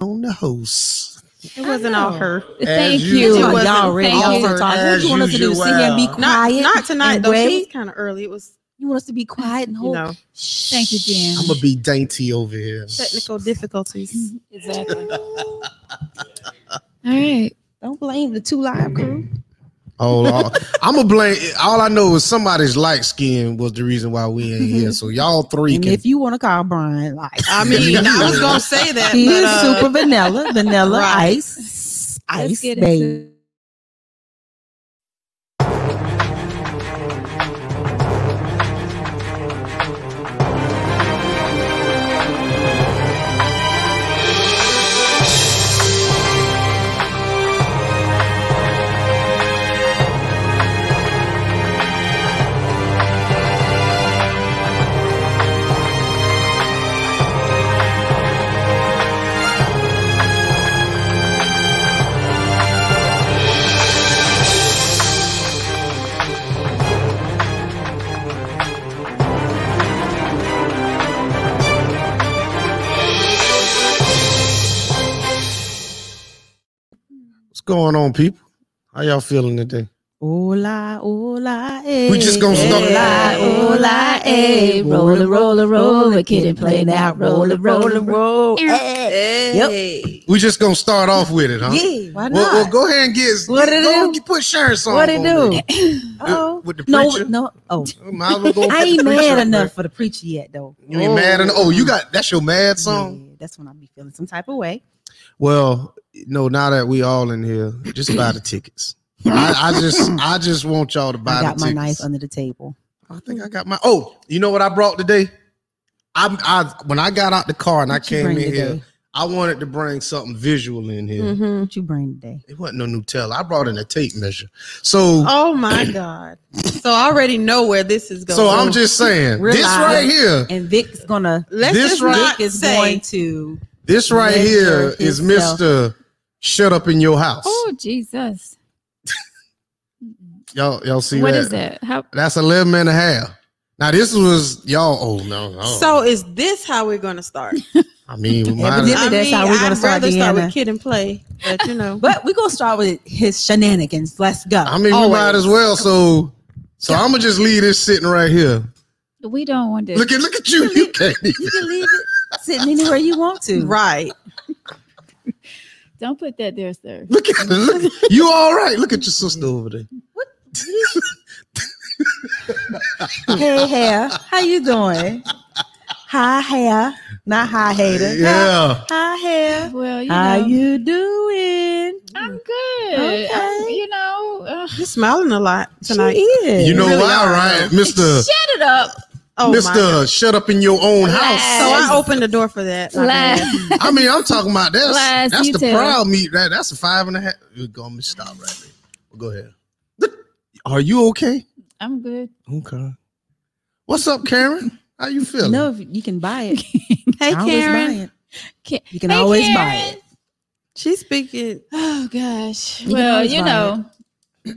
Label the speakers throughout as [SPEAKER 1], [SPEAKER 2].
[SPEAKER 1] on the host.
[SPEAKER 2] It wasn't
[SPEAKER 3] Oh.
[SPEAKER 2] all her.
[SPEAKER 3] Thank
[SPEAKER 1] usual.
[SPEAKER 3] you.
[SPEAKER 2] It wasn't-
[SPEAKER 3] Y'all ready
[SPEAKER 2] thank
[SPEAKER 3] all
[SPEAKER 2] you.
[SPEAKER 3] the time. What
[SPEAKER 1] As
[SPEAKER 3] you want us to do? Sit here and be
[SPEAKER 1] usual.
[SPEAKER 3] quiet?
[SPEAKER 2] Not, not tonight
[SPEAKER 3] and
[SPEAKER 2] though. She was
[SPEAKER 3] wait?
[SPEAKER 2] kind of early. It was
[SPEAKER 3] You want us to be quiet and
[SPEAKER 2] you
[SPEAKER 3] hold?
[SPEAKER 2] know
[SPEAKER 3] Thank you, Jen.
[SPEAKER 1] I'm gonna be dainty over here.
[SPEAKER 2] technical difficulties.
[SPEAKER 3] Exactly. all right. Don't blame the two live crew.
[SPEAKER 1] Hold on. I'm gonna blame. All I know is somebody's light skin was the reason why we ain't here. So y'all three
[SPEAKER 3] And
[SPEAKER 1] can.
[SPEAKER 3] if you want to call Brian, like
[SPEAKER 2] I mean, I was gonna say that,
[SPEAKER 3] he
[SPEAKER 2] but
[SPEAKER 3] is
[SPEAKER 2] uh,
[SPEAKER 3] super vanilla, vanilla
[SPEAKER 2] Right.
[SPEAKER 3] ice, ice
[SPEAKER 4] Let's get
[SPEAKER 3] baby.
[SPEAKER 4] into
[SPEAKER 1] What's going on, people? How y'all feeling today?
[SPEAKER 3] Ola, ola,
[SPEAKER 1] We just gonna start-
[SPEAKER 3] Ola, ola, eh. Roll it, roll it, roll it, kid, and play now. Roll it, roll it, roll. eh.
[SPEAKER 2] hey.
[SPEAKER 1] We just gonna start off with it, huh?
[SPEAKER 2] Yeah.
[SPEAKER 3] Why
[SPEAKER 1] Well, well,
[SPEAKER 3] not?
[SPEAKER 1] go ahead and get.
[SPEAKER 3] What it
[SPEAKER 1] go
[SPEAKER 3] do?
[SPEAKER 1] get- put Sharon's song.
[SPEAKER 3] What it
[SPEAKER 1] on
[SPEAKER 3] do?
[SPEAKER 1] there.
[SPEAKER 3] Uh-oh.
[SPEAKER 1] With the
[SPEAKER 3] No,
[SPEAKER 1] preacher.
[SPEAKER 3] no. Oh,
[SPEAKER 1] Might as well go
[SPEAKER 3] I
[SPEAKER 1] with the preacher,
[SPEAKER 3] ain't mad
[SPEAKER 1] man.
[SPEAKER 3] enough for the preacher yet, though.
[SPEAKER 1] You ain't mad enough. Oh, you got that's your mad song.
[SPEAKER 3] Yeah, that's when I be feeling some type of way.
[SPEAKER 1] Well, no, now that we all in here, just buy the tickets. I, I just I just want y'all to buy
[SPEAKER 3] I got
[SPEAKER 1] the
[SPEAKER 3] my
[SPEAKER 1] tickets.
[SPEAKER 3] knife under the table.
[SPEAKER 1] I think I got my oh, you know what I brought today? I I when I got out the car and I
[SPEAKER 3] What you
[SPEAKER 1] came in
[SPEAKER 3] bring
[SPEAKER 1] here,
[SPEAKER 3] today? Mm-hmm.
[SPEAKER 1] I wanted to bring something visual in here.
[SPEAKER 2] hmm
[SPEAKER 3] What you bring today?
[SPEAKER 1] It wasn't no Nutella. I brought in a tape measure. So
[SPEAKER 2] Oh my god. So I already know where this is going.
[SPEAKER 1] so I'm just saying this
[SPEAKER 3] Realize-
[SPEAKER 1] right here,
[SPEAKER 3] And Vic's gonna.
[SPEAKER 2] Let's
[SPEAKER 1] this
[SPEAKER 2] just
[SPEAKER 1] right-
[SPEAKER 2] not
[SPEAKER 3] Vic is
[SPEAKER 2] say.
[SPEAKER 3] going to.
[SPEAKER 1] this right
[SPEAKER 3] Measure
[SPEAKER 1] here is
[SPEAKER 3] himself.
[SPEAKER 1] Mr. Shut up in your house.
[SPEAKER 4] Oh Jesus!
[SPEAKER 1] Y'all y'all see
[SPEAKER 4] What
[SPEAKER 1] that?
[SPEAKER 4] is that? How?
[SPEAKER 1] That's 11 and a half. Now this was y'all. Oh no! no.
[SPEAKER 2] So is this how we're gonna start?
[SPEAKER 1] I mean, we might
[SPEAKER 3] Evidently-
[SPEAKER 1] as-
[SPEAKER 2] I
[SPEAKER 3] that's
[SPEAKER 2] mean,
[SPEAKER 3] how we're gonna
[SPEAKER 2] I'd
[SPEAKER 3] start
[SPEAKER 2] rather
[SPEAKER 3] the
[SPEAKER 2] start
[SPEAKER 3] end.
[SPEAKER 2] with kid and play, but you know.
[SPEAKER 3] But we're gonna start with his shenanigans. Let's go.
[SPEAKER 1] I mean, we might as well. So, so I'm gonna just leave this sitting right here.
[SPEAKER 4] We don't want to.
[SPEAKER 1] Look at look at you. You can't even.
[SPEAKER 3] You can leave it sitting anywhere you want to.
[SPEAKER 2] right.
[SPEAKER 4] Don't put that there, sir.
[SPEAKER 1] Look at look. You all right? Look at your sister over there.
[SPEAKER 3] Hey, hair. How you doing? Hi, hair. Not hi, hater.
[SPEAKER 1] Yeah.
[SPEAKER 3] Hi, hair.
[SPEAKER 4] Well, you
[SPEAKER 3] How
[SPEAKER 4] know,
[SPEAKER 3] Ah, you doing?
[SPEAKER 4] I'm good.
[SPEAKER 3] Okay.
[SPEAKER 4] I'm- you know, uh,
[SPEAKER 2] You're smiling a lot tonight.
[SPEAKER 3] She is.
[SPEAKER 1] You know
[SPEAKER 2] Really
[SPEAKER 1] why,
[SPEAKER 2] are.
[SPEAKER 1] right, Mister
[SPEAKER 4] shut it up.
[SPEAKER 2] oh my god.
[SPEAKER 1] Mister? Shut up in your own house.
[SPEAKER 4] Laugh.
[SPEAKER 2] So I opened the door for that. my bad.
[SPEAKER 4] Laugh.
[SPEAKER 1] I mean, I'm talking about that's
[SPEAKER 4] Lies,
[SPEAKER 1] that's
[SPEAKER 4] you
[SPEAKER 1] the
[SPEAKER 4] tell.
[SPEAKER 1] proud meat. That that's a five and a half. We're gonna stop right there. Go ahead. Are you okay?
[SPEAKER 4] I'm good.
[SPEAKER 1] Okay. What's up, Karen? How you feeling?
[SPEAKER 3] No, if you can buy it.
[SPEAKER 2] Hey
[SPEAKER 3] always
[SPEAKER 2] Karen.
[SPEAKER 3] buy it.
[SPEAKER 4] Ca-
[SPEAKER 3] You can
[SPEAKER 4] Hey,
[SPEAKER 3] always buy
[SPEAKER 4] Karen.
[SPEAKER 3] it.
[SPEAKER 2] She's speaking.
[SPEAKER 4] Oh gosh.
[SPEAKER 3] You can
[SPEAKER 4] well,
[SPEAKER 3] always
[SPEAKER 4] you
[SPEAKER 3] buy
[SPEAKER 4] know,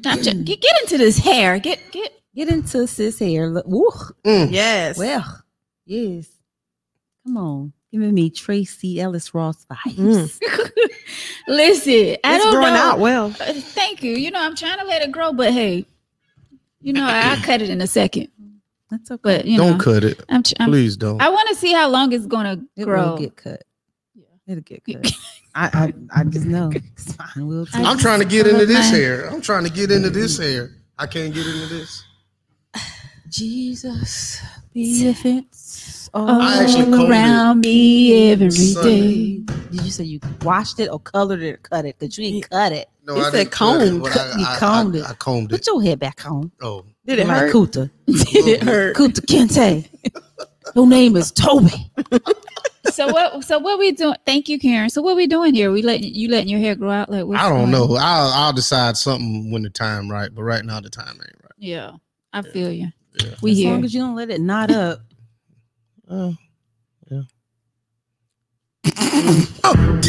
[SPEAKER 4] I'm tr- get, get into this hair. Get get.
[SPEAKER 3] Get into sis hair. Look, woo.
[SPEAKER 1] Mm.
[SPEAKER 2] Yes.
[SPEAKER 3] Well, yes. Come on. Giving me Tracy Ellis Ross vibes.
[SPEAKER 2] Mm.
[SPEAKER 4] Listen, I
[SPEAKER 2] it's
[SPEAKER 4] don't
[SPEAKER 2] growing
[SPEAKER 4] know.
[SPEAKER 2] out well.
[SPEAKER 4] Uh, Thank you. You know, I'm trying to let it grow, but hey, you know, I cut it in a second.
[SPEAKER 3] That's okay.
[SPEAKER 4] But you
[SPEAKER 1] don't
[SPEAKER 4] know,
[SPEAKER 1] cut it.
[SPEAKER 4] I'm, tr- I'm
[SPEAKER 1] Please don't.
[SPEAKER 4] I want to see how long it's gonna
[SPEAKER 3] It
[SPEAKER 4] grow.
[SPEAKER 3] will get cut.
[SPEAKER 4] Yeah.
[SPEAKER 3] It'll get cut. I, I I just know. It's fine. We'll take
[SPEAKER 4] I-
[SPEAKER 1] I'm trying to get into this
[SPEAKER 4] Mine.
[SPEAKER 1] hair. I'm trying to get into this hair. I can't get into this.
[SPEAKER 4] Jesus, Oh.
[SPEAKER 3] the offense.
[SPEAKER 4] all
[SPEAKER 1] I actually colored
[SPEAKER 4] around me every day.
[SPEAKER 1] Sunday.
[SPEAKER 3] Did you say you washed it or colored it or cut it? Because you ain't cut it.
[SPEAKER 1] No,
[SPEAKER 2] You
[SPEAKER 1] I
[SPEAKER 2] said
[SPEAKER 1] didn't cut it,
[SPEAKER 2] combed.
[SPEAKER 1] but I-
[SPEAKER 3] You
[SPEAKER 1] I- I-
[SPEAKER 3] combed it.
[SPEAKER 1] I combed
[SPEAKER 3] Put
[SPEAKER 1] it.
[SPEAKER 3] your head back on.
[SPEAKER 1] Oh,
[SPEAKER 2] Did it
[SPEAKER 3] Like
[SPEAKER 2] hurt?
[SPEAKER 3] Kuta.
[SPEAKER 2] Did it hurt?
[SPEAKER 3] Kuta Kente. Your name is Toby.
[SPEAKER 4] so what? So what we doing? Thank you, Karen. So what we doing here? We letting you letting your hair grow out? Like what's
[SPEAKER 1] I don't
[SPEAKER 4] going on?
[SPEAKER 1] know. I'll I'll decide something when the time right. But right now the time ain't right.
[SPEAKER 4] Yeah, I feel you.
[SPEAKER 1] Yeah.
[SPEAKER 4] We
[SPEAKER 3] as
[SPEAKER 4] here.
[SPEAKER 3] long as you don't let it knot up.
[SPEAKER 1] Oh, yeah. Oh,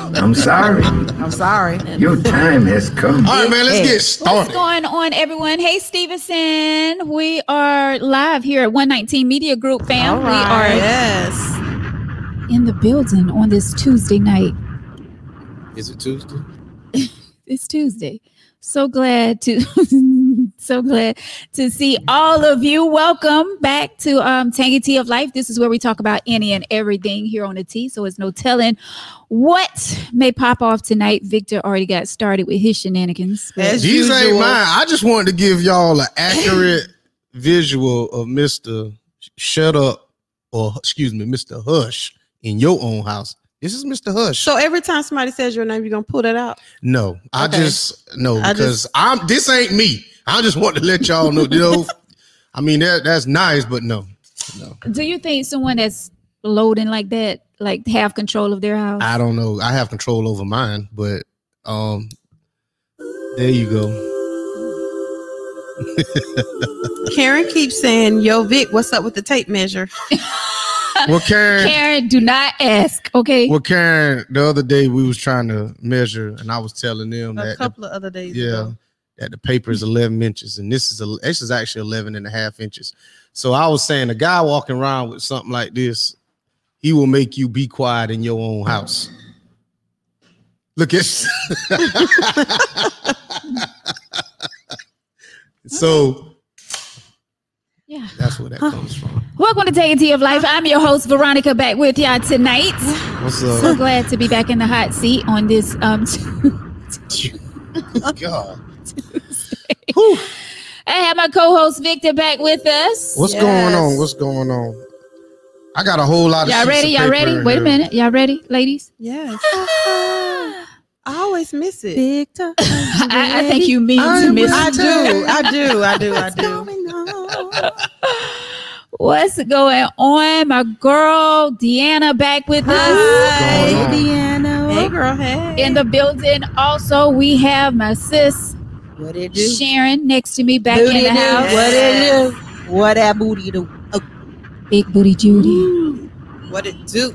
[SPEAKER 1] All
[SPEAKER 5] I'm sorry,
[SPEAKER 3] I'm sorry.
[SPEAKER 5] your time has come.
[SPEAKER 1] right, man. Let's get
[SPEAKER 4] What's
[SPEAKER 1] started.
[SPEAKER 4] going on, everyone? Hey, Stevenson. We are live here at 119 Media Group, fam.
[SPEAKER 3] All right.
[SPEAKER 4] We are
[SPEAKER 2] Yes.
[SPEAKER 4] in the building on this Tuesday night.
[SPEAKER 1] Is it Tuesday?
[SPEAKER 4] It's Tuesday. So glad to so glad to see all of you. Welcome back to um Tangy Tea of Life. This is where we talk about any and everything here on the tea. So it's no telling what may pop off tonight. Victor already got started with his shenanigans. but-
[SPEAKER 2] As
[SPEAKER 1] These ain't
[SPEAKER 2] usual.
[SPEAKER 1] mine. I just wanted to give y'all an accurate visual of Mr. Shut Up, or excuse me, Mr. Hush in your own house. This is Mr. Hush.
[SPEAKER 2] So every time somebody says your name, you're gonna pull that out.
[SPEAKER 1] no, I
[SPEAKER 2] Okay.
[SPEAKER 1] just no
[SPEAKER 2] I
[SPEAKER 1] because I'm this ain't me. I just want to let y'all know. You know, I mean that that's nice, but no, no,
[SPEAKER 4] Do you think someone that's loading like that, like have control of their house?
[SPEAKER 1] I don't know. I have control over mine, but um, there you go.
[SPEAKER 2] Karen keeps saying, "Yo, Vic, what's up with the tape measure?"
[SPEAKER 1] Well, Karen,
[SPEAKER 4] Karen, do not ask. Okay.
[SPEAKER 1] Well, Karen, the other day we was trying to measure, and I was telling them
[SPEAKER 2] A
[SPEAKER 1] that the,
[SPEAKER 2] couple of other days.
[SPEAKER 1] yeah,
[SPEAKER 2] ago.
[SPEAKER 1] that the paper is 11 inches, and this is a, this is actually 11 and a half inches. So I was saying, a guy walking around with something like this, he will make you be quiet in your own house. Look at. so
[SPEAKER 4] Yeah.
[SPEAKER 1] that's where that comes from.
[SPEAKER 4] Welcome to Take a Tea of Life. I'm your host, Veronica, back with y'all tonight.
[SPEAKER 1] What's
[SPEAKER 4] So
[SPEAKER 1] up?
[SPEAKER 4] glad to be back in the hot seat on this. Um,
[SPEAKER 1] God,
[SPEAKER 4] I have my co-host Victor back with us.
[SPEAKER 1] what's
[SPEAKER 2] Yes.
[SPEAKER 1] going on? What's going on? I got a whole lot of
[SPEAKER 4] Y'all
[SPEAKER 1] sheets
[SPEAKER 4] ready?
[SPEAKER 1] of paper
[SPEAKER 4] Y'all ready?
[SPEAKER 1] in
[SPEAKER 4] Wait a
[SPEAKER 1] here.
[SPEAKER 4] minute. Y'all ready, ladies?
[SPEAKER 2] Yes.
[SPEAKER 4] I,
[SPEAKER 2] I always miss it.
[SPEAKER 3] Victor.
[SPEAKER 4] I think you mean to
[SPEAKER 3] I'm
[SPEAKER 4] miss.
[SPEAKER 2] I do. I do. I do. I do.
[SPEAKER 4] What's going on, my girl Deanna back with us
[SPEAKER 1] What's going
[SPEAKER 2] Hi.
[SPEAKER 1] on?
[SPEAKER 2] Hey,
[SPEAKER 3] Deanna.
[SPEAKER 2] girl. Hey.
[SPEAKER 4] in the building. Also, we have my sis
[SPEAKER 3] What it do?
[SPEAKER 4] Sharon next to me back
[SPEAKER 3] Booty
[SPEAKER 4] in the
[SPEAKER 3] do.
[SPEAKER 4] house.
[SPEAKER 3] What it do? What that booty do?
[SPEAKER 4] Big booty Judy.
[SPEAKER 2] what it do?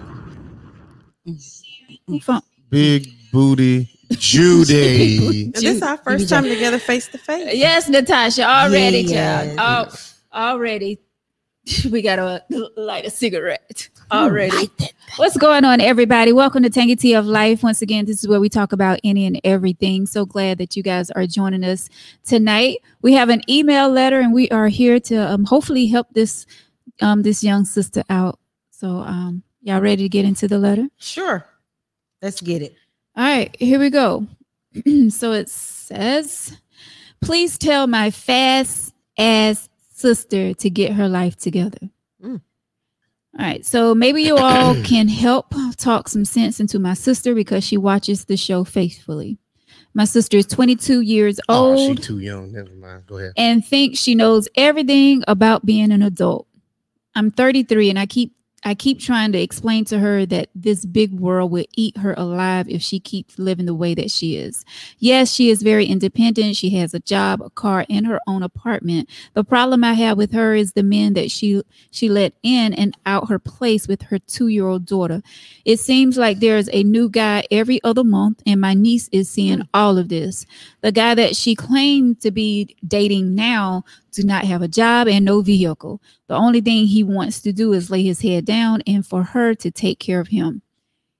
[SPEAKER 4] From-
[SPEAKER 1] Big booty Judy.
[SPEAKER 2] And this is our first time together face to face.
[SPEAKER 4] Yes, Natasha, already,
[SPEAKER 3] Yes.
[SPEAKER 4] child. Oh, already. We got to light a cigarette already. What's going on, everybody? Welcome to Tangy Tea of Life. Once again, this is where we talk about any and everything. So glad that you guys are joining us tonight. We have an email letter, and we are here to um, hopefully help this um, this young sister out. So, um, y'all ready to get into the letter?
[SPEAKER 2] Sure.
[SPEAKER 3] Let's get it.
[SPEAKER 4] All right, here we go. so it says, please tell my fast ass sister to get her life together.
[SPEAKER 2] Mm.
[SPEAKER 4] All right, so maybe you all can help talk some sense into my sister because she watches the show faithfully. My sister is 22 years old
[SPEAKER 1] Oh, she too young. Never mind. Go ahead.
[SPEAKER 4] and thinks she knows everything about being an adult. I'm 33 and I keep I keep trying to explain to her that this big world will eat her alive if she keeps living the way that she is. Yes, she is very independent. She has a job, a car, and her own apartment. The problem I have with her is the men that she she let in and out her place with her 2-year-old daughter. It seems like there's a new guy every other month and my niece is seeing all of this. The guy that she claimed to be dating now do not have a job and no vehicle. The only thing he wants to do is lay his head down and for her to take care of him.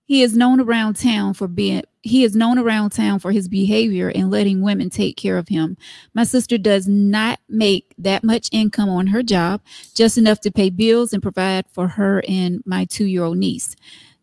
[SPEAKER 4] He is known around town for being he is known around town for his behavior and letting women take care of him. My sister does not make that much income on her job, just enough to pay bills and provide for her and my 2-year-old niece.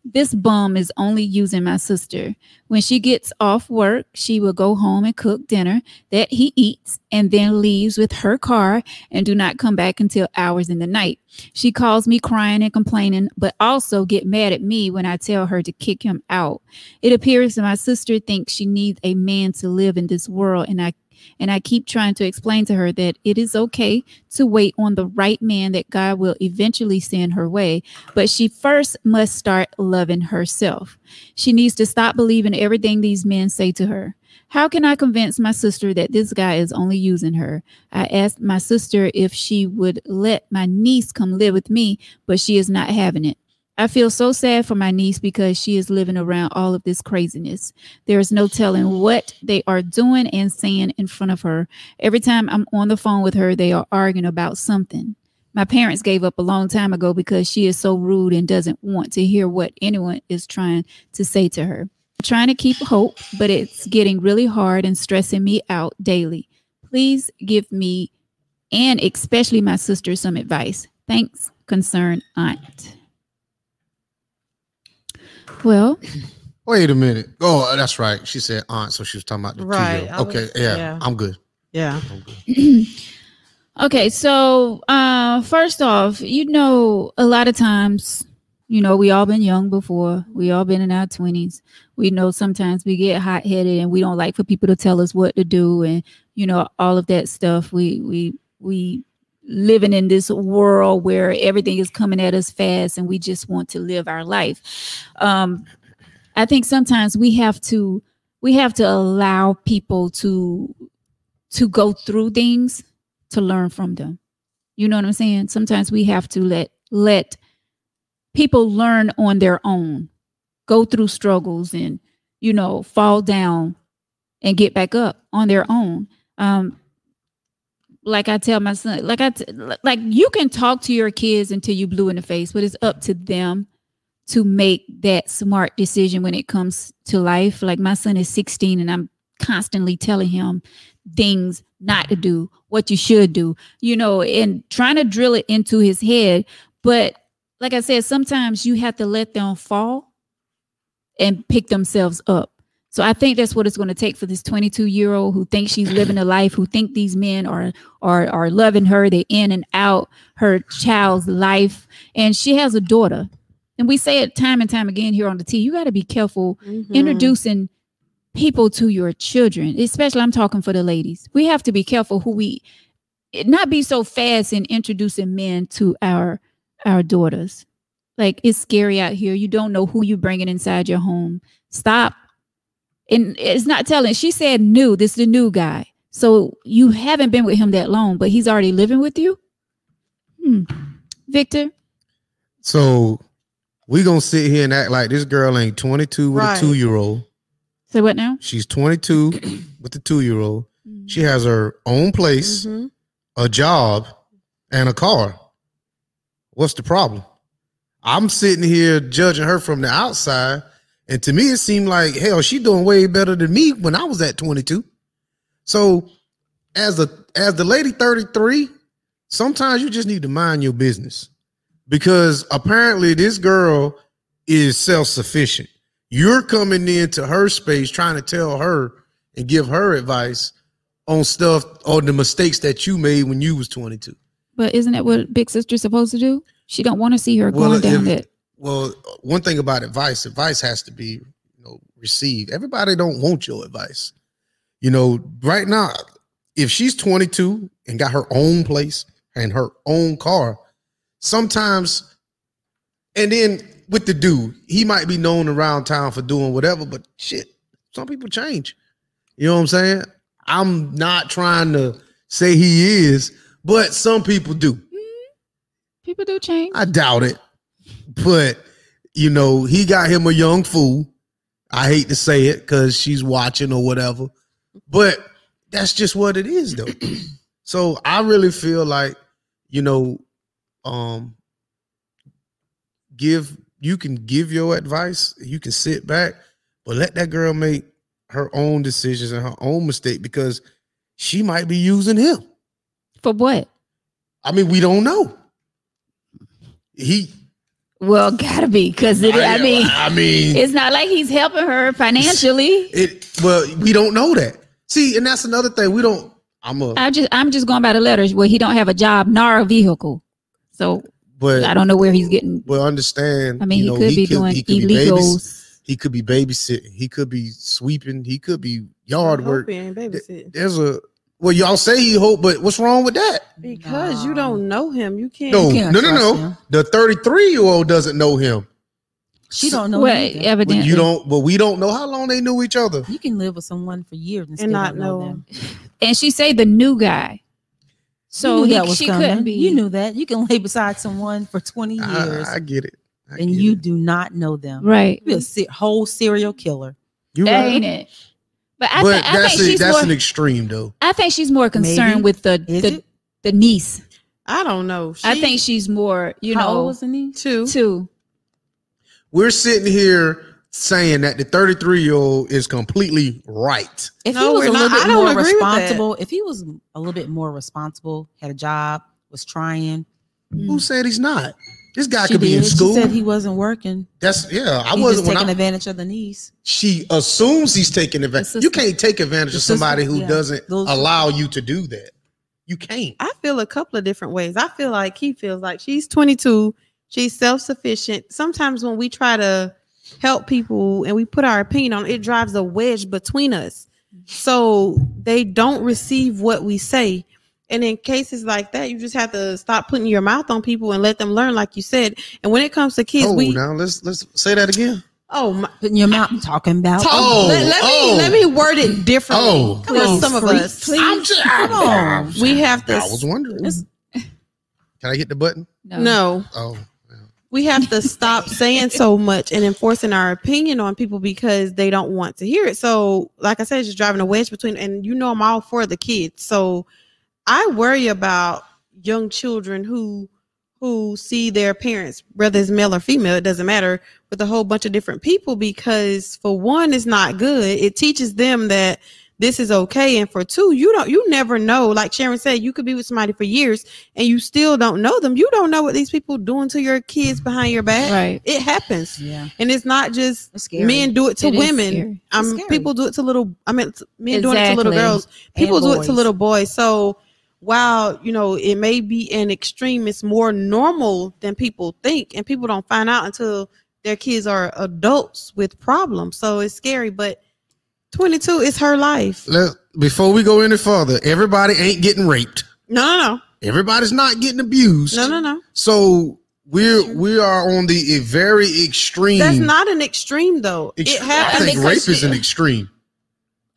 [SPEAKER 4] This bum is only using my sister. When she gets off work, she will go home and cook dinner that he eats and then leaves with her car and do not come back until hours in the night. She calls me crying and complaining, but also get mad at me when I tell her to kick him out. It appears that my sister thinks she needs a man to live in this world and I and I keep trying to explain to her that it is okay to wait on the right man that God will eventually send her way, but she first must start loving herself. She needs to stop believing everything these men say to her. How can I convince my sister that this guy is only using her? I asked my sister if she would let my niece come live with me, but she is not having it. I feel so sad for my niece because she is living around all of this craziness. There is no telling what they are doing and saying in front of her. Every time I'm on the phone with her, they are arguing about something. my parents gave up a long time ago because she is so rude and doesn't want to hear what anyone is trying to say to her. trying to keep hope, but it's getting really hard and stressing me out daily. Please give me and especially my sister some advice. Thanks, concerned aunt. Well,
[SPEAKER 1] Wait a minute. Oh, that's right. She said aunt, so she was talking about the
[SPEAKER 2] Right,
[SPEAKER 1] two-year-old.
[SPEAKER 2] I was-
[SPEAKER 1] Okay, yeah,
[SPEAKER 2] yeah.
[SPEAKER 1] I'm good.
[SPEAKER 2] Yeah.
[SPEAKER 1] I'm good.
[SPEAKER 4] okay, so uh first off, you know, a lot of times, you know, we all been young before. We all been in our twenties. We know sometimes we get hot headed and we don't like for people to tell us what to do and you know, all of that stuff. We we we living in this world where everything is coming at us fast and we just want to live our life. Um I think sometimes we have to we have to allow people to to go through things to learn from them. You know what I'm saying? Sometimes we have to let let people learn on their own, go through struggles and you know fall down and get back up on their own. Um, like I tell my son, like I t- like you can talk to your kids until you blue in the face, but it's up to them to make that smart decision when it comes to life. Like my son is 16 and I'm constantly telling him things not to do, what you should do, you know, and trying to drill it into his head. But like I said, sometimes you have to let them fall and pick themselves up. So I think that's what it's going to take for this 22 year old who thinks she's living a life, who think these men are are are loving her, they in and out her child's life, and she has a daughter. And we say it time and time again here on the T. You got to be careful
[SPEAKER 2] Mm-hmm. Mm.
[SPEAKER 4] introducing people to your children especially i'm talking for the ladies we have to be careful who we it not be so fast in introducing men to our our daughters like it's scary out here you don't know who you bringing inside your home stop and it's not telling she said new this is the new guy so you haven't been with him that long but he's already living with you hmm. victor
[SPEAKER 1] So we gonna sit here and act like this girl ain't 22 with
[SPEAKER 2] Right.
[SPEAKER 1] a two-year-old.
[SPEAKER 4] say what now
[SPEAKER 1] She's 22 with the two-year-old. She has her own place,
[SPEAKER 2] Mhm.
[SPEAKER 1] a job, and a car. What's the problem? I'm sitting here judging her from the outside, and to me, it seemed like hell. She doing way better than me when I was at 22. So, as a as the lady 33, sometimes you just need to mind your business because apparently this girl is self sufficient. You're coming into her space trying to tell her and give her advice on stuff or the mistakes that you made when you was 22.
[SPEAKER 4] but isn't that what big sister's supposed to do she don't want to see her
[SPEAKER 1] Well,
[SPEAKER 4] going down
[SPEAKER 1] if-
[SPEAKER 4] that
[SPEAKER 1] Well, one thing about advice, advice has to be you know received. Everybody don't want your advice. You know, right now, if she's 22 and got her own place and her own car, sometimes, and then with the dude, he might be known around town for doing whatever, but shit, some people change. You know what I'm saying? I'm not trying to say he is, but some people do.
[SPEAKER 4] People do change.
[SPEAKER 1] I doubt it. But you know, he got him a young fool. I hate to say it because she's watching or whatever. But that's just what it is though. so I really feel like, you know, um give you can give your advice, you can sit back, but let that girl make her own decisions and her own mistake because she might be using him.
[SPEAKER 4] For what?
[SPEAKER 1] I mean, we don't know. He
[SPEAKER 4] Well, gotta be because it. I, mean,
[SPEAKER 1] I mean,
[SPEAKER 4] it's not like he's helping her financially.
[SPEAKER 1] it. Well, we don't know that. See, and that's another thing. We don't. I'm a.
[SPEAKER 4] I just, I'm just going by the letters where he don't have a job nor a vehicle, so
[SPEAKER 1] but
[SPEAKER 4] I don't know where he's getting.
[SPEAKER 1] But understand.
[SPEAKER 4] I mean,
[SPEAKER 1] you know,
[SPEAKER 4] he could be doing
[SPEAKER 1] he could be
[SPEAKER 4] illegal.
[SPEAKER 1] babys- he could be babysitting. He could be sweeping. He could be yard work. There's a. Well, y'all say he hope, but what's wrong with that?
[SPEAKER 2] Because you don't know him, you can't.
[SPEAKER 1] No, no,
[SPEAKER 3] can't
[SPEAKER 1] no,
[SPEAKER 3] trust
[SPEAKER 1] no.
[SPEAKER 3] him.
[SPEAKER 1] The 33 year old doesn't know him.
[SPEAKER 3] She don't know.
[SPEAKER 4] well,
[SPEAKER 3] either.
[SPEAKER 1] But
[SPEAKER 4] evidently,
[SPEAKER 1] you don't. But we don't know how long they knew each other.
[SPEAKER 3] You can live with someone for years and,
[SPEAKER 2] And
[SPEAKER 3] still
[SPEAKER 2] not
[SPEAKER 3] not know
[SPEAKER 2] know
[SPEAKER 3] them.
[SPEAKER 4] And she say the new guy,
[SPEAKER 3] you
[SPEAKER 4] so
[SPEAKER 3] knew
[SPEAKER 4] he,
[SPEAKER 3] that was
[SPEAKER 4] she
[SPEAKER 3] coming.
[SPEAKER 4] couldn't be.
[SPEAKER 3] You knew that. You can lay beside someone for twenty years
[SPEAKER 1] I, I get it. I
[SPEAKER 3] and
[SPEAKER 1] get
[SPEAKER 3] you
[SPEAKER 1] it.
[SPEAKER 3] do not know them.
[SPEAKER 4] right?
[SPEAKER 3] You be a se- whole serial killer.
[SPEAKER 1] You right.
[SPEAKER 4] Ain't it? But I,
[SPEAKER 1] But
[SPEAKER 4] thi- I
[SPEAKER 1] that's
[SPEAKER 4] think
[SPEAKER 1] a,
[SPEAKER 4] she's
[SPEAKER 1] that's
[SPEAKER 4] more.
[SPEAKER 1] an extreme though.
[SPEAKER 4] I think she's more concerned
[SPEAKER 3] Maybe.
[SPEAKER 4] with the
[SPEAKER 3] Is
[SPEAKER 4] the,
[SPEAKER 3] it?
[SPEAKER 4] the niece.
[SPEAKER 2] I don't know.
[SPEAKER 4] I
[SPEAKER 2] She-
[SPEAKER 4] think she's more, you know,
[SPEAKER 3] Denise?
[SPEAKER 2] too.
[SPEAKER 4] two.
[SPEAKER 1] We're sitting here saying that the 33 year old is completely right.
[SPEAKER 3] If
[SPEAKER 2] No,
[SPEAKER 3] he was
[SPEAKER 2] we're
[SPEAKER 3] a little
[SPEAKER 2] not- I
[SPEAKER 3] bit
[SPEAKER 2] don't
[SPEAKER 3] more
[SPEAKER 2] agree with that.
[SPEAKER 3] responsible, if he was a little bit more responsible, had a job, was trying.
[SPEAKER 1] Who said he's not? This guy
[SPEAKER 3] Hmm. she
[SPEAKER 1] could be in
[SPEAKER 3] did.
[SPEAKER 1] school.
[SPEAKER 3] She said he wasn't working.
[SPEAKER 1] That's yeah. I
[SPEAKER 3] He
[SPEAKER 1] wasn't
[SPEAKER 3] just
[SPEAKER 1] when
[SPEAKER 3] taking
[SPEAKER 1] I-
[SPEAKER 3] advantage of the niece.
[SPEAKER 1] she assumes he's taking advantage.
[SPEAKER 4] The
[SPEAKER 1] You can't take advantage
[SPEAKER 3] The
[SPEAKER 1] of somebody
[SPEAKER 3] system,
[SPEAKER 1] who
[SPEAKER 3] yeah.
[SPEAKER 1] doesn't
[SPEAKER 3] Those-
[SPEAKER 1] allow you to do that. You can't.
[SPEAKER 2] I feel a couple of different ways. I feel like he feels like she's 22, she's self sufficient. Sometimes when we try to help people and we put our opinion on it, it drives a wedge between us. So they don't receive what we say. And in cases like that, you just have to stop putting your mouth on people and let them learn, like you said. And when it comes to kids,
[SPEAKER 1] Oh,
[SPEAKER 2] we
[SPEAKER 1] now let's let's say that again.
[SPEAKER 2] oh my,
[SPEAKER 3] Putting your mouth talking about.
[SPEAKER 2] talk,
[SPEAKER 1] Oh,
[SPEAKER 2] let, let
[SPEAKER 1] oh.
[SPEAKER 2] me let me word it differently.
[SPEAKER 1] Oh.
[SPEAKER 2] for some of
[SPEAKER 3] Please,
[SPEAKER 2] us,
[SPEAKER 3] please.
[SPEAKER 1] I'm just, I,
[SPEAKER 3] Come on.
[SPEAKER 2] we have to
[SPEAKER 1] I was wondering. Can I hit the button?
[SPEAKER 4] No.
[SPEAKER 2] no.
[SPEAKER 1] Oh,
[SPEAKER 2] we have to stop saying so much and enforcing our opinion on people because they don't want to hear it. So, like I said, it's just driving a wedge between, and you know, I'm all for the kids. So, I worry about young children who who see their parents, whether it's male or female, it doesn't matter, with a whole bunch of different people because for one, it's not good. It teaches them that this is okay, and for two, you don't, you never know. Like Sharon said, you could be with somebody for years and you still don't know them, you don't know what these people doing to your kids behind your back.
[SPEAKER 4] Right.
[SPEAKER 2] It happens,
[SPEAKER 3] Yeah,
[SPEAKER 2] and it's not just
[SPEAKER 3] it's scary.
[SPEAKER 2] men do it to
[SPEAKER 4] It is
[SPEAKER 2] women.
[SPEAKER 4] scary.
[SPEAKER 2] Um,
[SPEAKER 3] scary.
[SPEAKER 2] people do it to little. I mean, t- men doing it to little
[SPEAKER 4] Exactly.
[SPEAKER 2] girls.
[SPEAKER 3] And
[SPEAKER 2] People do it
[SPEAKER 3] boys.
[SPEAKER 2] to little boys. So while you know it may be an extreme, it's more normal than people think, and people don't find out until their kids are adults with problems. So it's scary, but. 22 is her life.
[SPEAKER 1] let, before we go any further, everybody ain't getting raped.
[SPEAKER 2] No,
[SPEAKER 1] Everybody's not getting abused.
[SPEAKER 2] no, no. No, no, no.
[SPEAKER 1] So we're we are on the eh, very extreme.
[SPEAKER 2] That's not an extreme though.
[SPEAKER 1] Ext-
[SPEAKER 2] It happens.
[SPEAKER 1] I think rape is an extreme.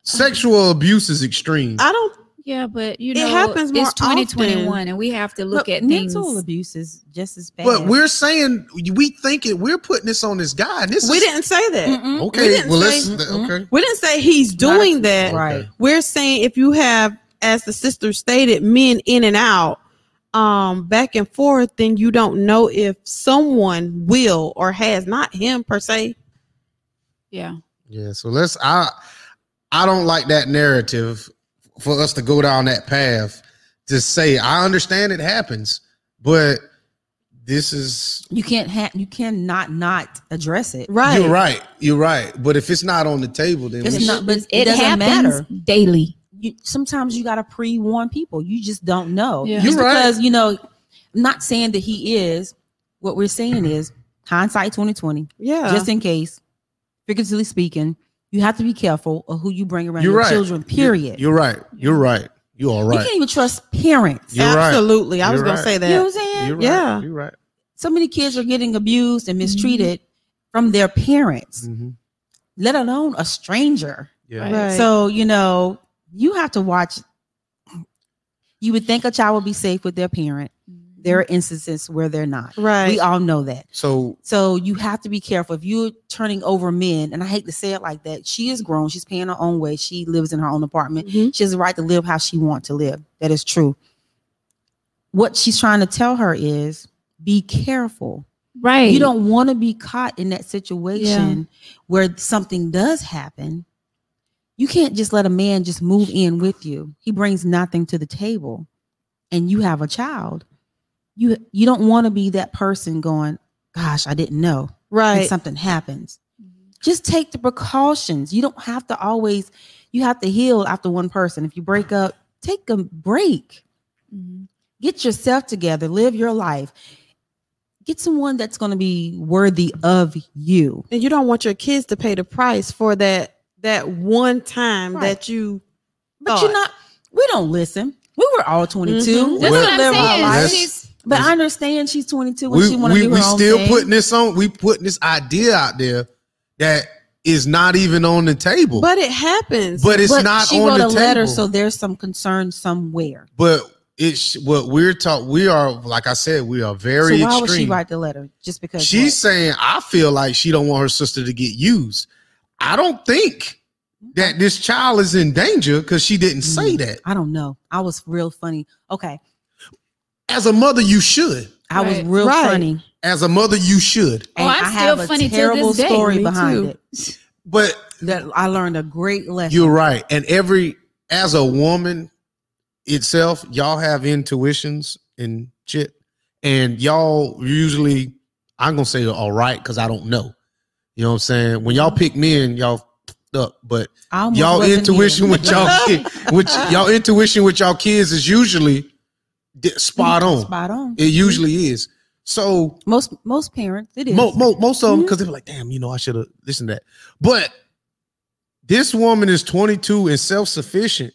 [SPEAKER 1] Sexual abuse is extreme.
[SPEAKER 2] I don't
[SPEAKER 4] Yeah, but you
[SPEAKER 2] It
[SPEAKER 4] know,
[SPEAKER 2] happens more
[SPEAKER 4] it's 2021
[SPEAKER 2] often.
[SPEAKER 4] and we have to look
[SPEAKER 3] But
[SPEAKER 4] at things.
[SPEAKER 3] mental abuse is just as bad.
[SPEAKER 1] but we're saying we thinking we're putting this on this guy. And this
[SPEAKER 2] we
[SPEAKER 1] is
[SPEAKER 2] didn't say that.
[SPEAKER 3] Mm-mm.
[SPEAKER 1] okay.
[SPEAKER 2] we didn't
[SPEAKER 1] well, let's
[SPEAKER 2] say- mm-hmm.
[SPEAKER 3] Mm-mm.
[SPEAKER 1] okay.
[SPEAKER 2] We didn't say he's doing that.
[SPEAKER 3] Right.
[SPEAKER 1] Oh, Okay.
[SPEAKER 2] We're saying if you have, as the sister stated, men in and out, um, back and forth, then you don't know if someone will or has not him per se.
[SPEAKER 4] yeah.
[SPEAKER 1] Yeah. So let's. I I don't like that narrative for us to go down that path. To say I understand it happens, but this is
[SPEAKER 3] You can't have. You cannot not address it.
[SPEAKER 2] Right.
[SPEAKER 1] You're right. You're right. But if it's not on the table, then
[SPEAKER 3] It's
[SPEAKER 1] we
[SPEAKER 3] not. But it,
[SPEAKER 4] It
[SPEAKER 3] doesn't
[SPEAKER 4] happens
[SPEAKER 3] matter.
[SPEAKER 4] daily.
[SPEAKER 3] You, sometimes you gotta pre-warn people. You just don't know.
[SPEAKER 4] Yeah.
[SPEAKER 3] Just
[SPEAKER 1] You're right.
[SPEAKER 3] Because you know, not saying that he is. What we're saying is hindsight twenty twenty.
[SPEAKER 2] Yeah.
[SPEAKER 3] Just in case, figuratively speaking, you have to be careful of who you bring around
[SPEAKER 1] You're
[SPEAKER 3] your
[SPEAKER 1] right.
[SPEAKER 3] children.
[SPEAKER 1] You're,
[SPEAKER 3] Period.
[SPEAKER 1] right. You're right. You all
[SPEAKER 3] you
[SPEAKER 1] right.
[SPEAKER 3] can't even trust parents.
[SPEAKER 1] You're right.
[SPEAKER 2] Absolutely. I was
[SPEAKER 1] You're
[SPEAKER 2] gonna
[SPEAKER 1] right.
[SPEAKER 2] say that.
[SPEAKER 3] You know what I'm saying?
[SPEAKER 1] You're right.
[SPEAKER 2] Yeah.
[SPEAKER 1] You're right.
[SPEAKER 3] so many kids are getting abused and mistreated from their parents,
[SPEAKER 1] Mhm.
[SPEAKER 3] let alone a stranger.
[SPEAKER 1] Yeah.
[SPEAKER 4] Right.
[SPEAKER 2] Right.
[SPEAKER 3] So, you know, you have to watch. You would think a child would be safe with their parent. There are instances where they're not.
[SPEAKER 2] right.
[SPEAKER 3] We all know that.
[SPEAKER 1] So
[SPEAKER 3] So you have to be careful. If you're turning over men, and I hate to say it like that, she is grown. She's paying her own way. She lives in her own apartment.
[SPEAKER 2] Mhm.
[SPEAKER 3] She has the right to live how she wants to live. That is true. What she's trying to tell her is be careful.
[SPEAKER 4] Right.
[SPEAKER 3] You don't want to be caught in that situation where something does happen. You can't just let a man just move in with you. He brings nothing to the table and you have a child. You you don't want to be that person going, gosh, I didn't know. And
[SPEAKER 2] Right.
[SPEAKER 3] something happens. Just take the precautions. You don't have to always you have to heal after one person. If you break up, take a break
[SPEAKER 4] Mhm.
[SPEAKER 3] get yourself together live your life get someone that's going to be worthy of you
[SPEAKER 2] And you don't want your kids to pay the price for that that one time
[SPEAKER 3] Right.
[SPEAKER 2] that you
[SPEAKER 3] but
[SPEAKER 2] Thought.
[SPEAKER 3] you're not we don't listen we were all 22
[SPEAKER 4] Mm-hmm.
[SPEAKER 2] Mhm.
[SPEAKER 3] Let
[SPEAKER 1] Well,
[SPEAKER 3] her
[SPEAKER 1] I'm
[SPEAKER 3] live her
[SPEAKER 1] saying.
[SPEAKER 3] life.
[SPEAKER 1] Let's-
[SPEAKER 4] She's-
[SPEAKER 3] but i understand she's 22 and
[SPEAKER 1] we
[SPEAKER 3] she want to
[SPEAKER 1] we,
[SPEAKER 3] do her
[SPEAKER 1] we
[SPEAKER 3] own
[SPEAKER 1] still
[SPEAKER 3] thing.
[SPEAKER 1] putting this on. We putting this idea out there that is not even on the table.
[SPEAKER 2] but it happens.
[SPEAKER 1] But it's
[SPEAKER 3] But
[SPEAKER 1] not
[SPEAKER 3] she
[SPEAKER 1] on
[SPEAKER 3] wrote
[SPEAKER 1] the
[SPEAKER 3] a
[SPEAKER 1] table.
[SPEAKER 3] letter so there's some concern somewhere
[SPEAKER 1] but it's what we're taught. We are like I said. We are very
[SPEAKER 3] so why
[SPEAKER 1] extreme.
[SPEAKER 3] would she write the letter just because
[SPEAKER 1] She's
[SPEAKER 3] what?
[SPEAKER 1] saying, I feel like she don't want her sister to get used. I don't think that this child
[SPEAKER 3] Mm-hmm.
[SPEAKER 1] is in danger because she didn't say that.
[SPEAKER 3] i don't know i was real funny okay
[SPEAKER 6] As a mother, you should.
[SPEAKER 3] I was
[SPEAKER 4] Right.
[SPEAKER 3] real
[SPEAKER 2] Right.
[SPEAKER 3] funny.
[SPEAKER 6] As a mother, you should.
[SPEAKER 4] Oh,
[SPEAKER 3] and
[SPEAKER 4] I'm
[SPEAKER 3] I
[SPEAKER 4] still
[SPEAKER 3] have
[SPEAKER 4] funny
[SPEAKER 3] a
[SPEAKER 4] to
[SPEAKER 3] terrible
[SPEAKER 4] this day.
[SPEAKER 3] story
[SPEAKER 4] Me
[SPEAKER 3] behind
[SPEAKER 4] too.
[SPEAKER 3] it
[SPEAKER 6] But
[SPEAKER 3] that I learned a great lesson.
[SPEAKER 1] You're right. And every as a woman itself, y'all have intuitions and shit. And y'all usually I'm gonna say all right, because I don't know. You know what I'm saying? When y'all pick men, y'all f***ed up. But
[SPEAKER 3] I almost
[SPEAKER 1] y'all
[SPEAKER 3] wasn't
[SPEAKER 1] intuition
[SPEAKER 3] here.
[SPEAKER 1] with y'all kid, with y'all intuition with y'all kids is usually di- spot on.
[SPEAKER 3] Spot on.
[SPEAKER 1] It usually is. So
[SPEAKER 3] Most most parents, it is. Mm-hmm.
[SPEAKER 1] Mo- mo- most of them because they're like, damn, you know, I should have listened to that. But this woman is 22 and self sufficient.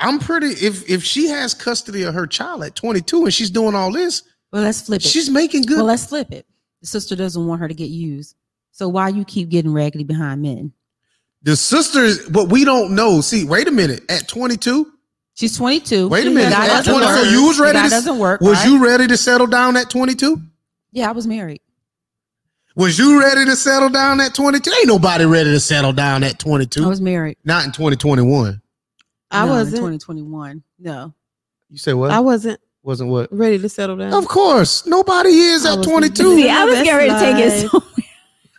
[SPEAKER 1] I'm pretty if if she has custody of her child at 22 and she's doing all this,
[SPEAKER 3] well, let's flip it.
[SPEAKER 1] she's making good.
[SPEAKER 3] Well, let's flip it. The sister doesn't want her to get used. So why you keep getting raggedy behind men?
[SPEAKER 1] the sisters, but we don't know. See, wait a minute. At 22,
[SPEAKER 3] She's 22.
[SPEAKER 1] Wait a
[SPEAKER 3] She
[SPEAKER 1] minute.
[SPEAKER 3] got-
[SPEAKER 1] At
[SPEAKER 3] doesn't
[SPEAKER 1] 22,
[SPEAKER 3] work.
[SPEAKER 1] you was
[SPEAKER 3] She
[SPEAKER 1] ready
[SPEAKER 3] got
[SPEAKER 1] to-
[SPEAKER 3] doesn't work.
[SPEAKER 1] was
[SPEAKER 3] right?
[SPEAKER 1] you ready to settle down at 22?
[SPEAKER 3] Yeah, I was married.
[SPEAKER 1] Was you ready to settle down at 22? Ain't nobody ready to settle down at
[SPEAKER 3] I
[SPEAKER 1] 22.
[SPEAKER 3] was married.
[SPEAKER 1] Not in 2021.
[SPEAKER 2] I
[SPEAKER 3] No, in
[SPEAKER 2] wasn't.
[SPEAKER 3] 2021. No.
[SPEAKER 1] You say what?
[SPEAKER 2] I wasn't
[SPEAKER 1] Wasn't what?
[SPEAKER 2] ready to settle down.
[SPEAKER 1] Of course, nobody is
[SPEAKER 2] I
[SPEAKER 1] at
[SPEAKER 2] was
[SPEAKER 1] 22.
[SPEAKER 7] See, I was getting ready to take it. so-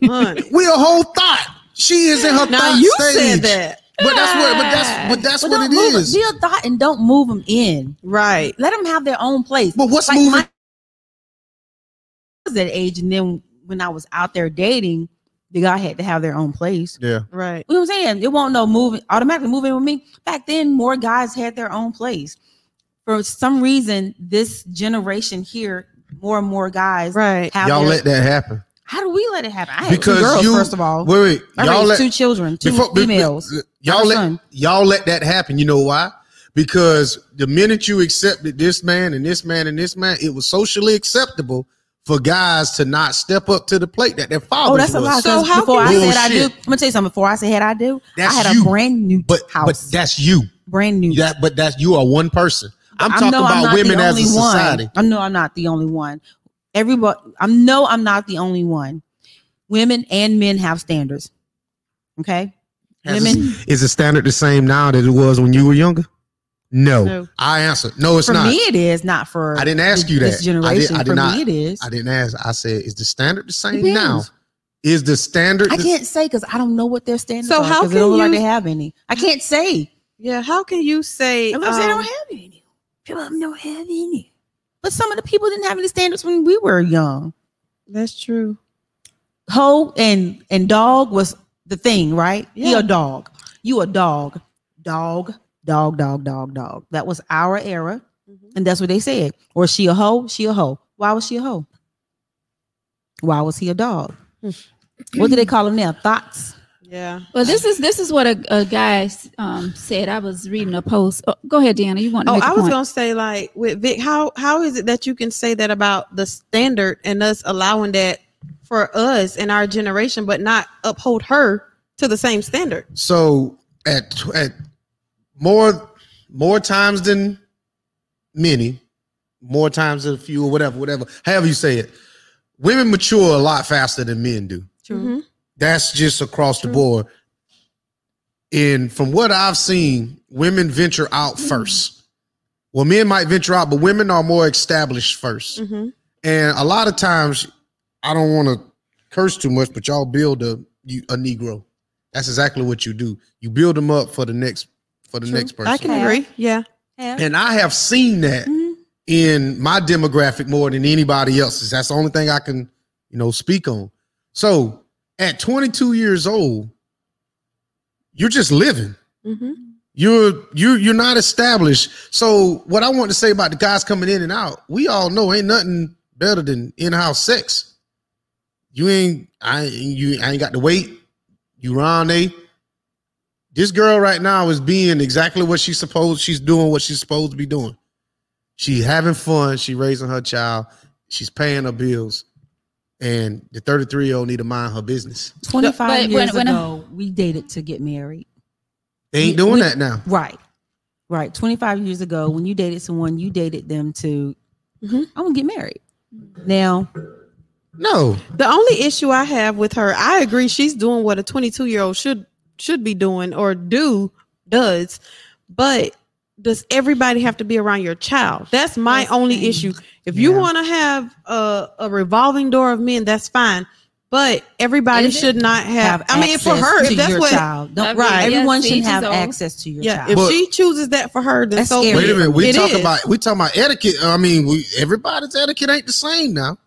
[SPEAKER 2] Honey.
[SPEAKER 1] We a whole thought. She is in her
[SPEAKER 2] now
[SPEAKER 1] thought
[SPEAKER 2] you
[SPEAKER 1] stage.
[SPEAKER 2] said that
[SPEAKER 1] But that's what. But that's. But that's
[SPEAKER 3] But
[SPEAKER 1] what
[SPEAKER 3] don't
[SPEAKER 1] it
[SPEAKER 3] move 'em.
[SPEAKER 1] is.
[SPEAKER 3] Be a thought and don't move them in.
[SPEAKER 2] right.
[SPEAKER 3] Let them have their own place.
[SPEAKER 1] But what's
[SPEAKER 3] Like
[SPEAKER 1] moving?
[SPEAKER 3] my- I was that age, and then when I was out there dating, the guy had to have their own place.
[SPEAKER 1] yeah.
[SPEAKER 2] Right.
[SPEAKER 3] You know what I'm saying? It won't no moving automatically moving with me. Back then, more guys had their own place. For some reason, this generation here, more and more guys
[SPEAKER 2] Right.
[SPEAKER 3] have
[SPEAKER 1] y'all
[SPEAKER 3] their-
[SPEAKER 1] let that happen.
[SPEAKER 3] How do we let it happen? I had
[SPEAKER 1] Because
[SPEAKER 3] two girls,
[SPEAKER 1] you-
[SPEAKER 3] first of all.
[SPEAKER 1] Wait, wait.
[SPEAKER 3] I
[SPEAKER 1] Y'all
[SPEAKER 3] raised
[SPEAKER 1] let
[SPEAKER 3] two children, two
[SPEAKER 1] before- be- be-
[SPEAKER 3] females.
[SPEAKER 1] y'all
[SPEAKER 3] my
[SPEAKER 1] let
[SPEAKER 3] son.
[SPEAKER 1] y'all let that happen. You know why? Because the minute you accepted this man and this man and this man, it was socially acceptable for guys to not step up to the plate that their fathers.
[SPEAKER 3] Oh, that's a
[SPEAKER 1] was.
[SPEAKER 3] lot.
[SPEAKER 2] So
[SPEAKER 3] So
[SPEAKER 2] how
[SPEAKER 3] before I
[SPEAKER 1] can-
[SPEAKER 3] said I do, I'm
[SPEAKER 1] Bullshit.
[SPEAKER 3] gonna tell you something. Before I said I do,
[SPEAKER 1] That's
[SPEAKER 3] I had
[SPEAKER 1] you.
[SPEAKER 3] a brand new
[SPEAKER 1] But but
[SPEAKER 3] house,
[SPEAKER 1] that's you.
[SPEAKER 3] brand new.
[SPEAKER 1] That but that's you are one person. I'm
[SPEAKER 3] I
[SPEAKER 1] talking
[SPEAKER 3] know
[SPEAKER 1] about
[SPEAKER 3] not the
[SPEAKER 1] women as a
[SPEAKER 3] only one.
[SPEAKER 1] society.
[SPEAKER 3] I know I'm not the only one. Everybody, I know I'm not the only one. Women and men have standards. Okay,
[SPEAKER 1] Has
[SPEAKER 3] women
[SPEAKER 1] it- is the standard the same now that it was when you were younger? No,
[SPEAKER 2] No.
[SPEAKER 1] I answered. No, it's
[SPEAKER 3] for
[SPEAKER 1] not.
[SPEAKER 3] me it is not for.
[SPEAKER 1] I didn't ask
[SPEAKER 3] this-
[SPEAKER 1] you that.
[SPEAKER 3] This
[SPEAKER 1] I
[SPEAKER 3] generation
[SPEAKER 1] did, I did
[SPEAKER 3] for
[SPEAKER 1] not.
[SPEAKER 3] me it is.
[SPEAKER 1] I didn't ask. I said, is the standard the same
[SPEAKER 3] Depends.
[SPEAKER 1] now? Is the standard?
[SPEAKER 3] I
[SPEAKER 1] the-
[SPEAKER 3] can't say because I don't know what their standards
[SPEAKER 2] So
[SPEAKER 3] are.
[SPEAKER 2] how
[SPEAKER 3] 'cause it
[SPEAKER 2] can
[SPEAKER 3] don't look like
[SPEAKER 2] you-
[SPEAKER 3] they have any? I can't say.
[SPEAKER 2] Yeah. How can you say?
[SPEAKER 3] I'm not saying they
[SPEAKER 2] um,
[SPEAKER 3] don't have any. People don't have any. But some of the people didn't have any standards when we were young.
[SPEAKER 2] that's true.
[SPEAKER 3] Ho and and dog was the thing, right? He
[SPEAKER 2] Yeah.
[SPEAKER 3] a dog. You a dog. Dog, dog, dog, dog, dog. That was our era.
[SPEAKER 2] Mm-hmm.
[SPEAKER 3] And that's what they said. Or she a hoe, she a hoe. Why was she a hoe? Why was he a dog?
[SPEAKER 2] Hmm.
[SPEAKER 3] What do they call him now? Thoughts?
[SPEAKER 2] Yeah.
[SPEAKER 4] Well, this is this is what a, a guy um, said. I was reading a post. Oh, go ahead, Deanna. You want to
[SPEAKER 2] Oh,
[SPEAKER 4] make a
[SPEAKER 2] I was
[SPEAKER 4] point.
[SPEAKER 2] gonna say like with Vic, how how is it that you can say that about the standard and us allowing that for us in our generation, but not uphold her to the same standard?
[SPEAKER 1] So at tw- at more more times than many, more times than a few or whatever, whatever. However you say it, women mature a lot faster than men do.
[SPEAKER 2] True.
[SPEAKER 3] Mm-hmm.
[SPEAKER 1] That's just across the board. And from what I've seen, women venture out
[SPEAKER 2] Mm-hmm.
[SPEAKER 1] first. Well, men might venture out, but women are more established 1st
[SPEAKER 2] hmm
[SPEAKER 1] And a lot of times, I don't want to curse too much, but y'all build a you, a Negro. That's exactly what you do. You build them up for the next for the next person.
[SPEAKER 2] I can agree. Yeah.
[SPEAKER 1] and I have seen that
[SPEAKER 3] Mhm.
[SPEAKER 1] in my demographic more than anybody else's. That's the only thing I can, you know, speak on. So at 22 years old, you're just living.
[SPEAKER 3] Mm-hmm.
[SPEAKER 2] hmm
[SPEAKER 1] You're you you're not established. So what I want to say about the guys coming in and out, we all know ain't nothing better than in-house sex. You ain't I you I ain't got to wait. You round a. This girl right now is being exactly what she's supposed. She's doing what she's supposed to be doing. She having fun. She raising her child. She's paying her bills. And the 33 year old need to mind her business.
[SPEAKER 3] 25
[SPEAKER 4] But when-
[SPEAKER 3] years
[SPEAKER 4] when I-
[SPEAKER 3] ago, we dated to get married.
[SPEAKER 1] They ain't
[SPEAKER 3] We-
[SPEAKER 1] doing
[SPEAKER 3] we-
[SPEAKER 1] that now.
[SPEAKER 3] Right. Right. 25 years ago, when you dated someone, you dated them to,
[SPEAKER 2] Mhm.
[SPEAKER 3] I'm going to get married.
[SPEAKER 2] Mm-hmm.
[SPEAKER 3] Now,
[SPEAKER 1] No.
[SPEAKER 2] The only issue I have with her, I agree she's doing what a 22 year old should should be doing or do does, but does everybody have to be around your child? That's my
[SPEAKER 3] That's the
[SPEAKER 2] only
[SPEAKER 3] thing.
[SPEAKER 2] issue. If you
[SPEAKER 3] Yeah.
[SPEAKER 2] want to have a, a revolving door of men, that's fine. But everybody
[SPEAKER 8] Is it?
[SPEAKER 2] should not have.
[SPEAKER 3] Have
[SPEAKER 2] I mean, for
[SPEAKER 3] access
[SPEAKER 2] her,
[SPEAKER 3] to
[SPEAKER 2] if that's
[SPEAKER 3] your
[SPEAKER 2] what.
[SPEAKER 3] child. Don't,
[SPEAKER 8] I mean,
[SPEAKER 2] right.
[SPEAKER 8] yeah,
[SPEAKER 3] Everyone
[SPEAKER 8] to
[SPEAKER 3] should
[SPEAKER 8] each
[SPEAKER 3] have
[SPEAKER 8] his own.
[SPEAKER 3] access to your
[SPEAKER 2] Yeah,
[SPEAKER 3] child.
[SPEAKER 2] if
[SPEAKER 1] But-
[SPEAKER 2] she chooses that for her, then
[SPEAKER 3] That's
[SPEAKER 2] so
[SPEAKER 3] scary.
[SPEAKER 2] be
[SPEAKER 1] Wait a
[SPEAKER 2] it.
[SPEAKER 1] minute. We
[SPEAKER 2] It
[SPEAKER 1] talk
[SPEAKER 2] is.
[SPEAKER 1] about we talking about etiquette. uh, I mean, we everybody's etiquette ain't the same now.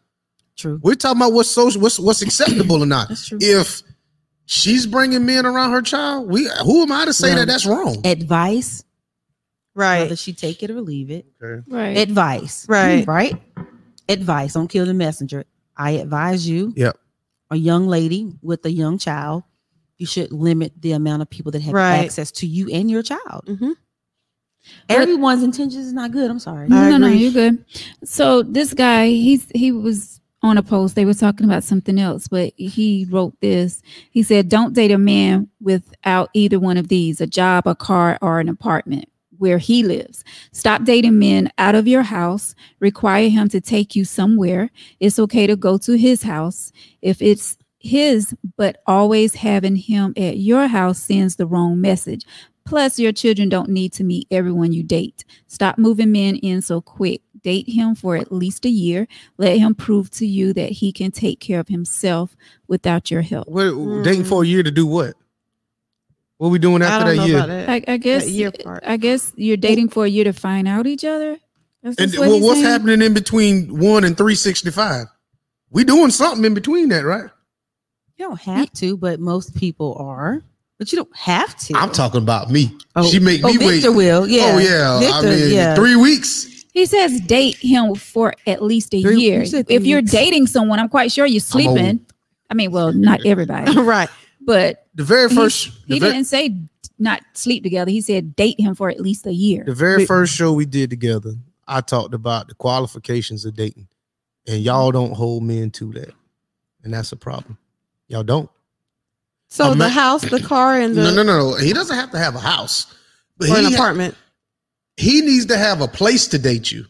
[SPEAKER 3] True.
[SPEAKER 1] We're talking about what's social, what's what's acceptable or not.
[SPEAKER 3] That's true.
[SPEAKER 1] If she's bringing men around her child, we who am I to say
[SPEAKER 3] Well,
[SPEAKER 1] that that's wrong?
[SPEAKER 3] Advice, whether
[SPEAKER 2] right,
[SPEAKER 3] she take it or leave it.
[SPEAKER 4] Right.
[SPEAKER 3] Advice.
[SPEAKER 2] right,
[SPEAKER 3] Right? Advice. Don't kill the messenger. I advise you.
[SPEAKER 1] Yep.
[SPEAKER 3] A young lady with a young child, you should limit the amount of people that have
[SPEAKER 2] Right.
[SPEAKER 3] access to you and your child.
[SPEAKER 2] Mhm.
[SPEAKER 3] Everyone's intentions is not good. I'm sorry.
[SPEAKER 2] I
[SPEAKER 4] no, no, no,
[SPEAKER 2] agree.
[SPEAKER 4] you're good. So this guy, he's he was on a post. They were talking about something else, but he wrote this. He said, "Don't date a man without either one of these: a job, a car, or an apartment." Where he lives. Stop dating men out of your house. Require him to take you somewhere. It's okay to go to his house if it's his, but always having him at your house sends the wrong message. Plus, your children don't need to meet everyone you date. Stop moving men in so quick. Date him for at least a year. Let him prove to you that he can take care of himself without your help.
[SPEAKER 1] What,
[SPEAKER 2] dating for
[SPEAKER 1] a year to do what? What we doing
[SPEAKER 2] I don't know about that.
[SPEAKER 4] I, I guess
[SPEAKER 2] year part.
[SPEAKER 4] I guess you're dating for a year to find out each other. That's
[SPEAKER 1] And
[SPEAKER 4] just what
[SPEAKER 1] well,
[SPEAKER 4] he's
[SPEAKER 1] what's
[SPEAKER 4] saying?
[SPEAKER 1] happening in between one and three sixty five? We doing something in between that, right?
[SPEAKER 3] You don't have to, but most people are. But you don't have to.
[SPEAKER 9] I'm talking about me.
[SPEAKER 3] Oh,
[SPEAKER 9] She make
[SPEAKER 3] oh,
[SPEAKER 9] me wait.
[SPEAKER 3] Victor will. Yeah.
[SPEAKER 1] Oh yeah, I
[SPEAKER 3] Victor,
[SPEAKER 1] mean
[SPEAKER 3] yeah.
[SPEAKER 1] three weeks.
[SPEAKER 4] He says date him for at least a
[SPEAKER 3] Three- you
[SPEAKER 4] year.
[SPEAKER 3] said
[SPEAKER 4] If
[SPEAKER 3] three
[SPEAKER 4] you're
[SPEAKER 3] weeks.
[SPEAKER 4] dating someone, I'm quite sure you're
[SPEAKER 9] I'm old.
[SPEAKER 4] sleeping. I mean, well, not everybody,
[SPEAKER 2] right.
[SPEAKER 4] but
[SPEAKER 1] The very
[SPEAKER 4] He-
[SPEAKER 1] first, the,
[SPEAKER 4] he
[SPEAKER 1] ver-
[SPEAKER 4] didn't say not sleep together. He said date him for at least a year.
[SPEAKER 9] The very first show we did together, I talked about the qualifications of dating, and y'all don't hold men to that, and that's a problem. Y'all don't.
[SPEAKER 2] So
[SPEAKER 9] I'm
[SPEAKER 2] the
[SPEAKER 9] not-
[SPEAKER 2] house, the car, and the
[SPEAKER 1] no, no, no, no. He doesn't have to have a house, but
[SPEAKER 2] or an
[SPEAKER 1] he,
[SPEAKER 2] apartment.
[SPEAKER 1] he needs to have a place to date you.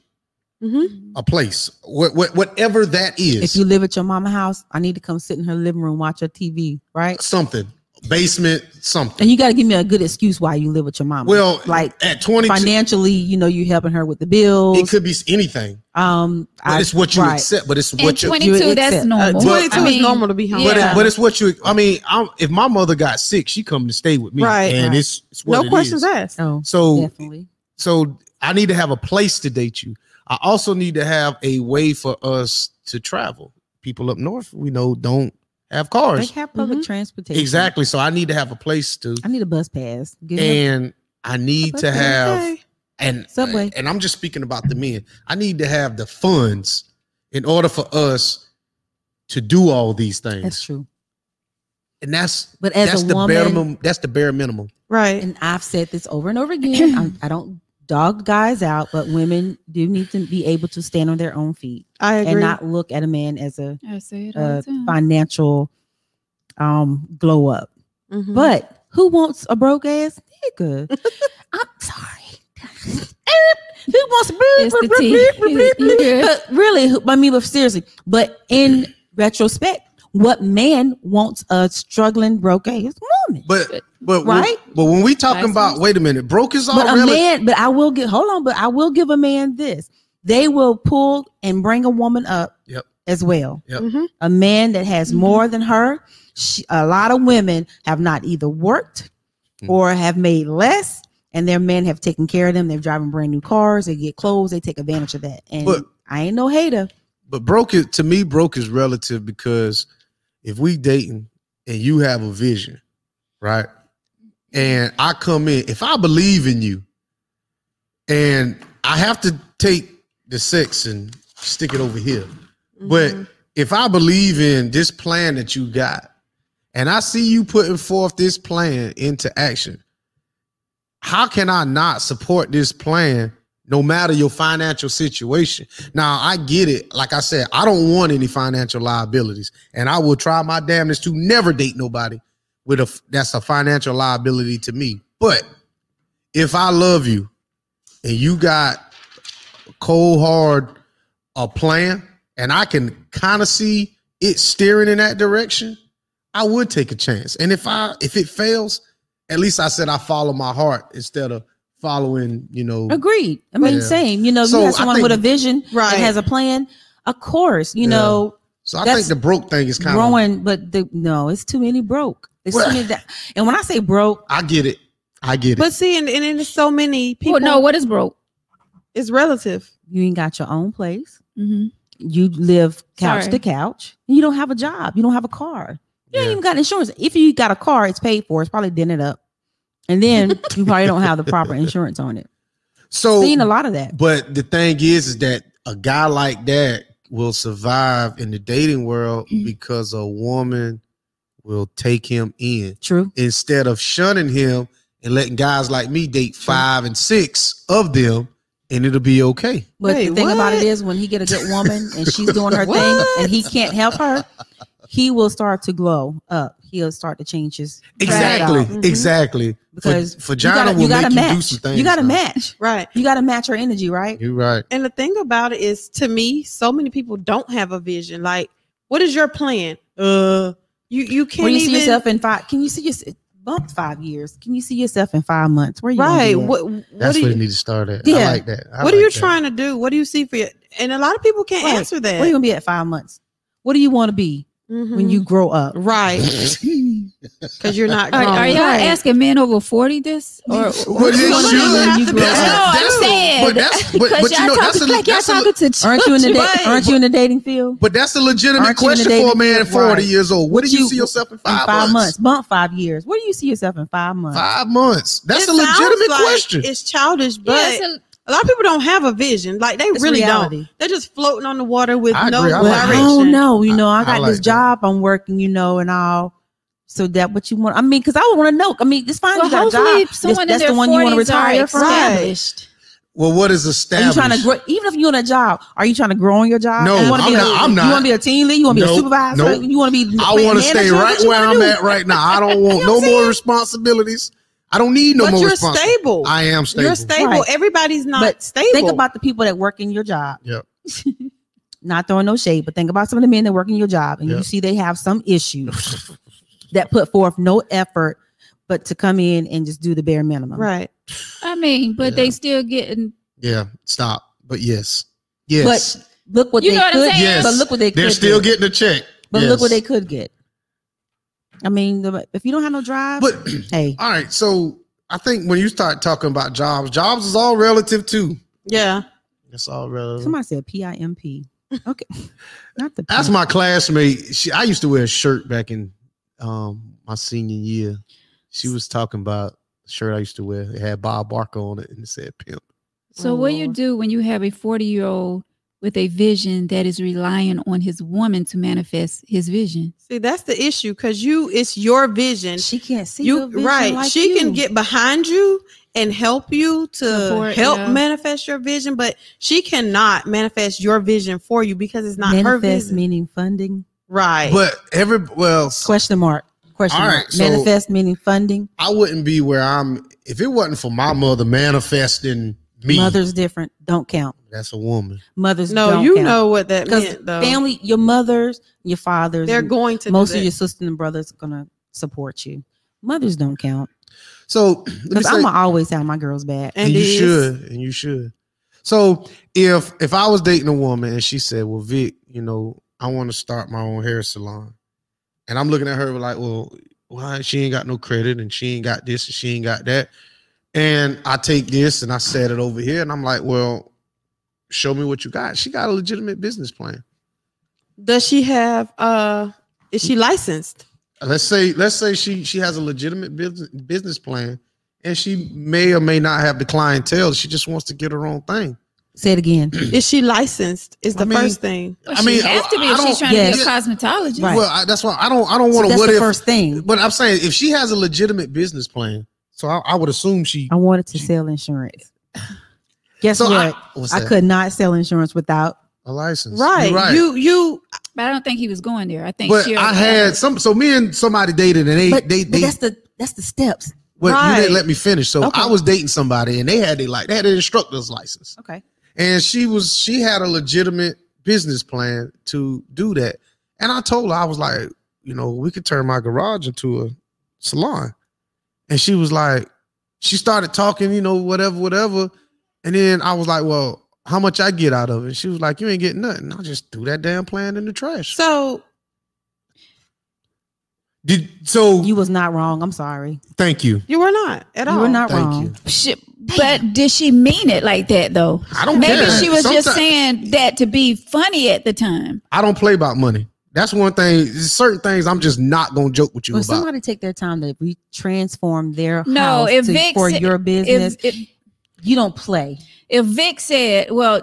[SPEAKER 2] Mm-hmm.
[SPEAKER 1] A place, what, what, whatever that
[SPEAKER 3] If
[SPEAKER 1] is,
[SPEAKER 3] you live at your mama's house, I need to come sit in her living room, watch her TV, right?
[SPEAKER 1] something, basement, something.
[SPEAKER 3] And you got to give me a good excuse why you live with your mama.
[SPEAKER 1] Well,
[SPEAKER 3] Um, like
[SPEAKER 1] at twenty,
[SPEAKER 3] financially, you know, you helping her with the bills.
[SPEAKER 1] it could be anything.
[SPEAKER 3] um,
[SPEAKER 1] But
[SPEAKER 3] I,
[SPEAKER 1] it's what you
[SPEAKER 3] right.
[SPEAKER 1] accept. But it's
[SPEAKER 4] And
[SPEAKER 1] what you.
[SPEAKER 4] 22,
[SPEAKER 3] you
[SPEAKER 4] that's
[SPEAKER 3] accept-
[SPEAKER 2] Uh,
[SPEAKER 4] normal.
[SPEAKER 2] Twenty-two is
[SPEAKER 4] I mean,
[SPEAKER 2] normal to be home.
[SPEAKER 1] But,
[SPEAKER 4] Yeah.
[SPEAKER 1] it, but it's what you. I mean, I'm, if my mother got sick, she come to stay with me,
[SPEAKER 2] Right.
[SPEAKER 1] And
[SPEAKER 3] Right.
[SPEAKER 1] it's, it's what
[SPEAKER 2] no
[SPEAKER 1] it
[SPEAKER 2] questions
[SPEAKER 1] is.
[SPEAKER 2] asked.
[SPEAKER 3] Oh,
[SPEAKER 1] So
[SPEAKER 3] definitely.
[SPEAKER 1] so I need to have a place to date you. I also need to have a way for us to travel. People up north, we know, don't have
[SPEAKER 3] They
[SPEAKER 1] cars.
[SPEAKER 3] have public
[SPEAKER 2] Mhm.
[SPEAKER 3] transportation.
[SPEAKER 1] Exactly. So I need to have a place to,
[SPEAKER 3] I need a bus pass. Give me a
[SPEAKER 1] and I need to
[SPEAKER 3] Okay.
[SPEAKER 1] have and
[SPEAKER 3] Subway.
[SPEAKER 1] And I'm just speaking about the men. I need to have the funds in order for us to do all these things.
[SPEAKER 3] That's true.
[SPEAKER 1] And that's
[SPEAKER 3] But as
[SPEAKER 1] that's
[SPEAKER 3] a
[SPEAKER 1] the
[SPEAKER 3] woman,
[SPEAKER 1] bare minimum. That's the bare minimum.
[SPEAKER 2] Right.
[SPEAKER 3] and I've said this over and over again. I'm- I, don't dog guys out, but women do need to be able to stand on their own feet
[SPEAKER 2] I agree. Mm-hmm.
[SPEAKER 3] and not look at a man as a
[SPEAKER 4] I say it all
[SPEAKER 3] uh,
[SPEAKER 4] the time.
[SPEAKER 3] financial um glow up.
[SPEAKER 4] Mm-hmm.
[SPEAKER 2] Mhm.
[SPEAKER 3] But who wants a broke ass nigga? I'm sorry. who wants a
[SPEAKER 4] It's the
[SPEAKER 3] broke
[SPEAKER 4] tea. You good?
[SPEAKER 3] But really, who- I mean, but seriously, but in retrospect, what man wants a struggling broke ass woman?
[SPEAKER 1] But but when-
[SPEAKER 3] Right?
[SPEAKER 1] but when we talking
[SPEAKER 4] License.
[SPEAKER 1] about, wait a minute, broke is all
[SPEAKER 3] But a
[SPEAKER 1] relative.
[SPEAKER 3] man, but I will get hold on, but I will give a man this. They will pull and bring a woman up
[SPEAKER 1] Yep.
[SPEAKER 3] as well.
[SPEAKER 1] Yep.
[SPEAKER 2] Mhm.
[SPEAKER 3] A man that has
[SPEAKER 1] Mm-hmm.
[SPEAKER 3] more than her. She, a lot of women have not either worked
[SPEAKER 1] Mm.
[SPEAKER 3] or have made less, and their men have taken care of them. They're driving brand new cars. They get clothes. They take advantage of that. And
[SPEAKER 1] But-
[SPEAKER 3] I ain't no hater.
[SPEAKER 1] but broke is to me broke is relative because if we dating and you have a vision right and i come in if i believe in you and i have to take the sex and stick it over here but
[SPEAKER 2] Mhm.
[SPEAKER 1] if i believe in this plan that you got and i see you putting forth this plan into action how can i not support this plan no matter your financial situation. Now, I get it. Like I said, I don't want any financial liabilities, and I will try my damnedest to never date nobody with a that's a financial liability to me. But if I love you and you got cold hard a plan, and I can kind of see it steering in that direction, I would take a chance. And if I if it fails, at least I said I follow my heart instead of following, you know,
[SPEAKER 3] Agreed. I mean,
[SPEAKER 1] Yeah.
[SPEAKER 3] same. You know,
[SPEAKER 1] So,
[SPEAKER 3] you
[SPEAKER 1] I
[SPEAKER 3] have someone
[SPEAKER 1] think-
[SPEAKER 3] with a vision
[SPEAKER 2] Right.
[SPEAKER 3] that has a plan. Of course, you
[SPEAKER 1] Yeah.
[SPEAKER 3] know,
[SPEAKER 1] so I
[SPEAKER 3] that's
[SPEAKER 1] think the broke thing is kind of
[SPEAKER 3] growing, but the, no, it's too many broke. It's
[SPEAKER 1] Well-
[SPEAKER 3] too many. That, and when I say broke,
[SPEAKER 1] I get it. I get it.
[SPEAKER 2] But see, and, and it's so many
[SPEAKER 3] Oh,
[SPEAKER 2] people.
[SPEAKER 4] Well, no, what is broke?
[SPEAKER 2] it's relative.
[SPEAKER 3] you ain't got your own place.
[SPEAKER 4] Mm-hmm.
[SPEAKER 3] You live couch
[SPEAKER 4] Sorry.
[SPEAKER 3] to couch. And you don't have a job. You don't have a car. You ain't
[SPEAKER 1] Yeah.
[SPEAKER 3] even got insurance. If you got a car, it's paid for. It's probably dented up. And then you probably don't have the proper insurance on it.
[SPEAKER 1] so
[SPEAKER 3] Seen a lot of that.
[SPEAKER 1] But the thing is, is that a guy like that will survive in the dating world
[SPEAKER 3] Mm-hmm.
[SPEAKER 1] because a woman will take him in
[SPEAKER 3] True.
[SPEAKER 1] instead of shunning him and letting guys like me date five and six of them, and it'll be okay.
[SPEAKER 3] But
[SPEAKER 2] Wait,
[SPEAKER 3] the thing about it
[SPEAKER 2] what?
[SPEAKER 3] is, when he get a good woman and she's doing her thing,
[SPEAKER 2] What?
[SPEAKER 3] and he can't help her, he will start to glow up. He'll start to change his
[SPEAKER 1] Exactly,
[SPEAKER 2] Mhm.
[SPEAKER 1] exactly.
[SPEAKER 3] because
[SPEAKER 1] For vagina will make you do some things.
[SPEAKER 3] You got to
[SPEAKER 1] now.
[SPEAKER 3] match.
[SPEAKER 2] Right.
[SPEAKER 3] You got to match her energy, right?
[SPEAKER 1] You're right.
[SPEAKER 2] And the thing about it is, to me, so many people don't have a vision. Like, what is your plan? Uh, you you can't
[SPEAKER 3] Where you
[SPEAKER 2] even
[SPEAKER 3] see yourself in five? Can you see yourself? Bump five years. Can you see yourself in five months? Where you gonna
[SPEAKER 2] right.
[SPEAKER 3] be at?
[SPEAKER 2] What what
[SPEAKER 1] That's
[SPEAKER 2] are
[SPEAKER 1] where you
[SPEAKER 2] you,
[SPEAKER 1] need to start at. I
[SPEAKER 3] Yeah.
[SPEAKER 1] like that. I
[SPEAKER 2] what are you
[SPEAKER 1] like that.
[SPEAKER 2] trying to do? What do you see for you? And a lot of people can't
[SPEAKER 3] Right.
[SPEAKER 2] answer that.
[SPEAKER 3] Where you gonna be at five months? What do you want to be when
[SPEAKER 2] Mhm.
[SPEAKER 3] you grow up?
[SPEAKER 2] right because you're not.
[SPEAKER 4] Are,
[SPEAKER 2] grown.
[SPEAKER 4] are y'all all asking men over forty this or?
[SPEAKER 1] Well, they
[SPEAKER 2] you gonna do when you
[SPEAKER 1] should.
[SPEAKER 2] grow
[SPEAKER 1] That's-
[SPEAKER 2] up?
[SPEAKER 4] No, I'm
[SPEAKER 1] that's-
[SPEAKER 4] saying.
[SPEAKER 1] But that's but,
[SPEAKER 4] Because
[SPEAKER 1] but
[SPEAKER 4] y'all
[SPEAKER 1] you know that's a
[SPEAKER 4] talking like y'all
[SPEAKER 1] that's a
[SPEAKER 4] talking to
[SPEAKER 3] Aren't you in the
[SPEAKER 4] children.
[SPEAKER 3] da- aren't you in the dating field?
[SPEAKER 1] But that's a legitimate
[SPEAKER 3] Aren't you in
[SPEAKER 1] question
[SPEAKER 3] the
[SPEAKER 1] for a
[SPEAKER 3] dating
[SPEAKER 1] man
[SPEAKER 3] field?
[SPEAKER 1] 40
[SPEAKER 3] Right.
[SPEAKER 1] years old. What
[SPEAKER 3] What
[SPEAKER 1] do you,
[SPEAKER 3] you-
[SPEAKER 1] see yourself in
[SPEAKER 3] In
[SPEAKER 1] five,
[SPEAKER 3] five months.
[SPEAKER 1] months?
[SPEAKER 3] bump five years. Where do you see yourself in five months?
[SPEAKER 1] Five months. That's
[SPEAKER 2] It
[SPEAKER 1] a
[SPEAKER 2] sounds
[SPEAKER 1] legitimate
[SPEAKER 2] like
[SPEAKER 1] question.
[SPEAKER 2] It's childish, but
[SPEAKER 4] Yeah, it's a-
[SPEAKER 2] a lot of people don't have a vision. Like they
[SPEAKER 3] It's
[SPEAKER 2] really
[SPEAKER 3] reality. Oh,
[SPEAKER 2] don't. They're just floating on the water with
[SPEAKER 1] I
[SPEAKER 2] no
[SPEAKER 1] agree. I
[SPEAKER 2] direction.
[SPEAKER 1] like
[SPEAKER 3] Well, I don't know. You know, I,
[SPEAKER 1] I
[SPEAKER 3] got
[SPEAKER 1] like
[SPEAKER 3] this
[SPEAKER 1] that.
[SPEAKER 3] job I'm working, you know, and all. So that what you want? I mean, because I would want to know. I mean, it's fine.
[SPEAKER 4] Well,
[SPEAKER 3] you got a job.
[SPEAKER 4] hopefully,
[SPEAKER 3] This-
[SPEAKER 4] someone in
[SPEAKER 3] that's
[SPEAKER 4] their
[SPEAKER 3] the one you want to
[SPEAKER 4] 40s are
[SPEAKER 3] retire from.
[SPEAKER 4] established.
[SPEAKER 1] Well, what is
[SPEAKER 3] Are you
[SPEAKER 1] established?
[SPEAKER 3] trying to grow? Even if you're in a job, are you trying to grow on your job?
[SPEAKER 1] No,
[SPEAKER 3] You wanna
[SPEAKER 1] I'm
[SPEAKER 3] be a-
[SPEAKER 1] not- I'm
[SPEAKER 3] You
[SPEAKER 1] not.
[SPEAKER 3] want to be a team leader? You want to be
[SPEAKER 1] Nope,
[SPEAKER 3] a supervisor?
[SPEAKER 1] nope.
[SPEAKER 3] You want to be?
[SPEAKER 1] I want to stay
[SPEAKER 3] manager? What
[SPEAKER 1] right
[SPEAKER 3] you
[SPEAKER 1] where
[SPEAKER 3] wanna
[SPEAKER 1] I'm
[SPEAKER 3] do?
[SPEAKER 1] at right now. I don't want no more responsibilities. I don't need no
[SPEAKER 2] but
[SPEAKER 1] more
[SPEAKER 2] you're
[SPEAKER 1] responsibilities.
[SPEAKER 2] stable.
[SPEAKER 1] I am stable.
[SPEAKER 2] You're stable.
[SPEAKER 3] Right.
[SPEAKER 2] Everybody's not
[SPEAKER 3] But
[SPEAKER 2] stable.
[SPEAKER 3] Think about the people that work in your job.
[SPEAKER 1] Yep.
[SPEAKER 3] Not throwing no shade, but think about some of the men that work in your job and you
[SPEAKER 1] Yep.
[SPEAKER 3] see they have some issues that put forth no effort but to come in and just do the bare minimum.
[SPEAKER 2] right.
[SPEAKER 4] I mean, but they still getting.
[SPEAKER 1] yeah, stop. But yes. Yes.
[SPEAKER 3] But look what
[SPEAKER 4] You
[SPEAKER 3] they
[SPEAKER 4] know what I'm
[SPEAKER 3] could
[SPEAKER 4] saying?
[SPEAKER 1] Yes.
[SPEAKER 3] but look what they
[SPEAKER 1] They're
[SPEAKER 3] could
[SPEAKER 1] still
[SPEAKER 3] get.
[SPEAKER 1] getting a check.
[SPEAKER 3] But
[SPEAKER 1] Yes.
[SPEAKER 3] look what they could get. I mean, the- if you don't have no drive,
[SPEAKER 1] But
[SPEAKER 3] hey,
[SPEAKER 1] all right, so I think when you start talking about jobs, jobs is all relative too.
[SPEAKER 2] Yeah.
[SPEAKER 1] It's all relative.
[SPEAKER 3] somebody said P I M P. Okay. Not the
[SPEAKER 1] That's
[SPEAKER 3] P.
[SPEAKER 1] my classmate. She, I used to wear a shirt back in um, my senior year. She was talking about the shirt I used to wear. It had Bob Barker on it and it said pimp.
[SPEAKER 4] So what do you do when you have a forty-year-old with a vision that is relying on his woman to manifest his vision?
[SPEAKER 2] See, that's the issue because you, it's your vision.
[SPEAKER 3] she can't see
[SPEAKER 2] you
[SPEAKER 3] your vision
[SPEAKER 2] right.
[SPEAKER 3] like
[SPEAKER 2] she can
[SPEAKER 3] you.
[SPEAKER 2] get behind you and help you to
[SPEAKER 4] Support,
[SPEAKER 2] help
[SPEAKER 4] yeah.
[SPEAKER 2] manifest your vision, but she cannot manifest your vision for you because it's not her
[SPEAKER 3] manifest
[SPEAKER 2] vision.
[SPEAKER 3] meaning funding.
[SPEAKER 2] Right.
[SPEAKER 1] But every well,
[SPEAKER 3] Question mark. Question
[SPEAKER 1] All right,
[SPEAKER 3] mark.
[SPEAKER 1] so-
[SPEAKER 3] Manifest meaning funding.
[SPEAKER 1] I wouldn't be where I'm if it wasn't for my mother manifesting me.
[SPEAKER 3] Mother's different. Don't count.
[SPEAKER 1] That's a woman.
[SPEAKER 3] Mothers.
[SPEAKER 2] no,
[SPEAKER 3] don't
[SPEAKER 2] you
[SPEAKER 3] count.
[SPEAKER 2] know what that
[SPEAKER 3] because
[SPEAKER 2] meant though.
[SPEAKER 3] family, your mothers, your fathers,
[SPEAKER 2] They're
[SPEAKER 3] and
[SPEAKER 2] going to do
[SPEAKER 3] most
[SPEAKER 2] that.
[SPEAKER 3] of your sisters and brothers are gonna support you. Mothers don't count
[SPEAKER 1] So let me
[SPEAKER 3] because
[SPEAKER 1] say,
[SPEAKER 3] I'm gonna always have my girls back.
[SPEAKER 1] and
[SPEAKER 2] And
[SPEAKER 1] you
[SPEAKER 2] is-
[SPEAKER 1] should, and you should. So if if I was dating a woman and she said, "Well, Vic, you know, I want to start my own hair salon," and I'm looking at her like, "Well, why she ain't got no credit and she ain't got this and she ain't got that," and I take this and I set it over here and I'm like, "Well, show me what you got." She got a legitimate business plan.
[SPEAKER 2] Does she have uh is she licensed?
[SPEAKER 1] Let's say let's say she she has a legitimate business business plan. And she may or may not have the clientele. She just wants to get her own thing.
[SPEAKER 3] Say it again.
[SPEAKER 2] Is she licensed? Is the
[SPEAKER 1] I mean-
[SPEAKER 2] first thing.
[SPEAKER 4] Well,
[SPEAKER 1] I mean,
[SPEAKER 4] she has to be
[SPEAKER 1] I
[SPEAKER 4] if
[SPEAKER 1] don't-
[SPEAKER 4] she's trying to be a
[SPEAKER 3] Yes.
[SPEAKER 4] cosmetologist.
[SPEAKER 3] Right.
[SPEAKER 1] Well, I, that's why I don't. I don't
[SPEAKER 3] So
[SPEAKER 1] want to.
[SPEAKER 3] that's
[SPEAKER 1] What
[SPEAKER 3] the
[SPEAKER 1] if?
[SPEAKER 3] first thing.
[SPEAKER 1] But I'm saying if she has a legitimate business plan, so I, I would assume she.
[SPEAKER 3] I wanted to sell insurance. Oh, Guess
[SPEAKER 1] so I,
[SPEAKER 3] what?
[SPEAKER 1] what's
[SPEAKER 3] I,
[SPEAKER 1] that?
[SPEAKER 3] could not sell insurance without.
[SPEAKER 1] a license,
[SPEAKER 2] Right.
[SPEAKER 1] You're right.
[SPEAKER 2] You you
[SPEAKER 4] But I don't think he was going there. I think
[SPEAKER 1] but
[SPEAKER 4] she
[SPEAKER 1] I
[SPEAKER 4] already
[SPEAKER 1] had some. So me and somebody dated, and they
[SPEAKER 3] But,
[SPEAKER 1] they
[SPEAKER 3] but
[SPEAKER 1] they.
[SPEAKER 3] that's the that's the steps.
[SPEAKER 1] well, you
[SPEAKER 2] right.
[SPEAKER 1] didn't let me finish. So
[SPEAKER 3] Okay.
[SPEAKER 1] I was dating somebody, and they had they like they had an instructor's license,
[SPEAKER 3] Okay.
[SPEAKER 1] and she was she had a legitimate business plan to do that, and I told her I was like, you know, we could turn my garage into a salon, and she was like, she started talking, you know, whatever, whatever. And then I was like, well, how much I get out of it? She was like, you ain't getting nothing. I just threw that damn plan in the trash.
[SPEAKER 2] So
[SPEAKER 1] Did so?
[SPEAKER 3] You was not wrong. I'm sorry.
[SPEAKER 1] thank you.
[SPEAKER 2] you were not at all.
[SPEAKER 3] You were not
[SPEAKER 1] Thank
[SPEAKER 3] wrong.
[SPEAKER 1] you.
[SPEAKER 4] Shit, but did she mean it like that though?
[SPEAKER 1] I don't
[SPEAKER 4] Maybe
[SPEAKER 1] care.
[SPEAKER 4] she was just
[SPEAKER 1] Sometime-
[SPEAKER 4] saying that to be funny at the time.
[SPEAKER 1] I don't play about money. That's one thing. Certain things I'm just not gonna joke with you
[SPEAKER 3] When
[SPEAKER 1] about.
[SPEAKER 3] somebody take their time to re- transform their
[SPEAKER 4] No,
[SPEAKER 3] house
[SPEAKER 4] if
[SPEAKER 3] to-
[SPEAKER 4] Vic
[SPEAKER 3] for
[SPEAKER 4] said-
[SPEAKER 3] your business,
[SPEAKER 4] If if,
[SPEAKER 3] you don't play.
[SPEAKER 4] if Vic said, "Well,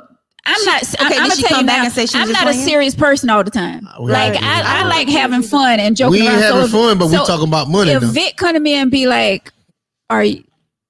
[SPEAKER 4] I'm not,"
[SPEAKER 3] okay,
[SPEAKER 4] I'm
[SPEAKER 3] did
[SPEAKER 4] gonna
[SPEAKER 3] she
[SPEAKER 4] tell
[SPEAKER 3] come
[SPEAKER 4] you
[SPEAKER 3] back
[SPEAKER 4] now,
[SPEAKER 3] and say she was
[SPEAKER 4] I'm
[SPEAKER 3] just
[SPEAKER 4] not a
[SPEAKER 3] playing?
[SPEAKER 4] serious person all the time.
[SPEAKER 1] We ain't
[SPEAKER 4] like
[SPEAKER 1] doing
[SPEAKER 4] I,
[SPEAKER 1] that.
[SPEAKER 4] I like having fun and joking
[SPEAKER 1] we ain't
[SPEAKER 4] around. So
[SPEAKER 1] having
[SPEAKER 4] if-
[SPEAKER 1] fun, but we
[SPEAKER 4] so
[SPEAKER 1] talking about money.
[SPEAKER 4] if
[SPEAKER 1] though.
[SPEAKER 4] Vic come to me and be like, "Are you,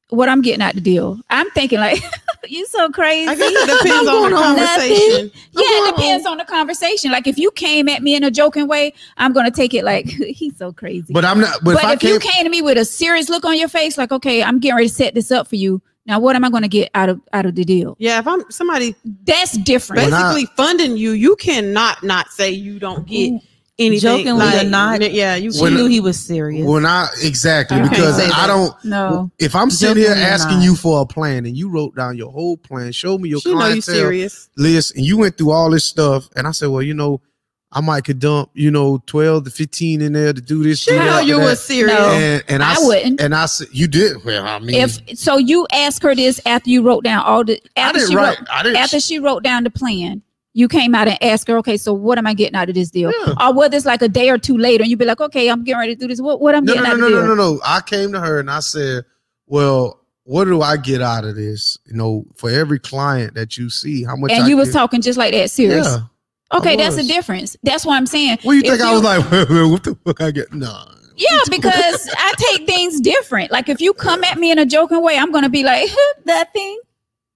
[SPEAKER 4] what I'm getting out the deal?" I'm thinking like, "You so crazy."
[SPEAKER 2] I guess it depends on the conversation.
[SPEAKER 4] Yeah, it depends on the conversation. Like if you came at me in a joking way, I'm gonna take it like he's so crazy.
[SPEAKER 1] but I'm not. But,
[SPEAKER 4] But,
[SPEAKER 1] if I
[SPEAKER 4] if, you
[SPEAKER 1] can't,
[SPEAKER 4] came to me with a serious look on your face, like okay, I'm getting ready to set this up for you. Now what am I gonna get out of out of the deal?
[SPEAKER 2] Yeah, if I'm somebody
[SPEAKER 4] That's different.
[SPEAKER 1] When I-
[SPEAKER 2] basically funding you, you cannot not say you don't get anything.
[SPEAKER 3] Jokingly
[SPEAKER 2] like,
[SPEAKER 3] or not,
[SPEAKER 2] yeah, you
[SPEAKER 3] She
[SPEAKER 1] When-
[SPEAKER 3] knew he was serious.
[SPEAKER 1] when I exactly
[SPEAKER 4] You can't
[SPEAKER 1] because
[SPEAKER 2] say
[SPEAKER 1] I
[SPEAKER 2] that.
[SPEAKER 1] don't.
[SPEAKER 4] No.
[SPEAKER 1] If I'm sitting here
[SPEAKER 3] Jokingly Oh, or
[SPEAKER 1] asking
[SPEAKER 3] not.
[SPEAKER 1] you for a plan and you wrote down your whole plan, show me your
[SPEAKER 2] she know you
[SPEAKER 1] clientele
[SPEAKER 2] serious.
[SPEAKER 1] list, and you went through all this stuff, and I said, well, you know, I might could dump, you know, twelve to fifteen in there to do this.
[SPEAKER 2] She
[SPEAKER 1] do
[SPEAKER 2] know
[SPEAKER 1] that,
[SPEAKER 2] you
[SPEAKER 1] do that.
[SPEAKER 2] was serious.
[SPEAKER 4] No.
[SPEAKER 1] And, and I,
[SPEAKER 4] I
[SPEAKER 1] s-
[SPEAKER 4] wouldn't.
[SPEAKER 1] And I said, you did. Well, I mean,
[SPEAKER 4] If so, you ask her this after you wrote down all the
[SPEAKER 1] I
[SPEAKER 4] after
[SPEAKER 1] didn't
[SPEAKER 4] she
[SPEAKER 1] write.
[SPEAKER 4] wrote
[SPEAKER 1] I didn't.
[SPEAKER 4] after she wrote down the plan. You came out and asked her, okay, so what am I getting out of this deal?
[SPEAKER 1] Yeah.
[SPEAKER 4] Or whether it's like a day or two later, and you be like, okay, I'm getting ready to do this. What what I'm
[SPEAKER 1] no, no,
[SPEAKER 4] getting
[SPEAKER 1] no,
[SPEAKER 4] out
[SPEAKER 1] no,
[SPEAKER 4] of
[SPEAKER 1] no,
[SPEAKER 4] the deal?
[SPEAKER 1] no, no. I came to her and I said, "Well, what do I get out of this? You know, for every client that you see, how much?"
[SPEAKER 4] And
[SPEAKER 1] I
[SPEAKER 4] you was
[SPEAKER 1] get-
[SPEAKER 4] talking just like that, serious.
[SPEAKER 1] Yeah.
[SPEAKER 4] Okay,
[SPEAKER 1] I
[SPEAKER 4] that's the
[SPEAKER 1] was.
[SPEAKER 4] difference. That's what I'm saying.
[SPEAKER 1] What do you think?
[SPEAKER 4] If
[SPEAKER 1] I was like, "What the fuck? I get nah."
[SPEAKER 4] yeah, because I take things different. Like if you come at me in a joking way, I'm gonna be like that thing.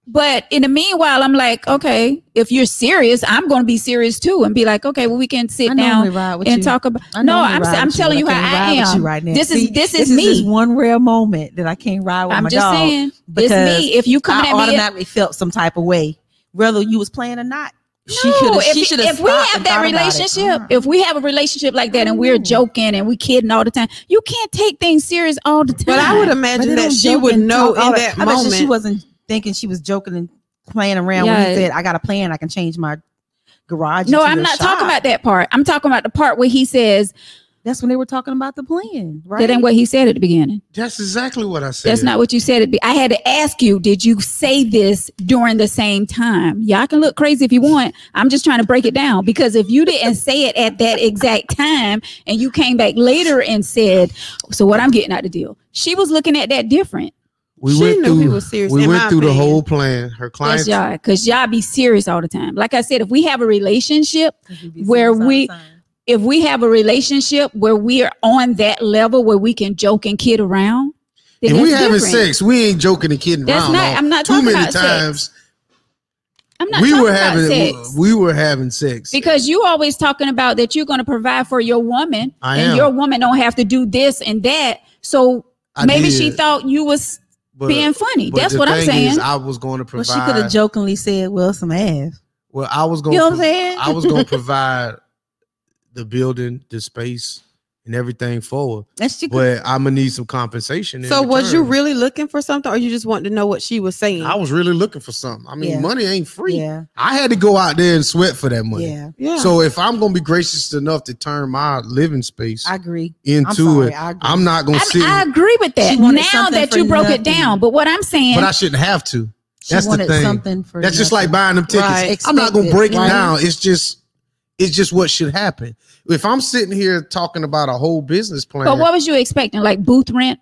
[SPEAKER 4] But in the meanwhile, I'm like, okay, if you're serious, I'm gonna be serious too, and be like, okay, well, we can sit
[SPEAKER 3] I
[SPEAKER 4] down
[SPEAKER 3] normally ride with
[SPEAKER 4] and
[SPEAKER 3] you.
[SPEAKER 4] talk about.
[SPEAKER 3] I
[SPEAKER 4] No,
[SPEAKER 3] normally
[SPEAKER 4] I'm
[SPEAKER 3] ride
[SPEAKER 4] sa- I'm
[SPEAKER 3] with you,
[SPEAKER 4] telling
[SPEAKER 3] but
[SPEAKER 4] you
[SPEAKER 3] can't
[SPEAKER 4] how I
[SPEAKER 3] ride with
[SPEAKER 4] am.
[SPEAKER 3] you right now.
[SPEAKER 4] This is-
[SPEAKER 3] See,
[SPEAKER 4] this is
[SPEAKER 3] this
[SPEAKER 4] me.
[SPEAKER 3] one rare moment that I can't ride with
[SPEAKER 4] I'm
[SPEAKER 3] Oh, my
[SPEAKER 4] just
[SPEAKER 3] dog.
[SPEAKER 4] saying, it's
[SPEAKER 3] because
[SPEAKER 4] me. If you come
[SPEAKER 3] I
[SPEAKER 4] at me,
[SPEAKER 3] automatically felt some type of way, whether you was playing or not.
[SPEAKER 4] No,
[SPEAKER 3] coulda-
[SPEAKER 4] if,
[SPEAKER 3] shoulda
[SPEAKER 4] if we
[SPEAKER 3] stopped
[SPEAKER 4] have
[SPEAKER 3] and thought about
[SPEAKER 4] that
[SPEAKER 3] it. Uh-huh.
[SPEAKER 4] relationship, if we have a relationship like that and we're joking and we kidding all the time, you can't take things serious all the time.
[SPEAKER 2] But I would
[SPEAKER 3] But
[SPEAKER 2] imagine
[SPEAKER 3] they
[SPEAKER 2] that
[SPEAKER 3] don't
[SPEAKER 2] she
[SPEAKER 3] joke
[SPEAKER 2] would
[SPEAKER 3] and
[SPEAKER 2] know
[SPEAKER 3] talk all
[SPEAKER 2] in that
[SPEAKER 3] I bet you she
[SPEAKER 2] moment.
[SPEAKER 3] wasn't thinking she was joking and playing around when
[SPEAKER 10] Yeah.
[SPEAKER 3] he said, "I got a plan. I can change my garage."
[SPEAKER 4] No,
[SPEAKER 3] into
[SPEAKER 4] I'm
[SPEAKER 3] a
[SPEAKER 4] not
[SPEAKER 3] shop."
[SPEAKER 4] talking about that part. I'm talking about the part where he says
[SPEAKER 3] That's when they were talking about the plan, right?
[SPEAKER 4] that ain't what he said at the beginning.
[SPEAKER 1] That's exactly what I said.
[SPEAKER 4] That's not what you said. At the, I had to ask you, did you say this during the same time? Y'all can look crazy if you want. I'm just trying to break it down because if you didn't say it at that exact time and you came back later and said, so what I'm getting out of the deal, she was looking at that different.
[SPEAKER 1] we
[SPEAKER 2] she
[SPEAKER 1] went
[SPEAKER 2] knew
[SPEAKER 1] through.
[SPEAKER 2] he was serious,
[SPEAKER 1] we
[SPEAKER 2] in
[SPEAKER 1] went
[SPEAKER 2] my
[SPEAKER 1] through the
[SPEAKER 2] opinion.
[SPEAKER 1] whole plan. Her clients.
[SPEAKER 4] That's y'all because y'all be serious all the time. Like I said, if we have a relationship, where we- if we have a relationship where we are on that level where we can joke and kid around, then
[SPEAKER 1] If we
[SPEAKER 4] that's
[SPEAKER 1] having
[SPEAKER 4] different.
[SPEAKER 1] sex, we ain't joking and kidding
[SPEAKER 4] That's
[SPEAKER 1] around.
[SPEAKER 4] not-
[SPEAKER 1] no.
[SPEAKER 4] I'm not
[SPEAKER 1] Too
[SPEAKER 4] talking
[SPEAKER 1] many
[SPEAKER 4] about sex.
[SPEAKER 1] times
[SPEAKER 4] I'm not
[SPEAKER 1] we
[SPEAKER 4] talking
[SPEAKER 1] were
[SPEAKER 4] about
[SPEAKER 1] having
[SPEAKER 4] sex.
[SPEAKER 1] we were having sex.
[SPEAKER 4] because you always talking about that you're going to provide for your woman
[SPEAKER 1] I
[SPEAKER 4] and
[SPEAKER 1] am.
[SPEAKER 4] your woman don't have to do this and that so
[SPEAKER 1] I
[SPEAKER 4] maybe
[SPEAKER 1] did,
[SPEAKER 4] she thought you was
[SPEAKER 1] but-
[SPEAKER 4] being funny
[SPEAKER 1] but
[SPEAKER 4] that's
[SPEAKER 1] the
[SPEAKER 4] what i'm
[SPEAKER 1] thing
[SPEAKER 4] saying
[SPEAKER 1] Is, I was going to
[SPEAKER 3] Well,
[SPEAKER 1] provide.
[SPEAKER 3] she could have jokingly said, "Well, some ass."
[SPEAKER 1] Well, I was going.
[SPEAKER 3] You know what I'm saying?
[SPEAKER 1] I was going to provide the building, the space, and everything forward.
[SPEAKER 3] And she could.
[SPEAKER 1] But I'm gonna need some compensation. in
[SPEAKER 2] So was you
[SPEAKER 1] return.
[SPEAKER 2] really looking for something, or you just wanted to know what she was saying?
[SPEAKER 1] I was really looking for something. I mean,
[SPEAKER 3] Yeah.
[SPEAKER 1] money ain't free.
[SPEAKER 3] Yeah,
[SPEAKER 1] I had to go out there and sweat for that money.
[SPEAKER 3] yeah,
[SPEAKER 2] yeah.
[SPEAKER 1] So if I'm gonna be gracious enough to turn my living space
[SPEAKER 3] I agree.
[SPEAKER 1] into
[SPEAKER 3] I'm sorry,
[SPEAKER 1] it,
[SPEAKER 3] I agree.
[SPEAKER 1] I'm not gonna
[SPEAKER 4] I,
[SPEAKER 1] sit.
[SPEAKER 4] mean, I agree with that
[SPEAKER 3] She wanted
[SPEAKER 4] now
[SPEAKER 3] something
[SPEAKER 4] that
[SPEAKER 3] for
[SPEAKER 4] you broke it
[SPEAKER 3] nothing.
[SPEAKER 4] down but what i'm saying
[SPEAKER 1] but I shouldn't have to.
[SPEAKER 3] She
[SPEAKER 1] That's the
[SPEAKER 3] wanted
[SPEAKER 1] thing.
[SPEAKER 3] something for
[SPEAKER 1] That's just
[SPEAKER 3] nothing.
[SPEAKER 1] like buying them tickets.
[SPEAKER 2] Right.
[SPEAKER 1] I'm not gonna
[SPEAKER 3] Expected,
[SPEAKER 1] break
[SPEAKER 3] right?
[SPEAKER 1] it down. It's just, it's just what should happen. If I'm sitting here talking about a whole business plan,
[SPEAKER 4] but what was you expecting like booth rent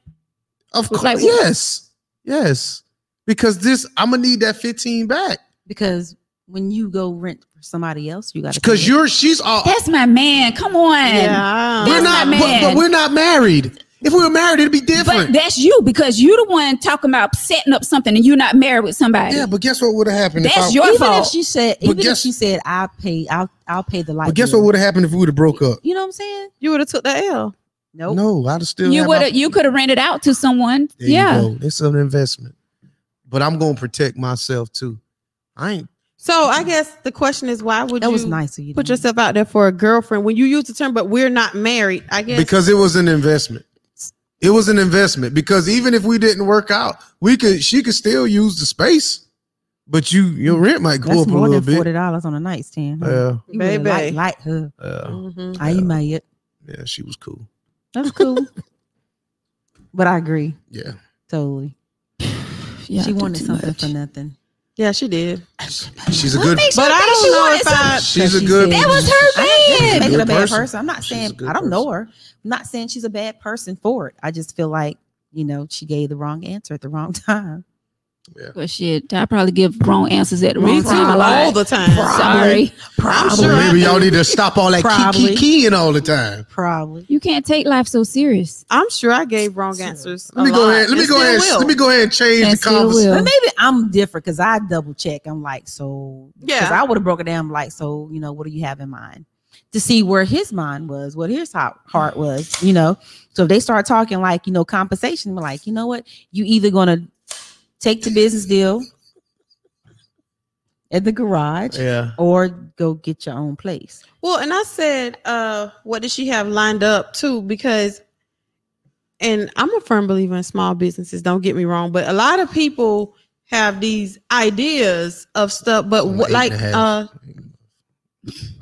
[SPEAKER 1] Of course,
[SPEAKER 4] Like-
[SPEAKER 1] yes, yes. Because this, I'm gonna need that 15 back.
[SPEAKER 3] because when you go rent for somebody else, you got to
[SPEAKER 1] Because you're, she's all.
[SPEAKER 4] that's my man come on
[SPEAKER 2] yeah.
[SPEAKER 1] we're
[SPEAKER 4] that's
[SPEAKER 1] not,
[SPEAKER 4] my
[SPEAKER 1] but-
[SPEAKER 4] man.
[SPEAKER 1] But, we're not married. If we were married, it'd be different.
[SPEAKER 4] but that's you because you the one talking about setting up something and you're not married with somebody
[SPEAKER 1] yeah, but guess what would have happened? if I,
[SPEAKER 4] That's your
[SPEAKER 3] even
[SPEAKER 4] fault.
[SPEAKER 3] if she said
[SPEAKER 1] But
[SPEAKER 3] even if
[SPEAKER 1] guess-
[SPEAKER 3] she said I pay I'll I'll pay the light.
[SPEAKER 1] But guess
[SPEAKER 3] bill."
[SPEAKER 1] what would have happened if we would have broke up?
[SPEAKER 3] you know what I'm saying?
[SPEAKER 2] You would have took that L.
[SPEAKER 3] Nope.
[SPEAKER 1] No, I'd have still.
[SPEAKER 4] you
[SPEAKER 1] had
[SPEAKER 4] would
[SPEAKER 1] my-
[SPEAKER 4] have you could have rented out to someone
[SPEAKER 1] There
[SPEAKER 4] yeah
[SPEAKER 1] You go. It's an investment. But I'm gonna protect myself too. I ain't.
[SPEAKER 2] So I guess the question is, why would
[SPEAKER 3] That
[SPEAKER 2] you
[SPEAKER 3] was nice of you.
[SPEAKER 2] put
[SPEAKER 3] to do.
[SPEAKER 2] yourself out there for a girlfriend when you use the term, but we're not married? I guess
[SPEAKER 1] Because it was an investment. It was an investment because even if we didn't work out, we could she could still use the space, but you your rent might go
[SPEAKER 3] That's
[SPEAKER 1] up a
[SPEAKER 3] more
[SPEAKER 1] little
[SPEAKER 3] than
[SPEAKER 1] bit.
[SPEAKER 3] forty dollars on a nightstand.
[SPEAKER 1] Yeah,
[SPEAKER 3] You really
[SPEAKER 2] Baby.
[SPEAKER 3] Like, like her.
[SPEAKER 1] yeah,
[SPEAKER 2] Mhm.
[SPEAKER 3] I email it.
[SPEAKER 1] yeah. She was cool.
[SPEAKER 3] That's cool. but I agree
[SPEAKER 1] Yeah,
[SPEAKER 3] totally.
[SPEAKER 4] Yeah, I
[SPEAKER 3] she
[SPEAKER 4] do
[SPEAKER 3] wanted
[SPEAKER 4] too
[SPEAKER 3] something
[SPEAKER 4] much.
[SPEAKER 3] for nothing.
[SPEAKER 2] Yeah, she did.
[SPEAKER 1] she's a
[SPEAKER 8] What
[SPEAKER 1] good.
[SPEAKER 8] makes you
[SPEAKER 2] But I
[SPEAKER 8] think she
[SPEAKER 2] don't know
[SPEAKER 8] wanted
[SPEAKER 2] if
[SPEAKER 8] something?
[SPEAKER 2] I.
[SPEAKER 1] She's a
[SPEAKER 3] She
[SPEAKER 1] good.
[SPEAKER 3] said-
[SPEAKER 8] That was her
[SPEAKER 3] I'm
[SPEAKER 8] man.
[SPEAKER 3] making
[SPEAKER 1] good
[SPEAKER 3] a bad
[SPEAKER 1] person.
[SPEAKER 3] person. I'm
[SPEAKER 1] She's
[SPEAKER 3] not
[SPEAKER 1] a
[SPEAKER 3] saying
[SPEAKER 1] good
[SPEAKER 3] I don't know
[SPEAKER 1] person.
[SPEAKER 3] her. I'm not saying she's a bad person for it. I just feel like you know she gave the wrong answer at the wrong time.
[SPEAKER 4] Well, shit, I probably give wrong answers at the
[SPEAKER 2] Me
[SPEAKER 4] wrong
[SPEAKER 2] too,
[SPEAKER 4] time a
[SPEAKER 2] all
[SPEAKER 4] lot.
[SPEAKER 2] the time.
[SPEAKER 4] Sorry,
[SPEAKER 1] Well,
[SPEAKER 2] sure I
[SPEAKER 1] maybe y'all
[SPEAKER 2] do.
[SPEAKER 1] need to stop all that key,
[SPEAKER 3] Probably.
[SPEAKER 1] key, keying all the time.
[SPEAKER 3] Probably.
[SPEAKER 4] you can't take life so serious.
[SPEAKER 2] I'm sure I gave wrong answers.
[SPEAKER 1] Let me
[SPEAKER 2] a
[SPEAKER 1] go
[SPEAKER 2] lot,
[SPEAKER 1] ahead. Let me
[SPEAKER 2] and
[SPEAKER 1] go
[SPEAKER 2] still
[SPEAKER 1] ahead.
[SPEAKER 2] will.
[SPEAKER 1] Let me go ahead and change
[SPEAKER 4] And
[SPEAKER 1] the
[SPEAKER 4] still
[SPEAKER 1] conversation.
[SPEAKER 4] will.
[SPEAKER 3] But maybe I'm different because I double check. I'm like, so
[SPEAKER 2] Yeah.
[SPEAKER 3] Because I would have broken down like, so you know, what do you have in mind? To see where his mind was, what his hot heart was, you know. So if they start talking like, you know, compensation, we're like, you know what, you either gonna take the business deal at the garage
[SPEAKER 1] Yeah,
[SPEAKER 3] or go get your own place.
[SPEAKER 2] Well, and I said, uh, what does she have lined up too? Because, and I'm a firm believer in small businesses. Don't get me wrong, but a lot of people have these ideas of stuff. But
[SPEAKER 1] Only
[SPEAKER 2] what,
[SPEAKER 1] eight
[SPEAKER 2] like,
[SPEAKER 1] and a half.
[SPEAKER 2] uh,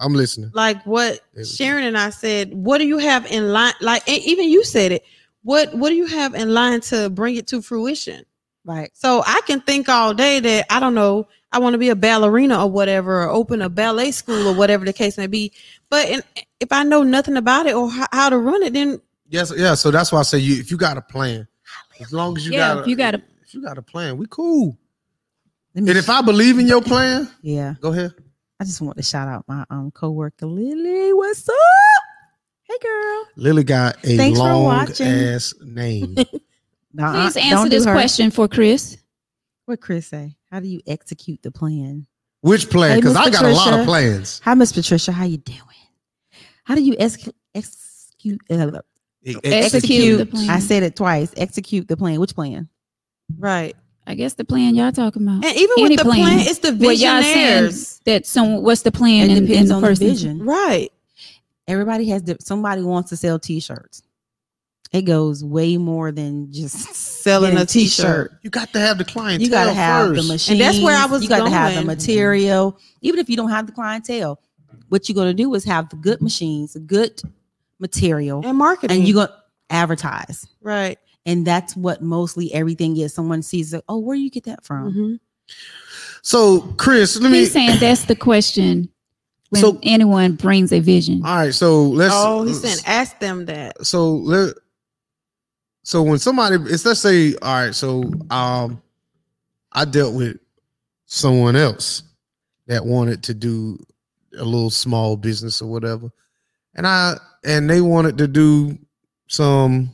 [SPEAKER 1] I'm listening.
[SPEAKER 2] like what
[SPEAKER 1] It was-
[SPEAKER 2] Sharon and I said, what do you have in line? Like, and even you said it. What What do you have in line to bring it to fruition?
[SPEAKER 3] Right.
[SPEAKER 2] So I can think all day that I don't know, I want to be a ballerina or whatever, or open a ballet school or whatever the case may be. But in, if I know nothing about it or how, how to run it, then
[SPEAKER 1] Yes, yeah. So that's why I say you if you got a plan, as long as you
[SPEAKER 4] Yeah,
[SPEAKER 1] got
[SPEAKER 4] if you got a-
[SPEAKER 1] if you got a plan, we cool.
[SPEAKER 3] Let me
[SPEAKER 1] And if I believe in your plan,
[SPEAKER 3] yeah,
[SPEAKER 1] go ahead.
[SPEAKER 3] I just want to shout out my um coworker Lily. What's up? Hey girl.
[SPEAKER 1] Lily got a
[SPEAKER 3] Thanks for
[SPEAKER 1] long
[SPEAKER 3] watching.
[SPEAKER 1] ass name.
[SPEAKER 3] Nuh-uh,
[SPEAKER 1] Uh-uh.
[SPEAKER 4] Please
[SPEAKER 3] don't
[SPEAKER 4] answer
[SPEAKER 3] do
[SPEAKER 4] this
[SPEAKER 3] her.
[SPEAKER 4] question for Chris.
[SPEAKER 3] What Chris say? How do you execute the plan?
[SPEAKER 1] Which plan?
[SPEAKER 3] Hey,
[SPEAKER 1] Because
[SPEAKER 3] Miss
[SPEAKER 1] I got a lot of
[SPEAKER 3] Patricia.
[SPEAKER 1] plans.
[SPEAKER 3] Hi, Miss Patricia. How you doing? How do you execute? Execute. Uh,
[SPEAKER 4] Execute the plan.
[SPEAKER 3] I said it twice. Execute the plan. Which plan?
[SPEAKER 2] right.
[SPEAKER 4] I guess the plan y'all talking about.
[SPEAKER 2] And even
[SPEAKER 4] Any
[SPEAKER 2] with the plan,
[SPEAKER 4] plan.
[SPEAKER 2] it's the
[SPEAKER 4] Well, y'all saying
[SPEAKER 2] visionaries,
[SPEAKER 4] that some what's the plan
[SPEAKER 3] It
[SPEAKER 4] in, in
[SPEAKER 3] depends
[SPEAKER 4] the
[SPEAKER 3] on the
[SPEAKER 4] person?
[SPEAKER 3] vision.
[SPEAKER 2] right?
[SPEAKER 3] Everybody has. di- Somebody wants to sell T-shirts. It goes way more than just
[SPEAKER 2] Selling
[SPEAKER 3] getting
[SPEAKER 2] a T-shirt.
[SPEAKER 1] You got to have the clientele
[SPEAKER 3] You gotta have
[SPEAKER 1] first.
[SPEAKER 3] the machine.
[SPEAKER 2] And that's where I was
[SPEAKER 3] You gotta have the
[SPEAKER 2] going.
[SPEAKER 3] material. Even if you don't have the clientele, what you're gonna do is have the good machines, the good material,
[SPEAKER 2] and marketing.
[SPEAKER 3] and you're gonna advertise.
[SPEAKER 2] right?
[SPEAKER 3] And that's what mostly everything is. Someone sees it. Oh, where do you get that from?
[SPEAKER 2] Mhm.
[SPEAKER 1] So, Chris, let me.
[SPEAKER 4] He's saying that's the question when
[SPEAKER 1] So-
[SPEAKER 4] anyone brings a vision.
[SPEAKER 1] all right, so let's.
[SPEAKER 2] Oh, he's saying ask them that.
[SPEAKER 1] So let. So when somebody, it's let's say, all right, so um, I dealt with someone else that wanted to do a little small business or whatever, and I and they wanted to do some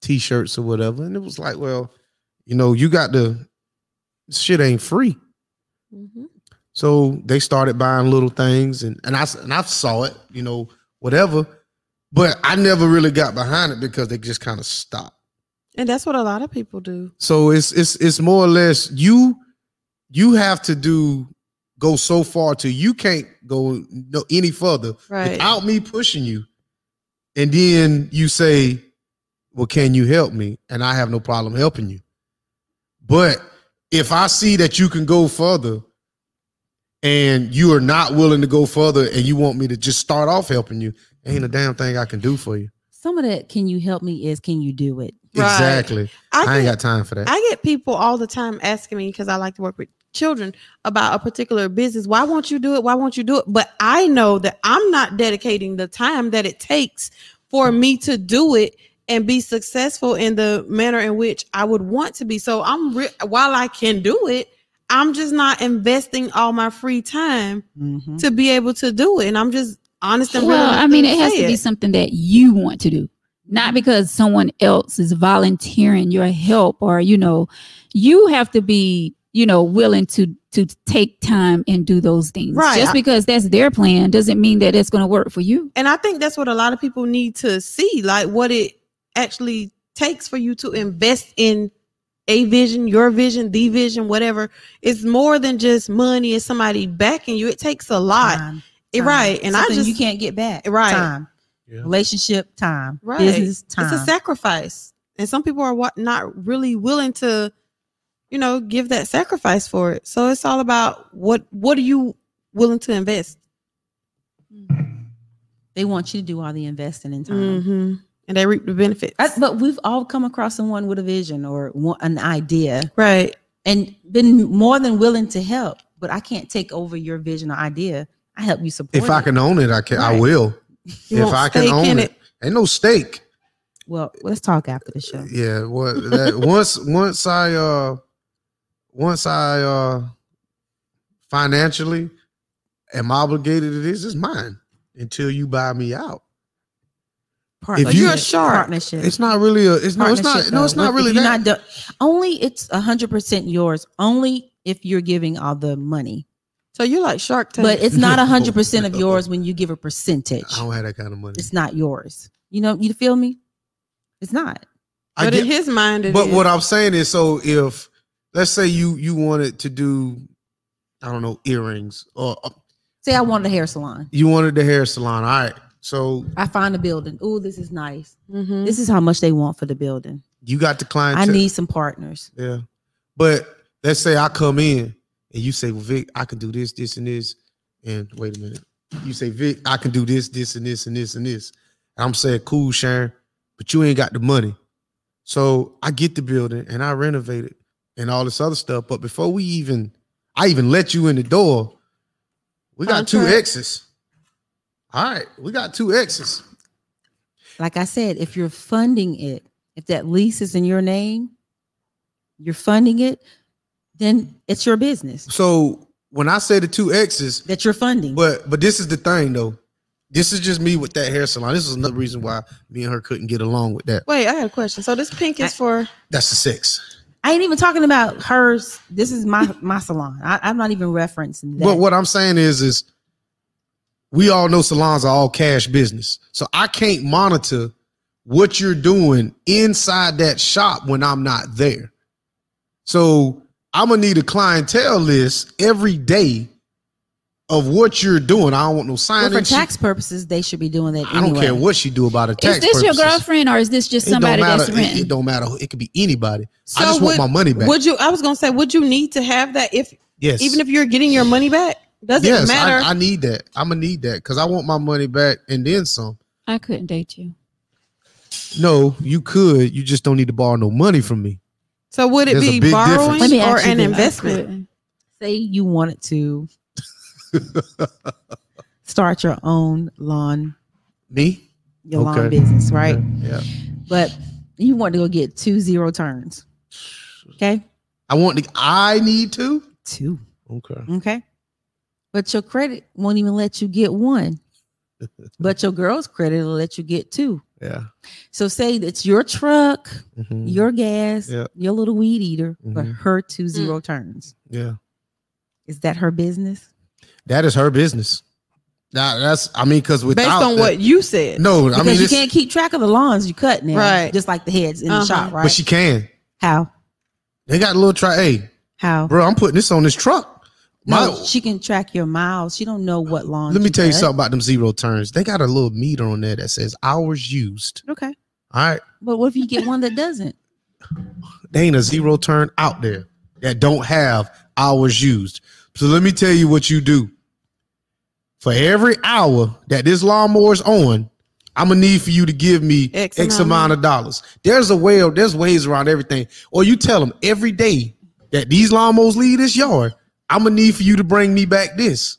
[SPEAKER 1] t-shirts or whatever, and it was like, well, you know, you got to shit ain't free.
[SPEAKER 2] Mhm.
[SPEAKER 1] So they started buying little things, and and I s- and I saw it, you know, whatever. But I never really got behind it because they just kind of stopped.
[SPEAKER 2] And that's what a lot of people do.
[SPEAKER 1] So it's it's it's more or less you you have to do go so far to you can't go no any further
[SPEAKER 2] Right.
[SPEAKER 1] without me pushing you, and then you say, "Well, can you help me?" And I have no problem helping you. But if I see that you can go further and you are not willing to go further and you want me to just start off helping you, ain't a damn thing I can do for you.
[SPEAKER 3] Some of that can you help me is can you do it?
[SPEAKER 2] Right.
[SPEAKER 1] Exactly. I ain't got time for that.
[SPEAKER 2] I get people all the time asking me because I like to work with children about a particular business. Why won't you do it? Why won't you do it? But I know that I'm not dedicating the time that it takes for me to do it and be successful in the manner in which I would want to be. So I'm re- while I can do it, I'm just not investing all my free time
[SPEAKER 3] Mhm.
[SPEAKER 2] to be able to do it. And I'm just honest and real.
[SPEAKER 4] Well,
[SPEAKER 2] enough
[SPEAKER 4] I mean,
[SPEAKER 2] to
[SPEAKER 4] it has
[SPEAKER 2] say
[SPEAKER 4] to be something that you want to do, not because someone else is volunteering your help or you know, you have to be you know willing to to take time and do those things.
[SPEAKER 2] Right.
[SPEAKER 4] Just because that's their plan doesn't mean that it's going to work for you.
[SPEAKER 2] and I think that's what a lot of people need to see, like what it actually takes for you to invest in a vision, your vision, the vision, whatever. It's more than just money and somebody backing you. It takes a lot,
[SPEAKER 3] Time,
[SPEAKER 2] It-
[SPEAKER 3] time.
[SPEAKER 2] right? And I
[SPEAKER 3] Something
[SPEAKER 2] just
[SPEAKER 3] you can't get back.
[SPEAKER 2] Right.
[SPEAKER 3] Time.
[SPEAKER 1] Yeah.
[SPEAKER 3] Relationship time,
[SPEAKER 2] Right.
[SPEAKER 3] business time.
[SPEAKER 2] It's a sacrifice, and some people are what not really willing to, you know, give that sacrifice for it. So it's all about what what are you willing to invest?
[SPEAKER 3] they want you to do all the investing in time.
[SPEAKER 2] Mm-hmm. And they reap the benefits.
[SPEAKER 3] I- but we've all come across someone with a vision or one, an idea
[SPEAKER 2] right.
[SPEAKER 3] and been more than willing to help. But I can't take over your vision or idea. I help you support.
[SPEAKER 1] If I
[SPEAKER 3] it.
[SPEAKER 1] can own it, I can. I
[SPEAKER 3] Right.
[SPEAKER 1] will.
[SPEAKER 2] You
[SPEAKER 1] if
[SPEAKER 2] won't
[SPEAKER 1] I can
[SPEAKER 2] stake
[SPEAKER 1] own
[SPEAKER 2] in
[SPEAKER 1] it. Ain't no stake.
[SPEAKER 3] well, let's talk after the show.
[SPEAKER 1] Yeah. What that once once I uh once I uh financially am obligated to this, it's mine until you buy me out.
[SPEAKER 3] Partnership.
[SPEAKER 1] you- You're
[SPEAKER 2] a shark.
[SPEAKER 3] partnership.
[SPEAKER 1] It's not really a it's no, it's not
[SPEAKER 3] Partnership,
[SPEAKER 1] no, it's
[SPEAKER 3] though.
[SPEAKER 1] not
[SPEAKER 3] If
[SPEAKER 1] really
[SPEAKER 3] you're
[SPEAKER 1] that.
[SPEAKER 3] not do- only it's hundred percent yours. Only if you're giving all the money,
[SPEAKER 2] So you're like Shark Tank.
[SPEAKER 3] but it's not
[SPEAKER 1] No,
[SPEAKER 3] hundred percent of
[SPEAKER 1] no.
[SPEAKER 3] yours when you give a percentage.
[SPEAKER 1] I don't have that kind of money.
[SPEAKER 3] It's not yours. You know, you feel me? It's not.
[SPEAKER 1] I
[SPEAKER 2] but
[SPEAKER 1] get-
[SPEAKER 2] in his mind, it is.
[SPEAKER 1] but what I'm saying is, so if let's say you you wanted to do, I don't know, earrings, or uh,
[SPEAKER 3] Say I wanted a hair salon.
[SPEAKER 1] you wanted the hair salon. All right, so
[SPEAKER 3] I find a building. Oh, this is nice.
[SPEAKER 2] Mhm.
[SPEAKER 3] This is how much they want for the building.
[SPEAKER 1] you got the client.
[SPEAKER 3] I need some partners.
[SPEAKER 1] yeah. But let's say I come in and you say, well, Vic, I can do this, this, and this. And wait a minute, you say, Vic, I can do this, this, and this, and this, and this. And I'm saying, cool, Sharon, but you ain't got the money. So I get the building and I renovate it and all this other stuff. But before we even, I even let you in the door, we got two
[SPEAKER 2] Contract.
[SPEAKER 1] X's. All right, we got two X's.
[SPEAKER 3] Like I said, if you're funding it, if that lease is in your name, you're funding it, then it's your business
[SPEAKER 1] So when I say the two X's,
[SPEAKER 3] that you're funding.
[SPEAKER 1] But but this is the thing though. This is just me with that hair salon. This is another reason why me and her couldn't get along with that.
[SPEAKER 2] Wait, I had a question. So this pink is for
[SPEAKER 1] That's the six.
[SPEAKER 3] I ain't even talking about hers. This is my my salon. I, I'm not even referencing that.
[SPEAKER 1] But what I'm saying is is we all know salons are all cash business. So I can't monitor what you're doing inside that shop when I'm not there. So I'm gonna need a clientele list every day of what you're doing. I don't want no
[SPEAKER 3] Well,
[SPEAKER 1] signage.
[SPEAKER 3] for tax purposes, they should be doing that.
[SPEAKER 1] I don't
[SPEAKER 3] anyway.
[SPEAKER 1] care what she do about it.
[SPEAKER 4] Is
[SPEAKER 1] tax
[SPEAKER 4] this your
[SPEAKER 1] purposes.
[SPEAKER 4] girlfriend or is this just
[SPEAKER 1] It don't
[SPEAKER 4] somebody
[SPEAKER 1] matter.
[SPEAKER 4] that's
[SPEAKER 1] It-
[SPEAKER 4] renting?
[SPEAKER 1] It, don't matter. who- It could be anybody.
[SPEAKER 2] So
[SPEAKER 1] I just
[SPEAKER 2] would-
[SPEAKER 1] want my money back.
[SPEAKER 2] Would you? I was gonna say, would you need to have that if
[SPEAKER 1] yes.
[SPEAKER 2] even if you're getting your money back? Doesn't
[SPEAKER 1] yes,
[SPEAKER 2] matter.
[SPEAKER 1] I, I need that. I'm gonna need that because I want my money back and then some.
[SPEAKER 4] I couldn't date you.
[SPEAKER 1] No, you could. You just don't need to borrow no money from me.
[SPEAKER 2] so would it
[SPEAKER 1] There's a
[SPEAKER 2] be
[SPEAKER 1] big
[SPEAKER 2] borrowing
[SPEAKER 1] difference. Let
[SPEAKER 2] or an
[SPEAKER 4] this. I
[SPEAKER 2] investment?
[SPEAKER 4] couldn't.
[SPEAKER 3] Say you wanted to start your own lawn,
[SPEAKER 1] Me?
[SPEAKER 3] your lawn
[SPEAKER 1] Okay.
[SPEAKER 3] business, right?
[SPEAKER 1] Yeah.
[SPEAKER 3] But you want to go get two zero turns. Okay,
[SPEAKER 1] I want to. I need to.
[SPEAKER 3] two.
[SPEAKER 1] Okay.
[SPEAKER 3] Okay, but your credit won't even let you get one. but your girl's credit will let you get two.
[SPEAKER 1] Yeah.
[SPEAKER 3] So say it's your truck,
[SPEAKER 1] Mhm.
[SPEAKER 3] your gas,
[SPEAKER 1] Yeah.
[SPEAKER 3] your little weed eater, but
[SPEAKER 1] Mhm.
[SPEAKER 3] her
[SPEAKER 2] Mm.
[SPEAKER 3] two zero turns.
[SPEAKER 1] yeah.
[SPEAKER 3] Is that her business?
[SPEAKER 1] That is her business. That, that's. I mean, because
[SPEAKER 2] Based
[SPEAKER 1] without
[SPEAKER 2] on
[SPEAKER 1] that-
[SPEAKER 2] what you said.
[SPEAKER 1] No, I
[SPEAKER 3] Because
[SPEAKER 1] mean,
[SPEAKER 3] you
[SPEAKER 1] it's,
[SPEAKER 3] can't keep track of the lawns you cut now,
[SPEAKER 2] Right.
[SPEAKER 3] Just like the heads in
[SPEAKER 2] Uh-huh.
[SPEAKER 3] the shop, right?
[SPEAKER 1] but she can.
[SPEAKER 3] How?
[SPEAKER 1] They got a little try. Hey,
[SPEAKER 3] How?
[SPEAKER 1] bro, I'm putting this on this truck.
[SPEAKER 3] No, she can track your miles. She don't know what lawns.
[SPEAKER 1] Let me
[SPEAKER 3] you
[SPEAKER 1] tell you
[SPEAKER 3] cut.
[SPEAKER 1] something about them zero turns. They got a little meter on there that says hours used.
[SPEAKER 3] Okay,
[SPEAKER 1] All right.
[SPEAKER 3] but what if you get one that doesn't?
[SPEAKER 1] They ain't a zero turn out there that don't have hours used. So let me tell you what you do. For every hour that this lawnmower's on, I'm gonna need for you to give me X,
[SPEAKER 2] X
[SPEAKER 1] amount
[SPEAKER 2] amount.
[SPEAKER 1] of dollars. There's a way of there's ways around everything. Or you tell them every day that these lawnmowers leave this yard, I'm gonna need for you to bring me back this.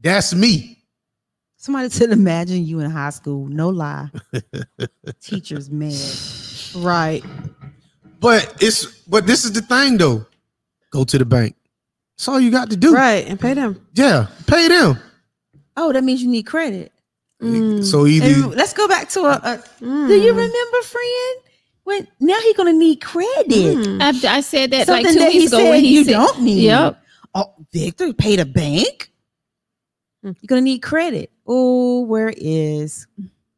[SPEAKER 1] That's me.
[SPEAKER 3] Somebody said, imagine you in high school. No lie, teachers mad.
[SPEAKER 2] Right.
[SPEAKER 1] But it's but this is the thing though. Go to the bank. That's all you got to do.
[SPEAKER 2] Right. And pay them.
[SPEAKER 1] Yeah, pay them.
[SPEAKER 3] Oh, that means you need credit.
[SPEAKER 2] Mm.
[SPEAKER 1] So either
[SPEAKER 3] And let's go back to a. a
[SPEAKER 2] Mm.
[SPEAKER 3] Do you remember, friend? When now he gonna need credit.
[SPEAKER 2] Mm.
[SPEAKER 4] I, I said that
[SPEAKER 3] Something
[SPEAKER 4] like two
[SPEAKER 3] that he
[SPEAKER 4] weeks ago when
[SPEAKER 3] said
[SPEAKER 4] he
[SPEAKER 3] you
[SPEAKER 4] said,
[SPEAKER 3] don't need.
[SPEAKER 4] Yep.
[SPEAKER 3] Oh, Victor paid a bank.
[SPEAKER 2] Mm.
[SPEAKER 3] You're gonna need credit. Oh, where is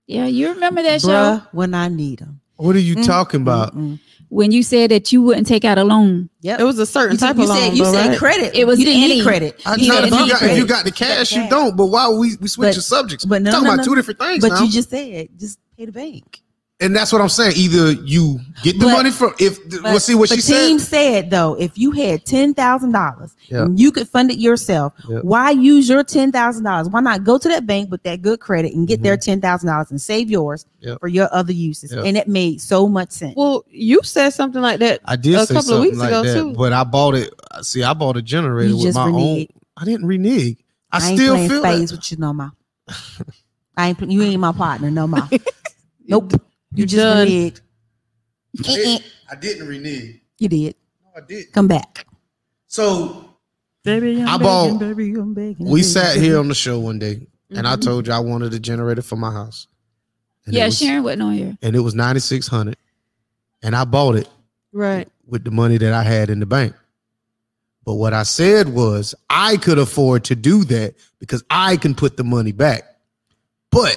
[SPEAKER 4] Yeah, you remember that show?
[SPEAKER 3] bruh when I need him?
[SPEAKER 1] what are you
[SPEAKER 3] Mm,
[SPEAKER 1] talking about?
[SPEAKER 3] Mm-mm.
[SPEAKER 4] when you said that you wouldn't take out a loan.
[SPEAKER 3] Yep.
[SPEAKER 2] It was a certain
[SPEAKER 3] you said,
[SPEAKER 2] type
[SPEAKER 3] you
[SPEAKER 2] of
[SPEAKER 3] said,
[SPEAKER 2] loan,
[SPEAKER 3] you
[SPEAKER 2] though,
[SPEAKER 3] said
[SPEAKER 2] right?
[SPEAKER 3] credit.
[SPEAKER 4] It was
[SPEAKER 3] you didn't
[SPEAKER 4] any-
[SPEAKER 3] need credit.
[SPEAKER 1] I
[SPEAKER 3] You
[SPEAKER 1] know
[SPEAKER 3] didn't
[SPEAKER 1] if you,
[SPEAKER 3] need
[SPEAKER 1] got, if you
[SPEAKER 3] credit.
[SPEAKER 1] got the cash, you
[SPEAKER 3] cash.
[SPEAKER 1] don't. But why we we switching subjects?
[SPEAKER 3] but no,
[SPEAKER 1] talking
[SPEAKER 3] no,
[SPEAKER 1] about
[SPEAKER 3] no.
[SPEAKER 1] two different things
[SPEAKER 3] But
[SPEAKER 1] now.
[SPEAKER 3] you just said just pay the bank.
[SPEAKER 1] and that's what I'm saying. Either you get the
[SPEAKER 3] But-
[SPEAKER 1] money from if
[SPEAKER 3] But,
[SPEAKER 1] well, see what
[SPEAKER 3] but
[SPEAKER 1] she
[SPEAKER 3] team
[SPEAKER 1] said.
[SPEAKER 3] said though, if you had ten thousand dollars
[SPEAKER 1] Yeah.
[SPEAKER 3] and you could fund it yourself,
[SPEAKER 1] Yeah.
[SPEAKER 3] why use your ten thousand dollars? Why not go to that bank with that good credit and get their ten thousand dollars and save yours
[SPEAKER 1] Mm-hmm. Yeah.
[SPEAKER 3] for your other uses?
[SPEAKER 1] Yeah.
[SPEAKER 3] And it made so much sense.
[SPEAKER 2] Well, you said something like that.
[SPEAKER 1] I did
[SPEAKER 2] a
[SPEAKER 1] say
[SPEAKER 2] couple of
[SPEAKER 1] something
[SPEAKER 2] weeks
[SPEAKER 1] like
[SPEAKER 2] ago,
[SPEAKER 1] that,
[SPEAKER 2] too.
[SPEAKER 1] but I bought it. See, I bought a generator
[SPEAKER 3] You
[SPEAKER 1] with
[SPEAKER 3] just
[SPEAKER 1] my own.
[SPEAKER 3] reneged.
[SPEAKER 1] I didn't renege. I,
[SPEAKER 3] ain't
[SPEAKER 1] still
[SPEAKER 3] playing
[SPEAKER 1] feel
[SPEAKER 3] spades
[SPEAKER 1] that.
[SPEAKER 3] with you no more. I ain't. pl- You ain't my partner no more. nope. You just
[SPEAKER 2] done.
[SPEAKER 3] reneged.
[SPEAKER 1] It- I didn't renege.
[SPEAKER 3] You did.
[SPEAKER 1] No, I did.
[SPEAKER 3] Come back.
[SPEAKER 1] So
[SPEAKER 3] Baby,
[SPEAKER 1] I'm I bought- begging,
[SPEAKER 3] Baby, I'm
[SPEAKER 1] we sat here on the show one day, and I told you I wanted a generator for my house. And it
[SPEAKER 4] yeah,
[SPEAKER 1] was-
[SPEAKER 4] Sharon wasn't on here.
[SPEAKER 1] And it was ninety six hundred, and I bought it
[SPEAKER 2] Right.
[SPEAKER 1] with the money that I had in the bank. But what I said was I could afford to do that because I can put the money back. But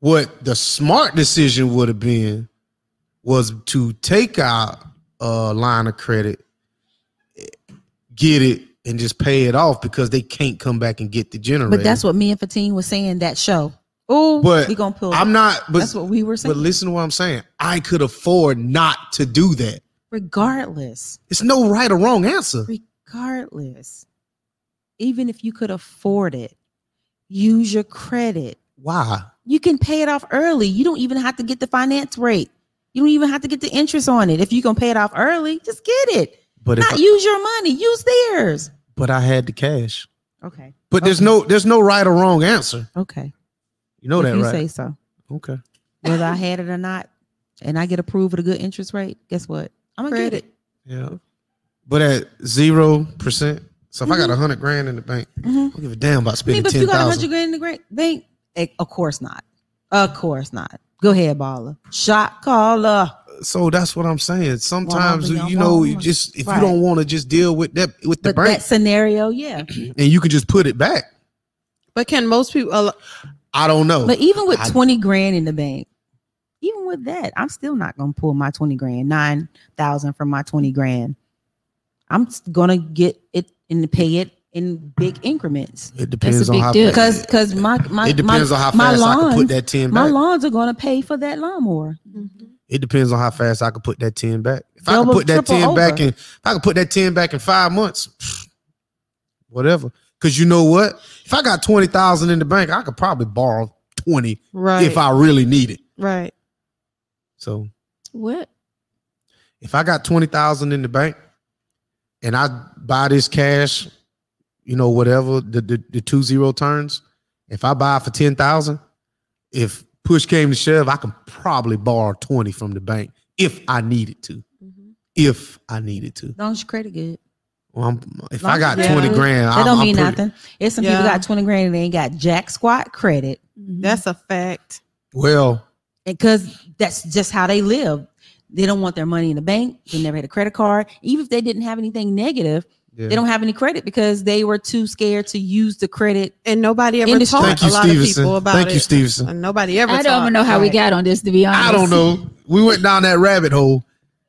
[SPEAKER 1] what the smart decision would have been was to take out a line of credit, get it, and just pay it off because they can't come back and get the generator.
[SPEAKER 3] But that's what me and Fatine was saying that show.
[SPEAKER 2] Oh,
[SPEAKER 1] But
[SPEAKER 3] We gonna pull.
[SPEAKER 1] I'm not. But,
[SPEAKER 3] that's what we were
[SPEAKER 1] but
[SPEAKER 3] saying.
[SPEAKER 1] listen to what I'm saying. I could afford not to do that.
[SPEAKER 3] regardless,
[SPEAKER 1] It's no right or wrong answer.
[SPEAKER 3] regardless, even if you could afford it, use your credit.
[SPEAKER 1] Why?
[SPEAKER 3] You can pay it off early. You don't even have to get the finance rate. You don't even have to get the interest on it. If you can pay it off early, just get it.
[SPEAKER 1] But
[SPEAKER 3] Not
[SPEAKER 1] if,
[SPEAKER 3] use your money. Use theirs.
[SPEAKER 1] but I had the cash.
[SPEAKER 3] Okay.
[SPEAKER 1] But there's
[SPEAKER 3] Okay.
[SPEAKER 1] no there's no right or wrong answer.
[SPEAKER 3] Okay.
[SPEAKER 1] You know
[SPEAKER 3] if
[SPEAKER 1] that,
[SPEAKER 3] you
[SPEAKER 1] right?
[SPEAKER 3] say so.
[SPEAKER 1] okay.
[SPEAKER 3] Whether I had it or not, and I get approved at a good interest rate, guess what? I'm gonna get
[SPEAKER 2] Credit.
[SPEAKER 3] it.
[SPEAKER 1] Yeah. But at zero percent. So if I got a hundred grand in the bank,
[SPEAKER 3] Mhm.
[SPEAKER 1] I don't give a damn about
[SPEAKER 3] I mean,
[SPEAKER 1] spending
[SPEAKER 3] Mm-hmm. but if
[SPEAKER 1] ten
[SPEAKER 3] you got a hundred
[SPEAKER 1] thousand.
[SPEAKER 3] grand in the great bank, eh, of course not. Of course not. Go ahead, baller. Shot caller.
[SPEAKER 1] So that's what I'm saying. Sometimes
[SPEAKER 3] be
[SPEAKER 1] you
[SPEAKER 3] on
[SPEAKER 1] you know,
[SPEAKER 3] one
[SPEAKER 1] you
[SPEAKER 3] more.
[SPEAKER 1] just if
[SPEAKER 3] Right.
[SPEAKER 1] you don't want to just deal with that with the
[SPEAKER 3] But
[SPEAKER 1] bank,
[SPEAKER 3] that scenario, yeah.
[SPEAKER 1] and you can just put it back.
[SPEAKER 2] but can most people? a lo-
[SPEAKER 1] I don't know.
[SPEAKER 3] But even with
[SPEAKER 1] I-
[SPEAKER 3] twenty grand in the bank, even with that, I'm still not gonna pull my twenty grand, nine thousand from my twenty grand. I'm s- gonna get it and pay it in big increments
[SPEAKER 1] it depends
[SPEAKER 4] a
[SPEAKER 1] on
[SPEAKER 4] big
[SPEAKER 1] how
[SPEAKER 4] deal.
[SPEAKER 3] because because my my
[SPEAKER 1] it depends
[SPEAKER 3] my,
[SPEAKER 1] on how
[SPEAKER 3] my
[SPEAKER 1] fast I can put
[SPEAKER 3] lawns-
[SPEAKER 1] that ten
[SPEAKER 3] my
[SPEAKER 1] back.
[SPEAKER 3] lawns are gonna pay for that lawnmower.
[SPEAKER 1] It depends on how fast I can put that 10 back. If I can
[SPEAKER 3] Double,
[SPEAKER 1] put that
[SPEAKER 3] triple
[SPEAKER 1] 10 back
[SPEAKER 3] over.
[SPEAKER 1] in, if I can put that 10 back in five months, pfft, whatever. Cause you know what? If I got 20,000 in the bank, I could probably borrow 20
[SPEAKER 2] Right.
[SPEAKER 1] if I really need it.
[SPEAKER 2] right.
[SPEAKER 1] So
[SPEAKER 4] What?
[SPEAKER 1] if I got 20,000 in the bank and I buy this cash, you know, whatever the, the, the two zero turns, if I buy for 10,000, if push came to shove, I can probably borrow 20 from the bank if I needed to.
[SPEAKER 3] Mm-hmm.
[SPEAKER 1] If I needed to.
[SPEAKER 3] As long as your credit good.
[SPEAKER 1] Well, I'm, if
[SPEAKER 3] Long
[SPEAKER 1] I got
[SPEAKER 3] as
[SPEAKER 2] you
[SPEAKER 1] 20
[SPEAKER 2] good.
[SPEAKER 1] grand,
[SPEAKER 3] That
[SPEAKER 1] I'm,
[SPEAKER 3] don't
[SPEAKER 1] I'm
[SPEAKER 3] mean
[SPEAKER 1] pretty-
[SPEAKER 3] nothing. If some people
[SPEAKER 2] Yeah.
[SPEAKER 3] got 20 grand and they ain't got jack squat credit.
[SPEAKER 2] That's a fact.
[SPEAKER 1] Well,
[SPEAKER 3] And cause that's just how they live. They don't want their money in the bank. They never had a credit card. Even if they didn't have anything negative,
[SPEAKER 1] yeah.
[SPEAKER 3] they don't have any credit because they were too scared to use the credit.
[SPEAKER 2] And nobody ever
[SPEAKER 3] Industry.
[SPEAKER 2] taught
[SPEAKER 1] Thank you,
[SPEAKER 2] a lot of people
[SPEAKER 1] Stevenson.
[SPEAKER 2] about
[SPEAKER 1] Thank
[SPEAKER 2] it.
[SPEAKER 1] you, Stevenson.
[SPEAKER 2] And nobody ever.
[SPEAKER 4] I don't
[SPEAKER 2] taught.
[SPEAKER 4] even know how we
[SPEAKER 2] Right.
[SPEAKER 4] got on this, to be honest.
[SPEAKER 1] I don't know. We went down that rabbit hole.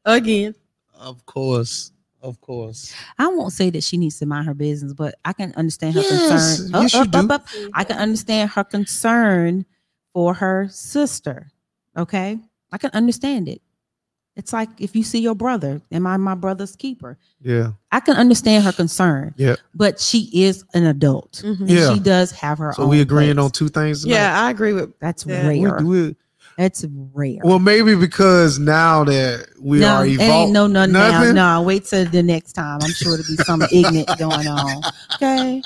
[SPEAKER 2] again.
[SPEAKER 1] Of course. Of course.
[SPEAKER 3] I won't say that she needs to mind her business, but I can understand her
[SPEAKER 1] Yes.
[SPEAKER 3] concern.
[SPEAKER 1] Yes, you do.
[SPEAKER 3] I can understand her concern for her sister. Okay. I can understand it. It's like if you see your brother, am I my brother's keeper?
[SPEAKER 1] Yeah.
[SPEAKER 3] I can understand her concern.
[SPEAKER 1] Yeah.
[SPEAKER 3] But she is an adult.
[SPEAKER 2] Mhm.
[SPEAKER 1] Yeah.
[SPEAKER 3] She does have her
[SPEAKER 1] So
[SPEAKER 3] own.
[SPEAKER 1] we agreeing
[SPEAKER 3] place.
[SPEAKER 1] on two things. tonight?
[SPEAKER 2] Yeah, I agree with.
[SPEAKER 3] That's
[SPEAKER 2] Yeah.
[SPEAKER 1] We-
[SPEAKER 3] rare.
[SPEAKER 1] we-
[SPEAKER 3] That's rare.
[SPEAKER 1] well, maybe because now that we
[SPEAKER 3] no,
[SPEAKER 1] are
[SPEAKER 3] it
[SPEAKER 1] evolving,
[SPEAKER 3] ain't no nothing,
[SPEAKER 1] Nothing?
[SPEAKER 3] now. No, wait till the next time. I'm sure it'll be something ignorant going on. Okay.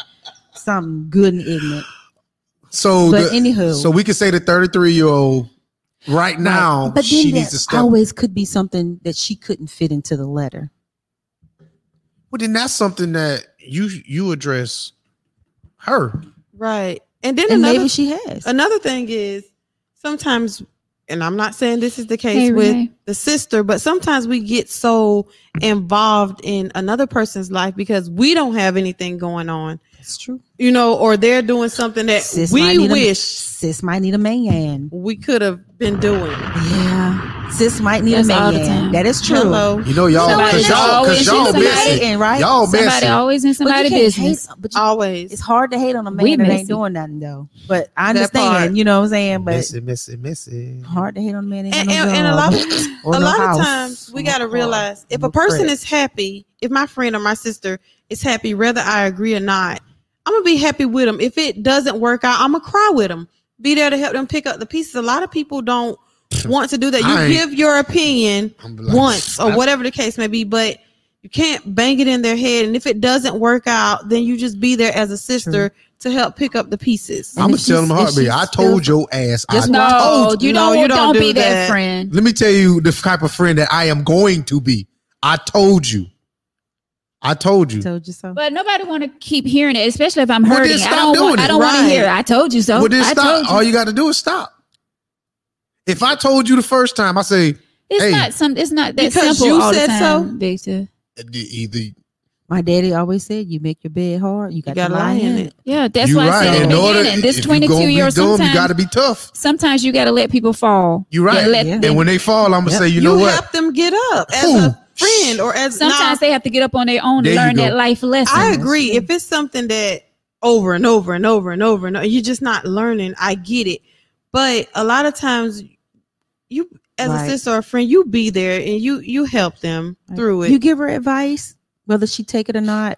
[SPEAKER 3] Something good and ignorant.
[SPEAKER 1] so
[SPEAKER 3] but
[SPEAKER 1] Oh, the-
[SPEAKER 3] anywho.
[SPEAKER 1] so we can say the 33 year old right now
[SPEAKER 3] Right. but then
[SPEAKER 1] she
[SPEAKER 3] that
[SPEAKER 1] needs to step.
[SPEAKER 3] always could be something that she couldn't fit into the letter.
[SPEAKER 1] well, then that's something that you you address her.
[SPEAKER 2] Right. And then
[SPEAKER 3] And
[SPEAKER 2] another
[SPEAKER 3] maybe she has.
[SPEAKER 2] another thing is sometimes and i'm not saying this is the case
[SPEAKER 4] Hey,
[SPEAKER 2] with
[SPEAKER 4] Renee.
[SPEAKER 2] the sister but sometimes we get so involved in another person's life because we don't have anything going on
[SPEAKER 3] That's true.
[SPEAKER 2] you know or they're doing something that
[SPEAKER 3] Sis might
[SPEAKER 2] Eh, we
[SPEAKER 3] need a-
[SPEAKER 2] wish
[SPEAKER 3] sis might need a man.
[SPEAKER 2] we could have been doing
[SPEAKER 3] Yeah. Sis might need
[SPEAKER 4] That's
[SPEAKER 3] a
[SPEAKER 4] all the
[SPEAKER 3] man.
[SPEAKER 4] time.
[SPEAKER 3] That is true.
[SPEAKER 2] Hello.
[SPEAKER 1] You know y'all,
[SPEAKER 3] Somebody
[SPEAKER 1] cause y'all,
[SPEAKER 4] always
[SPEAKER 1] cause y'all
[SPEAKER 4] somebody-
[SPEAKER 1] messy.
[SPEAKER 3] and right.
[SPEAKER 1] Y'all
[SPEAKER 4] Somebody
[SPEAKER 1] messy.
[SPEAKER 4] always
[SPEAKER 3] But
[SPEAKER 4] in
[SPEAKER 3] you
[SPEAKER 4] somebody's
[SPEAKER 3] can't hate
[SPEAKER 4] business.
[SPEAKER 3] some- but you-
[SPEAKER 2] Always.
[SPEAKER 3] it's hard to hate on a man
[SPEAKER 4] We
[SPEAKER 3] that
[SPEAKER 4] messy.
[SPEAKER 3] ain't doing nothing though. But I
[SPEAKER 2] That part.
[SPEAKER 3] understand, you know what I'm saying. But
[SPEAKER 1] Messy, messy, messy.
[SPEAKER 3] hard to hate on a man that ain't
[SPEAKER 2] and, and, and a lot of
[SPEAKER 3] a
[SPEAKER 2] a lot of times we got to realize if a person is happy if my friend or my sister is happy whether i agree or not i'm gonna be happy with them if it doesn't work out i'm gonna cry with them be there to help them pick up the pieces a lot of people don't want to do that
[SPEAKER 1] I
[SPEAKER 2] you
[SPEAKER 1] ain't-
[SPEAKER 2] give your opinion
[SPEAKER 1] I'm like,
[SPEAKER 2] once or
[SPEAKER 1] I-
[SPEAKER 2] whatever the case may be but you can't bang it in their head and if it doesn't work out then you just be there as a sister to help pick up the pieces
[SPEAKER 1] I'm
[SPEAKER 3] And
[SPEAKER 1] gonna
[SPEAKER 3] if
[SPEAKER 1] tell
[SPEAKER 3] she's-
[SPEAKER 1] them
[SPEAKER 3] if
[SPEAKER 1] heartbeat.
[SPEAKER 3] she's
[SPEAKER 1] I
[SPEAKER 3] still-
[SPEAKER 1] told your ass. I
[SPEAKER 3] Just
[SPEAKER 1] told-
[SPEAKER 3] Oh,
[SPEAKER 4] No,
[SPEAKER 2] told
[SPEAKER 4] you
[SPEAKER 2] you.
[SPEAKER 4] don't,
[SPEAKER 2] No,
[SPEAKER 4] you
[SPEAKER 2] you
[SPEAKER 4] don't,
[SPEAKER 2] don't
[SPEAKER 4] be
[SPEAKER 2] do
[SPEAKER 4] that
[SPEAKER 2] that.
[SPEAKER 4] friend.
[SPEAKER 1] Let me tell you the type of friend that I am going to be. I told you. I told you.
[SPEAKER 3] told you so.
[SPEAKER 4] But nobody want to keep hearing it, especially if I'm
[SPEAKER 1] Well,
[SPEAKER 4] hurting.
[SPEAKER 1] then stop
[SPEAKER 4] I don't want.
[SPEAKER 1] doing
[SPEAKER 4] I
[SPEAKER 1] it.
[SPEAKER 4] don't want to
[SPEAKER 2] Right.
[SPEAKER 4] hear. it. I told you so.
[SPEAKER 1] well, then
[SPEAKER 4] I told
[SPEAKER 1] stop.
[SPEAKER 4] you.
[SPEAKER 1] All you got to do is stop. If I told you the first time, I say
[SPEAKER 4] It's
[SPEAKER 1] Oh, Hey.
[SPEAKER 4] not some. It's not that
[SPEAKER 2] Because
[SPEAKER 4] simple.
[SPEAKER 2] you
[SPEAKER 4] all
[SPEAKER 2] said
[SPEAKER 4] the
[SPEAKER 2] so?
[SPEAKER 4] time, Victor.
[SPEAKER 1] either
[SPEAKER 3] My daddy always said, "You make your bed hard, you got,
[SPEAKER 2] gotta
[SPEAKER 3] to lie in it."
[SPEAKER 4] Yeah, that's
[SPEAKER 1] you
[SPEAKER 4] why
[SPEAKER 1] right.
[SPEAKER 4] I said in
[SPEAKER 1] In
[SPEAKER 4] the
[SPEAKER 1] order,
[SPEAKER 4] beginning. This
[SPEAKER 1] if you gonna
[SPEAKER 4] 22
[SPEAKER 1] be
[SPEAKER 4] year old.
[SPEAKER 1] dumb, you
[SPEAKER 4] Sometimes,
[SPEAKER 1] got to be tough.
[SPEAKER 4] sometimes you got to let people fall.
[SPEAKER 1] You right.
[SPEAKER 4] And let
[SPEAKER 3] Yeah.
[SPEAKER 4] them-
[SPEAKER 1] And when they fall, I'm gonna
[SPEAKER 3] Yep.
[SPEAKER 1] say, you know what?
[SPEAKER 2] help them get up as
[SPEAKER 1] Ooh.
[SPEAKER 2] a friend or as
[SPEAKER 4] sometimes
[SPEAKER 2] nah,
[SPEAKER 4] they have to get up on their own
[SPEAKER 1] There
[SPEAKER 4] and
[SPEAKER 1] you
[SPEAKER 4] learn
[SPEAKER 1] go.
[SPEAKER 4] that life lesson.
[SPEAKER 2] I agree. If it's something that over and over and over and over and over, you're just not learning, I get it. But a lot of times, you as
[SPEAKER 3] Right.
[SPEAKER 2] a sister or a friend, you be there and you you help them through it,
[SPEAKER 3] You give her advice, whether she take it or not.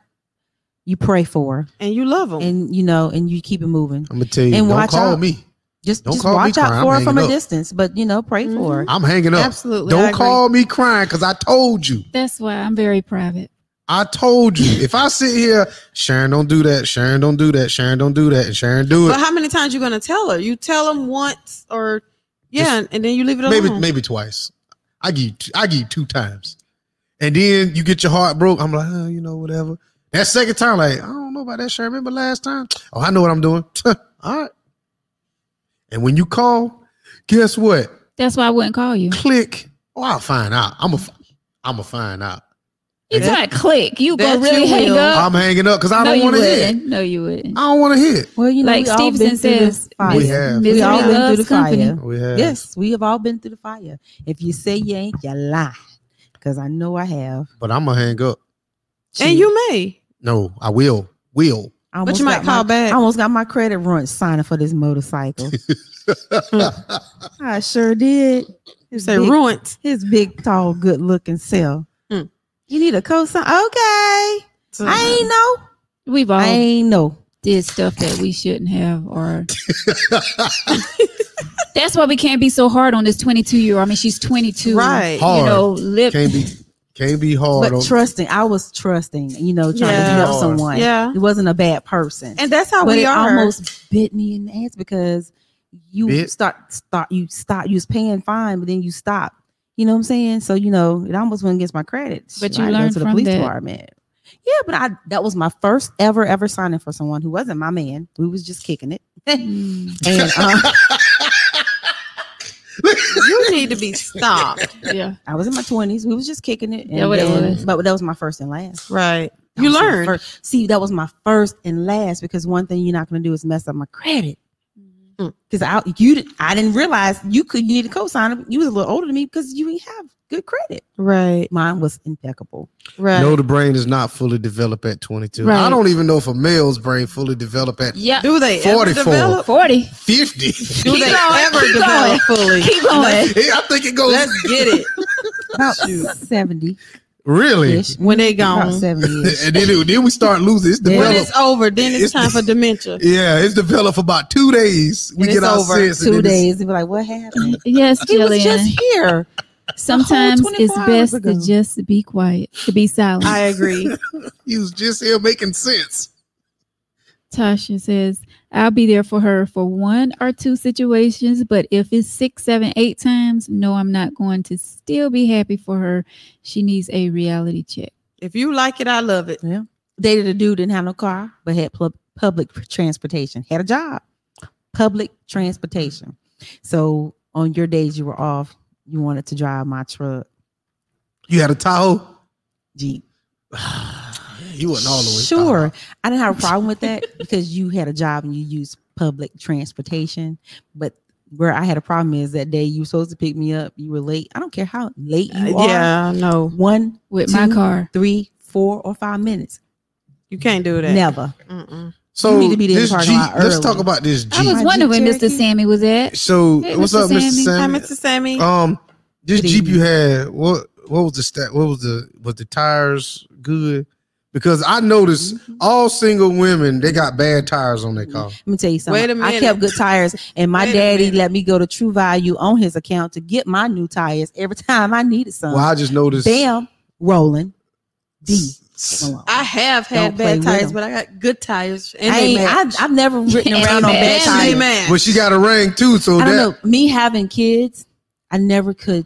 [SPEAKER 3] You pray for her,
[SPEAKER 2] and you love them.
[SPEAKER 3] and you know, and you keep it moving.
[SPEAKER 1] I'm gonna tell you.
[SPEAKER 3] And
[SPEAKER 1] don't
[SPEAKER 3] watch
[SPEAKER 1] call
[SPEAKER 3] out.
[SPEAKER 1] me.
[SPEAKER 3] Just,
[SPEAKER 1] Don't
[SPEAKER 3] just
[SPEAKER 1] call me
[SPEAKER 3] watch
[SPEAKER 1] crying,
[SPEAKER 3] out for
[SPEAKER 1] I'm
[SPEAKER 3] her from a
[SPEAKER 1] hanging up.
[SPEAKER 3] distance, but you know, pray for her.
[SPEAKER 1] I'm hanging up.
[SPEAKER 2] Absolutely, I
[SPEAKER 1] Don't
[SPEAKER 2] agree.
[SPEAKER 1] call me crying because I told you.
[SPEAKER 4] That's why I'm very private.
[SPEAKER 1] I told you. If I sit here, Sharon, don't do that. Sharon, don't do that. Sharon, don't do that. And Sharon, do
[SPEAKER 2] But
[SPEAKER 1] it.
[SPEAKER 2] how many times you gonna tell her? You tell them once or yeah, and then you leave it alone.
[SPEAKER 1] Maybe, maybe twice. I give you, t- I give you two times, and then you get your heart broke. I'm like, oh, you know, whatever. That second time, like, I don't know about that, Sharon. Remember last time? Oh, I know what I'm doing. All right. And when you call, guess what?
[SPEAKER 4] That's why I wouldn't call you.
[SPEAKER 1] Click. Oh, I'll find out. I'm a, I'm a find out.
[SPEAKER 4] You
[SPEAKER 1] That-
[SPEAKER 4] trying to click? You
[SPEAKER 2] that
[SPEAKER 4] gonna really
[SPEAKER 2] you
[SPEAKER 4] hang
[SPEAKER 2] will.
[SPEAKER 4] up?
[SPEAKER 1] I'm hanging up because I
[SPEAKER 4] no,
[SPEAKER 1] don't
[SPEAKER 4] you
[SPEAKER 1] want to hear. it.
[SPEAKER 4] wouldn't. No, you wouldn't.
[SPEAKER 1] I don't want to hear. it.
[SPEAKER 3] Well, you know,
[SPEAKER 4] Mm-hmm. like
[SPEAKER 3] we all been
[SPEAKER 4] Stevenson
[SPEAKER 3] through this
[SPEAKER 4] says,
[SPEAKER 3] fire.
[SPEAKER 1] We have.
[SPEAKER 3] we
[SPEAKER 4] misery
[SPEAKER 3] all been through
[SPEAKER 4] loves
[SPEAKER 3] the
[SPEAKER 4] company.
[SPEAKER 3] fire.
[SPEAKER 1] We have.
[SPEAKER 3] Yes, we have all been through the fire. If you say you ain't, you lie. Because I know I have.
[SPEAKER 1] But I'm gonna hang up.
[SPEAKER 2] and you may,
[SPEAKER 1] No, I will. Will.
[SPEAKER 2] but
[SPEAKER 3] I almost
[SPEAKER 2] you might
[SPEAKER 3] got my-
[SPEAKER 2] call back.
[SPEAKER 3] I almost got my credit run signing for this motorcycle. I sure did.
[SPEAKER 2] You
[SPEAKER 3] His
[SPEAKER 2] say
[SPEAKER 3] big,
[SPEAKER 2] ruined.
[SPEAKER 3] his big, tall, good looking self.
[SPEAKER 2] Hmm. Mm-hmm.
[SPEAKER 3] You need a cosign. Okay.
[SPEAKER 2] Uh-huh.
[SPEAKER 3] I ain't know.
[SPEAKER 2] Oh.
[SPEAKER 4] We've all
[SPEAKER 3] I ain't know.
[SPEAKER 4] did stuff that we shouldn't have, or that's why we can't be so hard on this 22 year. old I mean, she's 22,
[SPEAKER 2] right.
[SPEAKER 1] Hard.
[SPEAKER 4] You know, lip.
[SPEAKER 1] Can't be can't be hard on
[SPEAKER 3] But trusting, I was trusting, you know, trying
[SPEAKER 2] Yeah.
[SPEAKER 3] to help someone.
[SPEAKER 2] Yeah.
[SPEAKER 3] It wasn't a bad person.
[SPEAKER 2] And that's how
[SPEAKER 3] but
[SPEAKER 2] we
[SPEAKER 3] it
[SPEAKER 2] are.
[SPEAKER 3] almost bit me in the ass because you
[SPEAKER 1] Bit?
[SPEAKER 3] start start you stop you was paying fine, but then you stop. You know what I'm saying? So you know it almost went against my credit.
[SPEAKER 4] But
[SPEAKER 3] Shoot,
[SPEAKER 4] you
[SPEAKER 3] I had to go
[SPEAKER 4] learned
[SPEAKER 3] to the
[SPEAKER 4] from
[SPEAKER 3] police
[SPEAKER 4] that.
[SPEAKER 3] department. Yeah, but I that was my first ever ever signing for someone who wasn't my man. We was just kicking it.
[SPEAKER 4] Mm.
[SPEAKER 3] And uh,
[SPEAKER 2] you need to be stopped.
[SPEAKER 4] yeah,
[SPEAKER 3] I was in my 20s. We was just kicking it. And
[SPEAKER 4] Yeah, what it
[SPEAKER 3] then-
[SPEAKER 4] was.
[SPEAKER 3] But that was my first and last.
[SPEAKER 2] Right.
[SPEAKER 3] That
[SPEAKER 2] You
[SPEAKER 3] was my
[SPEAKER 2] learn.
[SPEAKER 3] first- See, that was my first and last because one thing you're not going to do is mess up my credit.
[SPEAKER 1] Mm-hmm.
[SPEAKER 2] Mm.
[SPEAKER 3] Because I you didn't I didn't realize you could you need a cosigner. You was a little older than me because you didn't have good credit.
[SPEAKER 2] Right.
[SPEAKER 3] Mine was impeccable.
[SPEAKER 2] Right.
[SPEAKER 1] No, the brain is not fully developed at 22. I
[SPEAKER 4] Right.
[SPEAKER 1] don't even know if a male's brain fully developed at
[SPEAKER 4] yeah.
[SPEAKER 2] Do they ever
[SPEAKER 1] 44.
[SPEAKER 2] develop?
[SPEAKER 4] 40.
[SPEAKER 1] 50.
[SPEAKER 2] Do
[SPEAKER 4] Keep
[SPEAKER 2] they
[SPEAKER 4] going,
[SPEAKER 2] ever
[SPEAKER 4] keep
[SPEAKER 2] develop fully?
[SPEAKER 4] Keep going.
[SPEAKER 1] I think it goes
[SPEAKER 2] Let's get it
[SPEAKER 3] About 70
[SPEAKER 1] really.
[SPEAKER 3] ish.
[SPEAKER 2] when they
[SPEAKER 3] About
[SPEAKER 2] gone.
[SPEAKER 3] 70 ish.
[SPEAKER 1] and then, it, then we start losing. It's
[SPEAKER 3] When
[SPEAKER 2] When
[SPEAKER 1] developed.
[SPEAKER 2] it's over, then it's
[SPEAKER 1] It's-
[SPEAKER 2] time for dementia.
[SPEAKER 1] yeah, it's developed for about two days. We
[SPEAKER 2] And
[SPEAKER 1] get
[SPEAKER 2] it's
[SPEAKER 1] our
[SPEAKER 2] over.
[SPEAKER 1] sense. and
[SPEAKER 3] Two
[SPEAKER 1] then it's-
[SPEAKER 3] days. They be like, what happened?
[SPEAKER 4] Yes,
[SPEAKER 3] He was
[SPEAKER 4] Jillian.
[SPEAKER 3] just here.
[SPEAKER 4] Sometimes it's
[SPEAKER 3] 24 hours
[SPEAKER 4] best
[SPEAKER 3] ago.
[SPEAKER 4] to just be quiet, to be silent.
[SPEAKER 2] I agree.
[SPEAKER 1] He was just here making sense.
[SPEAKER 4] Tasha says, I'll be there for her for one or two situations, but if it's six, seven, eight times, no, I'm not going to still be happy for her. She needs a reality check.
[SPEAKER 2] If you like it, I love it.
[SPEAKER 3] dated a dude didn't have no car but had pub- public transportation had a job public transportation so on your days you were off you wanted to drive my truck
[SPEAKER 1] You had a Tahoe.
[SPEAKER 3] jeep
[SPEAKER 1] You wasn't all the way. Uh-huh.
[SPEAKER 3] sure i didn't have a problem with that because you had a job and you used public transportation but where I had a problem is that day you were supposed to pick me up. You were late. I don't care how late you are.
[SPEAKER 2] Uh, yeah, no,
[SPEAKER 3] One,
[SPEAKER 4] with my
[SPEAKER 3] Two.
[SPEAKER 4] car.
[SPEAKER 3] three, four, or five minutes.
[SPEAKER 2] you can't do that.
[SPEAKER 3] Never.
[SPEAKER 2] Mm-mm.
[SPEAKER 1] So
[SPEAKER 3] need to be there in the
[SPEAKER 1] this
[SPEAKER 3] parking
[SPEAKER 1] Jeep,
[SPEAKER 3] lot
[SPEAKER 1] let's
[SPEAKER 3] early.
[SPEAKER 1] talk about this
[SPEAKER 4] I
[SPEAKER 1] Jeep.
[SPEAKER 4] was
[SPEAKER 3] Jeep
[SPEAKER 4] wondering where Mr.
[SPEAKER 3] Cherokee.
[SPEAKER 4] Sammy was at.
[SPEAKER 1] So
[SPEAKER 4] Hey,
[SPEAKER 1] what's
[SPEAKER 4] Mr.
[SPEAKER 1] up, Mr.
[SPEAKER 4] Sammy.
[SPEAKER 2] Hi,
[SPEAKER 1] Sammy?
[SPEAKER 2] Mr. Sammy.
[SPEAKER 1] Um, this
[SPEAKER 3] Good
[SPEAKER 1] Jeep you
[SPEAKER 3] evening.
[SPEAKER 1] had, what what was the stat? What was the was the tires good? Because I noticed
[SPEAKER 3] Mm-hmm.
[SPEAKER 1] all single women they got bad tires on their car.
[SPEAKER 3] Let me tell you something.
[SPEAKER 2] Wait a
[SPEAKER 3] I
[SPEAKER 2] minute.
[SPEAKER 3] kept good tires, and my
[SPEAKER 2] Wait a
[SPEAKER 3] daddy
[SPEAKER 2] minute.
[SPEAKER 3] let me go to True Value on his account to get my new tires every time I needed some.
[SPEAKER 1] Well, I just noticed.
[SPEAKER 3] Bam, rolling. D. Malone.
[SPEAKER 2] I have had
[SPEAKER 3] Don't play
[SPEAKER 2] bad
[SPEAKER 3] with
[SPEAKER 2] tires,
[SPEAKER 3] them.
[SPEAKER 2] but I got good tires. And
[SPEAKER 3] I
[SPEAKER 2] they
[SPEAKER 3] ain't,
[SPEAKER 2] match.
[SPEAKER 3] I, I've never ridden
[SPEAKER 4] And
[SPEAKER 3] around
[SPEAKER 4] they
[SPEAKER 3] on bad
[SPEAKER 4] match.
[SPEAKER 2] And they
[SPEAKER 3] tires.
[SPEAKER 2] match.
[SPEAKER 1] But she got a ring too, so
[SPEAKER 3] I don't
[SPEAKER 1] that
[SPEAKER 3] know. Me having kids, I never could.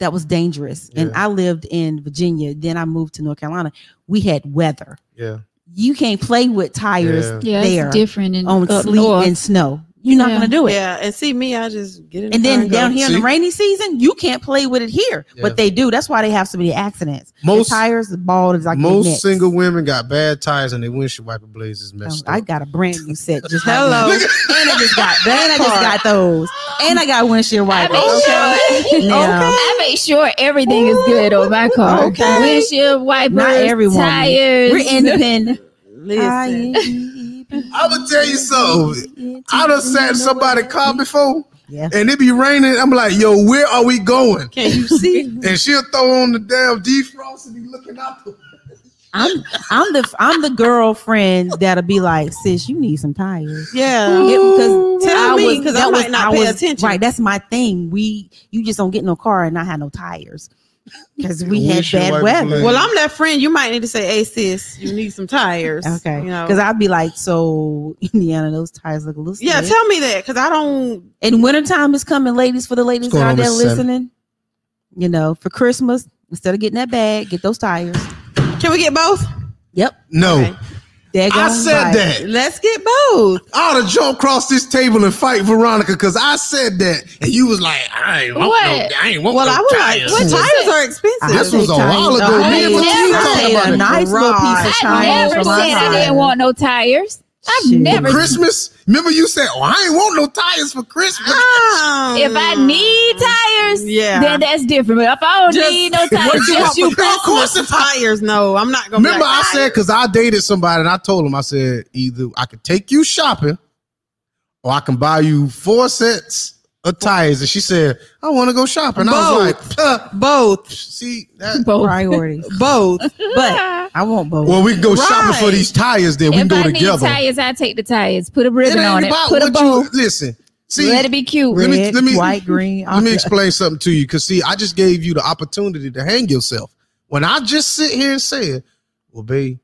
[SPEAKER 3] That was dangerous. And
[SPEAKER 1] Yeah.
[SPEAKER 3] I lived in Virginia. Then I moved to North Carolina. We had weather.
[SPEAKER 1] yeah.
[SPEAKER 3] You can't play with tires
[SPEAKER 1] Yeah.
[SPEAKER 4] Yeah,
[SPEAKER 3] There.
[SPEAKER 4] it's different in
[SPEAKER 3] on
[SPEAKER 4] up
[SPEAKER 3] sleet
[SPEAKER 4] north.
[SPEAKER 3] and snow. You're not
[SPEAKER 4] Uh, Yeah.
[SPEAKER 3] gonna do it.
[SPEAKER 2] yeah, and see me, I just get in. the
[SPEAKER 3] And
[SPEAKER 2] car
[SPEAKER 3] then
[SPEAKER 2] go.
[SPEAKER 3] down here in
[SPEAKER 1] See?
[SPEAKER 3] the rainy season, you can't play with it here.
[SPEAKER 1] Yeah.
[SPEAKER 3] But they do. That's why they have so many accidents.
[SPEAKER 1] Most
[SPEAKER 3] the tires, the ball is like their
[SPEAKER 1] most
[SPEAKER 3] necks.
[SPEAKER 1] single women got bad tires and their windshield wiper blades is
[SPEAKER 3] Oh,
[SPEAKER 1] messed
[SPEAKER 3] I
[SPEAKER 1] up.
[SPEAKER 3] got a brand new set just now.
[SPEAKER 2] Hello.
[SPEAKER 3] and I just got and I just got those. And I got windshield
[SPEAKER 4] I
[SPEAKER 3] wipers.
[SPEAKER 4] make sure.
[SPEAKER 3] Now,
[SPEAKER 4] I make sure everything is good on my car.
[SPEAKER 3] Okay.
[SPEAKER 4] Windshield wipers,
[SPEAKER 3] Not every woman.
[SPEAKER 4] tires.
[SPEAKER 3] We're independent.
[SPEAKER 2] Listen,
[SPEAKER 1] I'm gonna tell you something. I done sat in somebody's car before,
[SPEAKER 3] Yeah.
[SPEAKER 1] and it be raining. I'm like, yo, where are we going?
[SPEAKER 2] can you see?
[SPEAKER 1] And she'll throw on the damn defrost and be looking out. The-
[SPEAKER 3] I'm I'm the I'm the girlfriend that'll be like, sis, you need some tires.
[SPEAKER 2] yeah,
[SPEAKER 3] Yeah, because
[SPEAKER 2] Tell
[SPEAKER 3] I
[SPEAKER 2] me,
[SPEAKER 3] was-
[SPEAKER 2] 'cause I
[SPEAKER 3] that
[SPEAKER 2] might
[SPEAKER 3] was-
[SPEAKER 2] not
[SPEAKER 3] I
[SPEAKER 2] pay
[SPEAKER 3] was-
[SPEAKER 2] attention.
[SPEAKER 3] Right, that's my thing. We you just don't get no car and not have no tires because we had
[SPEAKER 1] Windshield
[SPEAKER 3] bad
[SPEAKER 1] wiper
[SPEAKER 3] weather.
[SPEAKER 1] blade.
[SPEAKER 2] Well, I'm that friend. You might need to say, "Hey, sis, you need some tires."
[SPEAKER 3] Okay,
[SPEAKER 2] you know.
[SPEAKER 3] because I'd be like, so Indiana, those tires look a little.
[SPEAKER 2] yeah,
[SPEAKER 3] slick."
[SPEAKER 2] tell me that because I don't.
[SPEAKER 3] and wintertime is coming, ladies. For the ladies
[SPEAKER 1] What's going
[SPEAKER 3] out
[SPEAKER 1] on,
[SPEAKER 3] there
[SPEAKER 1] Miss Seven?
[SPEAKER 3] listening, you know, for Christmas instead of getting that bag, get those tires.
[SPEAKER 2] Can we get both?
[SPEAKER 3] Yep,
[SPEAKER 1] no,
[SPEAKER 2] Okay.
[SPEAKER 3] there
[SPEAKER 1] I said that.
[SPEAKER 2] Let's get both.
[SPEAKER 1] I ought to jump across this table and fight Veronica because I said that, and you was like, I ain't want
[SPEAKER 4] What?
[SPEAKER 1] no, I ain't want
[SPEAKER 2] Well,
[SPEAKER 1] no
[SPEAKER 2] I was
[SPEAKER 1] tires.
[SPEAKER 2] like, "What tires are expensive?"
[SPEAKER 1] This was a while ago.
[SPEAKER 4] Me and Felicia
[SPEAKER 1] talking about
[SPEAKER 3] a
[SPEAKER 1] it.
[SPEAKER 3] nice little piece of
[SPEAKER 2] Garage.
[SPEAKER 4] I
[SPEAKER 3] tires
[SPEAKER 4] never
[SPEAKER 3] for
[SPEAKER 4] said
[SPEAKER 3] my
[SPEAKER 4] I didn't
[SPEAKER 3] tires.
[SPEAKER 4] want no tires. I've
[SPEAKER 3] Shoot.
[SPEAKER 4] never.
[SPEAKER 1] Christmas? Remember you said, oh, I ain't want no tires for Christmas.
[SPEAKER 2] Um,
[SPEAKER 4] If I need tires,
[SPEAKER 2] Yeah.
[SPEAKER 4] then that's different. But if I don't
[SPEAKER 2] Just-
[SPEAKER 4] need no tires,
[SPEAKER 2] What you
[SPEAKER 4] just
[SPEAKER 2] want
[SPEAKER 4] you
[SPEAKER 2] for Christmas? tires? No, I'm not gonna. be
[SPEAKER 1] Remember, I
[SPEAKER 2] like,
[SPEAKER 1] said because I dated somebody and I told him I said either I could take you shopping or I can buy you four sets of tires. And she said I want to go shopping. I was like, uh,
[SPEAKER 2] both,
[SPEAKER 1] see that?
[SPEAKER 4] both.
[SPEAKER 3] Priorities,
[SPEAKER 2] both.
[SPEAKER 3] but I want both.
[SPEAKER 1] Well, we can go shopping for
[SPEAKER 2] Right.
[SPEAKER 1] these tires. Then we can
[SPEAKER 4] If
[SPEAKER 1] go
[SPEAKER 4] I need
[SPEAKER 1] together.
[SPEAKER 4] tires, I take the tires. Put a
[SPEAKER 1] it
[SPEAKER 4] ribbon
[SPEAKER 1] ain't
[SPEAKER 4] on it.
[SPEAKER 1] about
[SPEAKER 4] Put a
[SPEAKER 1] what
[SPEAKER 4] bow.
[SPEAKER 1] you listen. See,
[SPEAKER 4] Let it be cute.
[SPEAKER 1] Let me-
[SPEAKER 3] Red,
[SPEAKER 1] let me-
[SPEAKER 3] white, green.
[SPEAKER 1] Let me explain something to you. Cause see, I just gave you the opportunity to hang yourself. When I just sit here and say, Well, babe,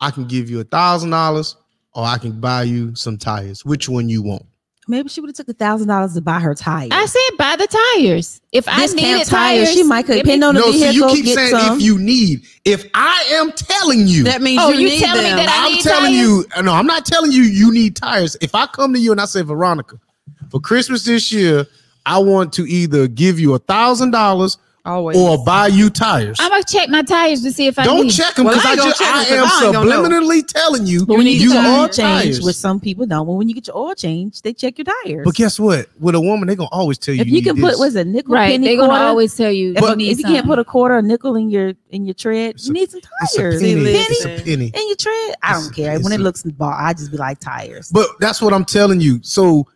[SPEAKER 1] I can give you a thousand dollars or I can buy you some tires. Which one you want?
[SPEAKER 3] Maybe she would have took a thousand dollars to buy her tires.
[SPEAKER 4] I said buy the tires. If I
[SPEAKER 3] Discount
[SPEAKER 4] needed tires,
[SPEAKER 3] She might could
[SPEAKER 4] give me-
[SPEAKER 3] depend on the
[SPEAKER 1] No, see,
[SPEAKER 3] vehicle.
[SPEAKER 1] you keep
[SPEAKER 3] get
[SPEAKER 1] saying
[SPEAKER 3] some.
[SPEAKER 1] if you need. If I am telling you,
[SPEAKER 2] That means
[SPEAKER 4] Oh,
[SPEAKER 2] you,
[SPEAKER 4] you
[SPEAKER 2] need
[SPEAKER 4] telling me
[SPEAKER 2] them.
[SPEAKER 4] that I-
[SPEAKER 1] I'm
[SPEAKER 4] need
[SPEAKER 1] telling
[SPEAKER 4] tires?
[SPEAKER 1] you, no, I'm not telling you you need tires. If I come to you and I say, Veronica, for Christmas this year, I want to either give you a thousand dollars
[SPEAKER 2] always.
[SPEAKER 1] or buy you tires.
[SPEAKER 4] I'm gonna check my tires to see if I
[SPEAKER 1] Don't
[SPEAKER 4] need.
[SPEAKER 1] check them
[SPEAKER 2] Well,
[SPEAKER 1] because
[SPEAKER 2] I
[SPEAKER 1] I,
[SPEAKER 2] ain't gonna
[SPEAKER 1] just
[SPEAKER 2] check
[SPEAKER 1] I
[SPEAKER 2] 'em 'cause
[SPEAKER 1] am
[SPEAKER 2] I ain't gonna know.
[SPEAKER 1] subliminally telling you.
[SPEAKER 2] But we need
[SPEAKER 1] you
[SPEAKER 2] to
[SPEAKER 3] oil
[SPEAKER 1] are
[SPEAKER 2] tires.
[SPEAKER 3] change,
[SPEAKER 1] tires.
[SPEAKER 3] which some people don't. But when you get your oil change, they check your tires.
[SPEAKER 1] But guess what? With a woman, they're gonna always tell you.
[SPEAKER 3] if you,
[SPEAKER 1] need
[SPEAKER 3] can
[SPEAKER 1] this.
[SPEAKER 3] put was a nickel
[SPEAKER 4] Right,
[SPEAKER 3] penny
[SPEAKER 4] they're
[SPEAKER 3] quarter.
[SPEAKER 4] gonna always tell you.
[SPEAKER 3] if,
[SPEAKER 4] you
[SPEAKER 3] if
[SPEAKER 4] need
[SPEAKER 3] you can't
[SPEAKER 4] something.
[SPEAKER 3] put a quarter or nickel in your in your tread,
[SPEAKER 1] It's a-
[SPEAKER 3] you need some
[SPEAKER 1] it's a
[SPEAKER 3] tires.
[SPEAKER 1] penny.
[SPEAKER 3] In
[SPEAKER 1] It's a
[SPEAKER 2] Listen.
[SPEAKER 1] penny.
[SPEAKER 3] your tread, I
[SPEAKER 1] It's
[SPEAKER 3] don't
[SPEAKER 1] a-
[SPEAKER 3] care.
[SPEAKER 1] it's
[SPEAKER 3] When it
[SPEAKER 1] a-
[SPEAKER 3] looks bald, I just be like tires.
[SPEAKER 1] But that's what I'm telling you. So,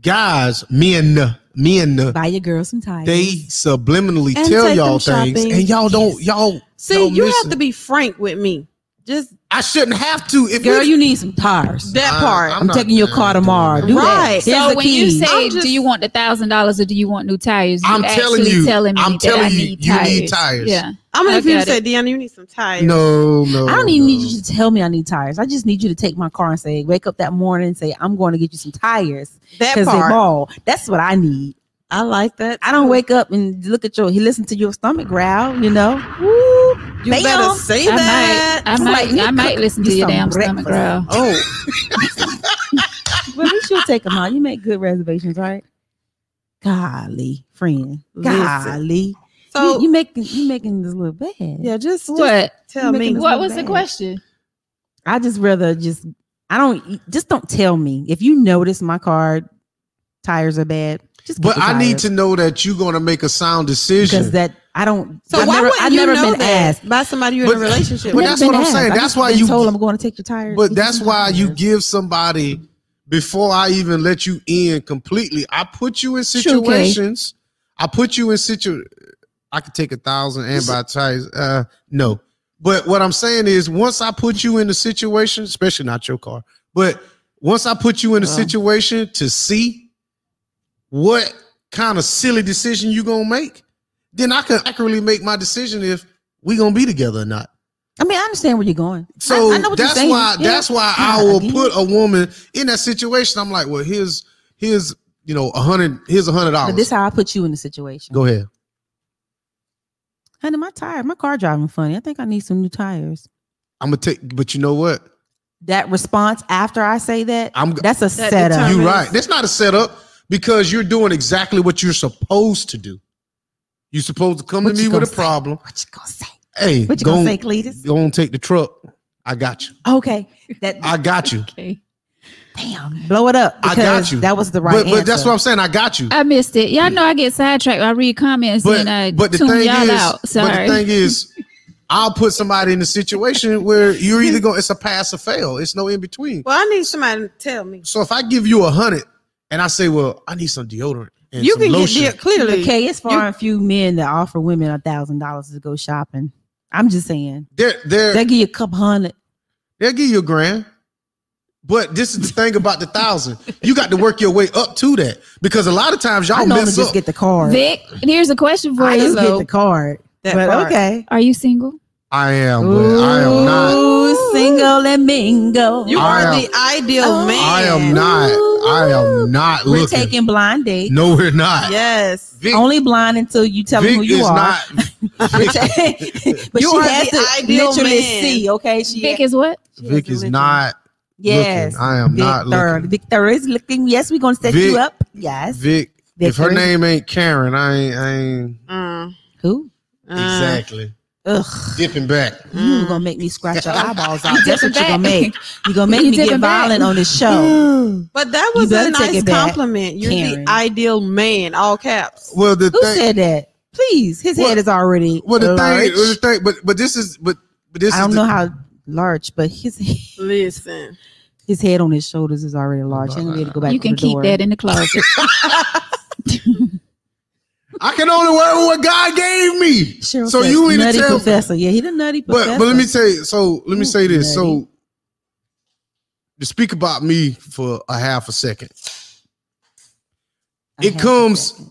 [SPEAKER 1] guys, men, men,
[SPEAKER 3] Buy your girl some tires.
[SPEAKER 1] they subliminally
[SPEAKER 2] And
[SPEAKER 1] tell
[SPEAKER 2] take
[SPEAKER 1] y'all
[SPEAKER 2] them
[SPEAKER 1] things,
[SPEAKER 2] shopping.
[SPEAKER 1] and y'all don't. Y'all
[SPEAKER 2] See,
[SPEAKER 1] don't
[SPEAKER 2] you
[SPEAKER 1] listen.
[SPEAKER 2] have to be frank with me. Just
[SPEAKER 1] I shouldn't have to. If
[SPEAKER 3] girl,
[SPEAKER 1] we-
[SPEAKER 3] you need some tires.
[SPEAKER 2] that
[SPEAKER 1] I-
[SPEAKER 2] part.
[SPEAKER 3] I'm,
[SPEAKER 1] not-
[SPEAKER 3] taking your car tomorrow. Do that.
[SPEAKER 2] Right.
[SPEAKER 3] Here's
[SPEAKER 4] so
[SPEAKER 3] the
[SPEAKER 4] when
[SPEAKER 3] key.
[SPEAKER 4] you say,
[SPEAKER 2] I'm just-
[SPEAKER 4] do you want the thousand dollars or do you want new tires? You
[SPEAKER 1] I'm telling
[SPEAKER 4] actually
[SPEAKER 1] you.
[SPEAKER 4] telling me
[SPEAKER 1] I'm
[SPEAKER 4] that
[SPEAKER 1] telling
[SPEAKER 4] I
[SPEAKER 1] you,
[SPEAKER 4] need
[SPEAKER 1] you
[SPEAKER 4] tires.
[SPEAKER 1] need tires.
[SPEAKER 4] Yeah,
[SPEAKER 2] I'm gonna
[SPEAKER 4] I
[SPEAKER 2] if you
[SPEAKER 4] got
[SPEAKER 2] say, Deanna, you need some tires.
[SPEAKER 1] no, no,
[SPEAKER 3] I don't even
[SPEAKER 1] Oh, no.
[SPEAKER 3] need you to tell me I need tires. I just need you to take my car and say, wake up that morning and say, I'm going to get you some tires
[SPEAKER 2] that
[SPEAKER 3] because they're
[SPEAKER 2] part.
[SPEAKER 3] bald. That's what I need.
[SPEAKER 2] I like that.
[SPEAKER 3] I don't wake up and look at your, he listen to your stomach growl, you know? Woo,
[SPEAKER 2] You
[SPEAKER 3] Bam.
[SPEAKER 2] better say
[SPEAKER 4] I
[SPEAKER 2] that.
[SPEAKER 4] might, I
[SPEAKER 3] I'm
[SPEAKER 4] might,
[SPEAKER 3] like,
[SPEAKER 4] I
[SPEAKER 3] you
[SPEAKER 4] might
[SPEAKER 3] cook
[SPEAKER 4] listen to
[SPEAKER 3] you
[SPEAKER 4] your
[SPEAKER 3] some
[SPEAKER 4] damn stomach
[SPEAKER 3] breakfast.
[SPEAKER 4] growl.
[SPEAKER 2] oh,
[SPEAKER 3] Well, at least you'll take them out. You make good reservations, right? Golly, friend.
[SPEAKER 2] Listen.
[SPEAKER 3] Golly.
[SPEAKER 2] so
[SPEAKER 3] you, you making you making this look bad.
[SPEAKER 2] yeah, just, just
[SPEAKER 4] What?
[SPEAKER 2] Tell
[SPEAKER 3] Making
[SPEAKER 2] me
[SPEAKER 3] this
[SPEAKER 4] What was the
[SPEAKER 3] bad.
[SPEAKER 4] question?
[SPEAKER 3] e, I just rather just I don't just don't tell me. If you notice my card, tires are bad. Just get
[SPEAKER 1] But
[SPEAKER 3] the
[SPEAKER 1] I need
[SPEAKER 3] tires.
[SPEAKER 1] to know that you're gonna make a sound
[SPEAKER 3] because
[SPEAKER 1] decision.
[SPEAKER 3] that I don't.
[SPEAKER 2] So
[SPEAKER 3] I've
[SPEAKER 2] why
[SPEAKER 3] never,
[SPEAKER 2] wouldn't
[SPEAKER 3] I've
[SPEAKER 2] you
[SPEAKER 3] never
[SPEAKER 2] know
[SPEAKER 3] been
[SPEAKER 2] that
[SPEAKER 3] asked.
[SPEAKER 2] by somebody you're in
[SPEAKER 1] But-
[SPEAKER 2] a relationship
[SPEAKER 1] but
[SPEAKER 2] with?
[SPEAKER 3] Never
[SPEAKER 1] that's
[SPEAKER 3] been
[SPEAKER 1] what I'm
[SPEAKER 3] asked.
[SPEAKER 1] saying.
[SPEAKER 3] I've
[SPEAKER 1] That's
[SPEAKER 3] just
[SPEAKER 1] why
[SPEAKER 3] been
[SPEAKER 1] you-
[SPEAKER 3] told I'm going to take your tires.
[SPEAKER 1] but
[SPEAKER 3] You
[SPEAKER 1] that's
[SPEAKER 3] take
[SPEAKER 1] why
[SPEAKER 3] your
[SPEAKER 1] you
[SPEAKER 3] tires.
[SPEAKER 1] give somebody before I even let you in completely. I put you in
[SPEAKER 4] True, Kay.
[SPEAKER 1] situations. I put you in situ. I could take a thousand and by twice. Uh, no, but what I'm saying is, once I put you in a situation, especially not your car, but once I put you in a
[SPEAKER 3] Well.
[SPEAKER 1] situation to see what kind of silly decision you gonna make, then I can accurately make my decision if we gonna be together or not.
[SPEAKER 3] I mean, I understand where you're going.
[SPEAKER 1] So
[SPEAKER 3] I know what you're
[SPEAKER 1] that's
[SPEAKER 3] saying.
[SPEAKER 1] why
[SPEAKER 3] Yeah.
[SPEAKER 1] that's why I
[SPEAKER 3] God,
[SPEAKER 1] will
[SPEAKER 3] again.
[SPEAKER 1] put a woman in that situation. I'm like, well, here's here's you know a hundred here's a hundred
[SPEAKER 3] But this
[SPEAKER 1] dollars.
[SPEAKER 3] how I put you in the situation.
[SPEAKER 1] Go ahead.
[SPEAKER 3] Honey, my tire, my car driving funny. I think I need some new tires.
[SPEAKER 1] I'm gonna take, but you know what?
[SPEAKER 3] That response after I say that,
[SPEAKER 1] I'm
[SPEAKER 3] that's a
[SPEAKER 2] That
[SPEAKER 3] setup.
[SPEAKER 2] determines-
[SPEAKER 1] you right. That's not a setup because you're doing exactly what you're supposed to do. You're supposed to come
[SPEAKER 3] What
[SPEAKER 1] to me
[SPEAKER 3] you
[SPEAKER 1] with
[SPEAKER 3] gonna
[SPEAKER 1] a
[SPEAKER 3] say?
[SPEAKER 1] problem.
[SPEAKER 3] what you gonna say?
[SPEAKER 1] Hey,
[SPEAKER 3] What you
[SPEAKER 1] go
[SPEAKER 3] gonna
[SPEAKER 1] on-
[SPEAKER 3] say, Cletus?
[SPEAKER 1] go on, take the truck. I got you.
[SPEAKER 3] Okay, that
[SPEAKER 1] I got you.
[SPEAKER 4] Okay.
[SPEAKER 3] damn, blow it up.
[SPEAKER 1] I got
[SPEAKER 3] because
[SPEAKER 1] you.
[SPEAKER 3] That was the right.
[SPEAKER 1] but but that's
[SPEAKER 3] answer.
[SPEAKER 1] what I'm saying. I got you.
[SPEAKER 4] I missed it. Y'all know I get sidetracked. I read comments
[SPEAKER 1] But,
[SPEAKER 4] and
[SPEAKER 3] uh,
[SPEAKER 4] I
[SPEAKER 1] but the
[SPEAKER 4] tune
[SPEAKER 1] thing
[SPEAKER 4] y'all
[SPEAKER 1] is,
[SPEAKER 4] out. Sorry.
[SPEAKER 1] but the thing is, I'll put somebody in a situation where you're either going. It's a pass or fail. It's no in between.
[SPEAKER 2] Well, I need somebody to tell me.
[SPEAKER 1] So if I give you a hundred and I say, well, I need some deodorant and
[SPEAKER 2] You
[SPEAKER 1] some
[SPEAKER 2] can
[SPEAKER 1] lotion.
[SPEAKER 2] get the, clearly.
[SPEAKER 3] Okay, it's far and few men that offer women a thousand dollars to go shopping. I'm just saying
[SPEAKER 1] they're they're
[SPEAKER 3] they give you a couple hundred.
[SPEAKER 1] They'll give you a grand. But this is the thing about the thousand. You got to work your way up to that because a lot of times
[SPEAKER 3] I
[SPEAKER 1] y'all
[SPEAKER 3] normally
[SPEAKER 1] mess
[SPEAKER 3] just
[SPEAKER 1] up.
[SPEAKER 3] get the card.
[SPEAKER 4] Vic, here's a question for
[SPEAKER 3] I
[SPEAKER 4] you.
[SPEAKER 3] just get
[SPEAKER 4] though.
[SPEAKER 3] the card.
[SPEAKER 2] That
[SPEAKER 3] but
[SPEAKER 2] part.
[SPEAKER 3] okay,
[SPEAKER 4] Are you single?
[SPEAKER 1] I am, but I am not.
[SPEAKER 3] Ooh, single and mingle.
[SPEAKER 2] You
[SPEAKER 1] I
[SPEAKER 2] are
[SPEAKER 1] am-
[SPEAKER 2] the ideal
[SPEAKER 3] Oh.
[SPEAKER 2] man.
[SPEAKER 1] I am not. I am not
[SPEAKER 3] We're
[SPEAKER 1] looking.
[SPEAKER 3] taking blind dates.
[SPEAKER 1] no, we're not.
[SPEAKER 2] Yes.
[SPEAKER 1] Vic,
[SPEAKER 3] Only blind until you tell
[SPEAKER 1] Vic
[SPEAKER 3] them who you
[SPEAKER 1] is
[SPEAKER 3] are.
[SPEAKER 1] not.
[SPEAKER 3] but
[SPEAKER 1] Vic,
[SPEAKER 2] You
[SPEAKER 3] she
[SPEAKER 2] are
[SPEAKER 3] has
[SPEAKER 2] the
[SPEAKER 3] to
[SPEAKER 2] ideal
[SPEAKER 3] literally
[SPEAKER 2] man.
[SPEAKER 3] see. Okay, she
[SPEAKER 4] Vic is what?
[SPEAKER 1] Vic is not.
[SPEAKER 3] Yes,
[SPEAKER 1] looking. I am not
[SPEAKER 3] Victor.
[SPEAKER 1] looking.
[SPEAKER 3] Victor is looking. Yes, we're gonna set
[SPEAKER 1] Vic-
[SPEAKER 3] you up. Yes.
[SPEAKER 1] Vic. If
[SPEAKER 3] Victor
[SPEAKER 1] her
[SPEAKER 3] is-
[SPEAKER 1] name ain't Karen, I ain't. I ain't
[SPEAKER 2] Mm.
[SPEAKER 3] Who?
[SPEAKER 2] Uh,
[SPEAKER 1] exactly
[SPEAKER 3] Ugh.
[SPEAKER 1] dipping back.
[SPEAKER 3] You were gonna make me scratch your eyeballs out.
[SPEAKER 4] Mm. You
[SPEAKER 3] That's what
[SPEAKER 4] dipping
[SPEAKER 3] you're gonna
[SPEAKER 4] back.
[SPEAKER 3] make. You're gonna make
[SPEAKER 4] You
[SPEAKER 3] me get
[SPEAKER 4] dipping back.
[SPEAKER 3] violent on this show.
[SPEAKER 2] But that was
[SPEAKER 3] better
[SPEAKER 2] a
[SPEAKER 3] take
[SPEAKER 2] nice
[SPEAKER 3] it back,
[SPEAKER 2] compliment. You're
[SPEAKER 3] Karen.
[SPEAKER 2] the ideal man, all caps.
[SPEAKER 1] Well, the
[SPEAKER 3] Who
[SPEAKER 1] thing.
[SPEAKER 3] said that? Please, his
[SPEAKER 1] Well-
[SPEAKER 3] head is already
[SPEAKER 1] well, the
[SPEAKER 3] large.
[SPEAKER 1] thing. Well, the thing. But but this is. But but this
[SPEAKER 3] I
[SPEAKER 1] is.
[SPEAKER 3] don't
[SPEAKER 1] the-
[SPEAKER 3] know how large, but his
[SPEAKER 2] Listen.
[SPEAKER 3] his head on his shoulders is already large. He ain't gonna be able to go back.
[SPEAKER 4] You
[SPEAKER 3] to
[SPEAKER 4] can
[SPEAKER 3] the
[SPEAKER 4] keep
[SPEAKER 3] door.
[SPEAKER 4] that in the closet.
[SPEAKER 1] I can only wear what God gave me.
[SPEAKER 3] Cheryl
[SPEAKER 1] so
[SPEAKER 3] says,
[SPEAKER 1] you ain't
[SPEAKER 3] nutty
[SPEAKER 1] tell.
[SPEAKER 3] professor. Yeah, he the nutty
[SPEAKER 1] But
[SPEAKER 3] professor.
[SPEAKER 1] but let me tell you. So let me
[SPEAKER 3] Ooh,
[SPEAKER 1] say this.
[SPEAKER 3] nutty.
[SPEAKER 1] So to speak about me for a half a second,
[SPEAKER 3] I
[SPEAKER 1] it
[SPEAKER 3] have
[SPEAKER 1] comes-
[SPEAKER 3] to say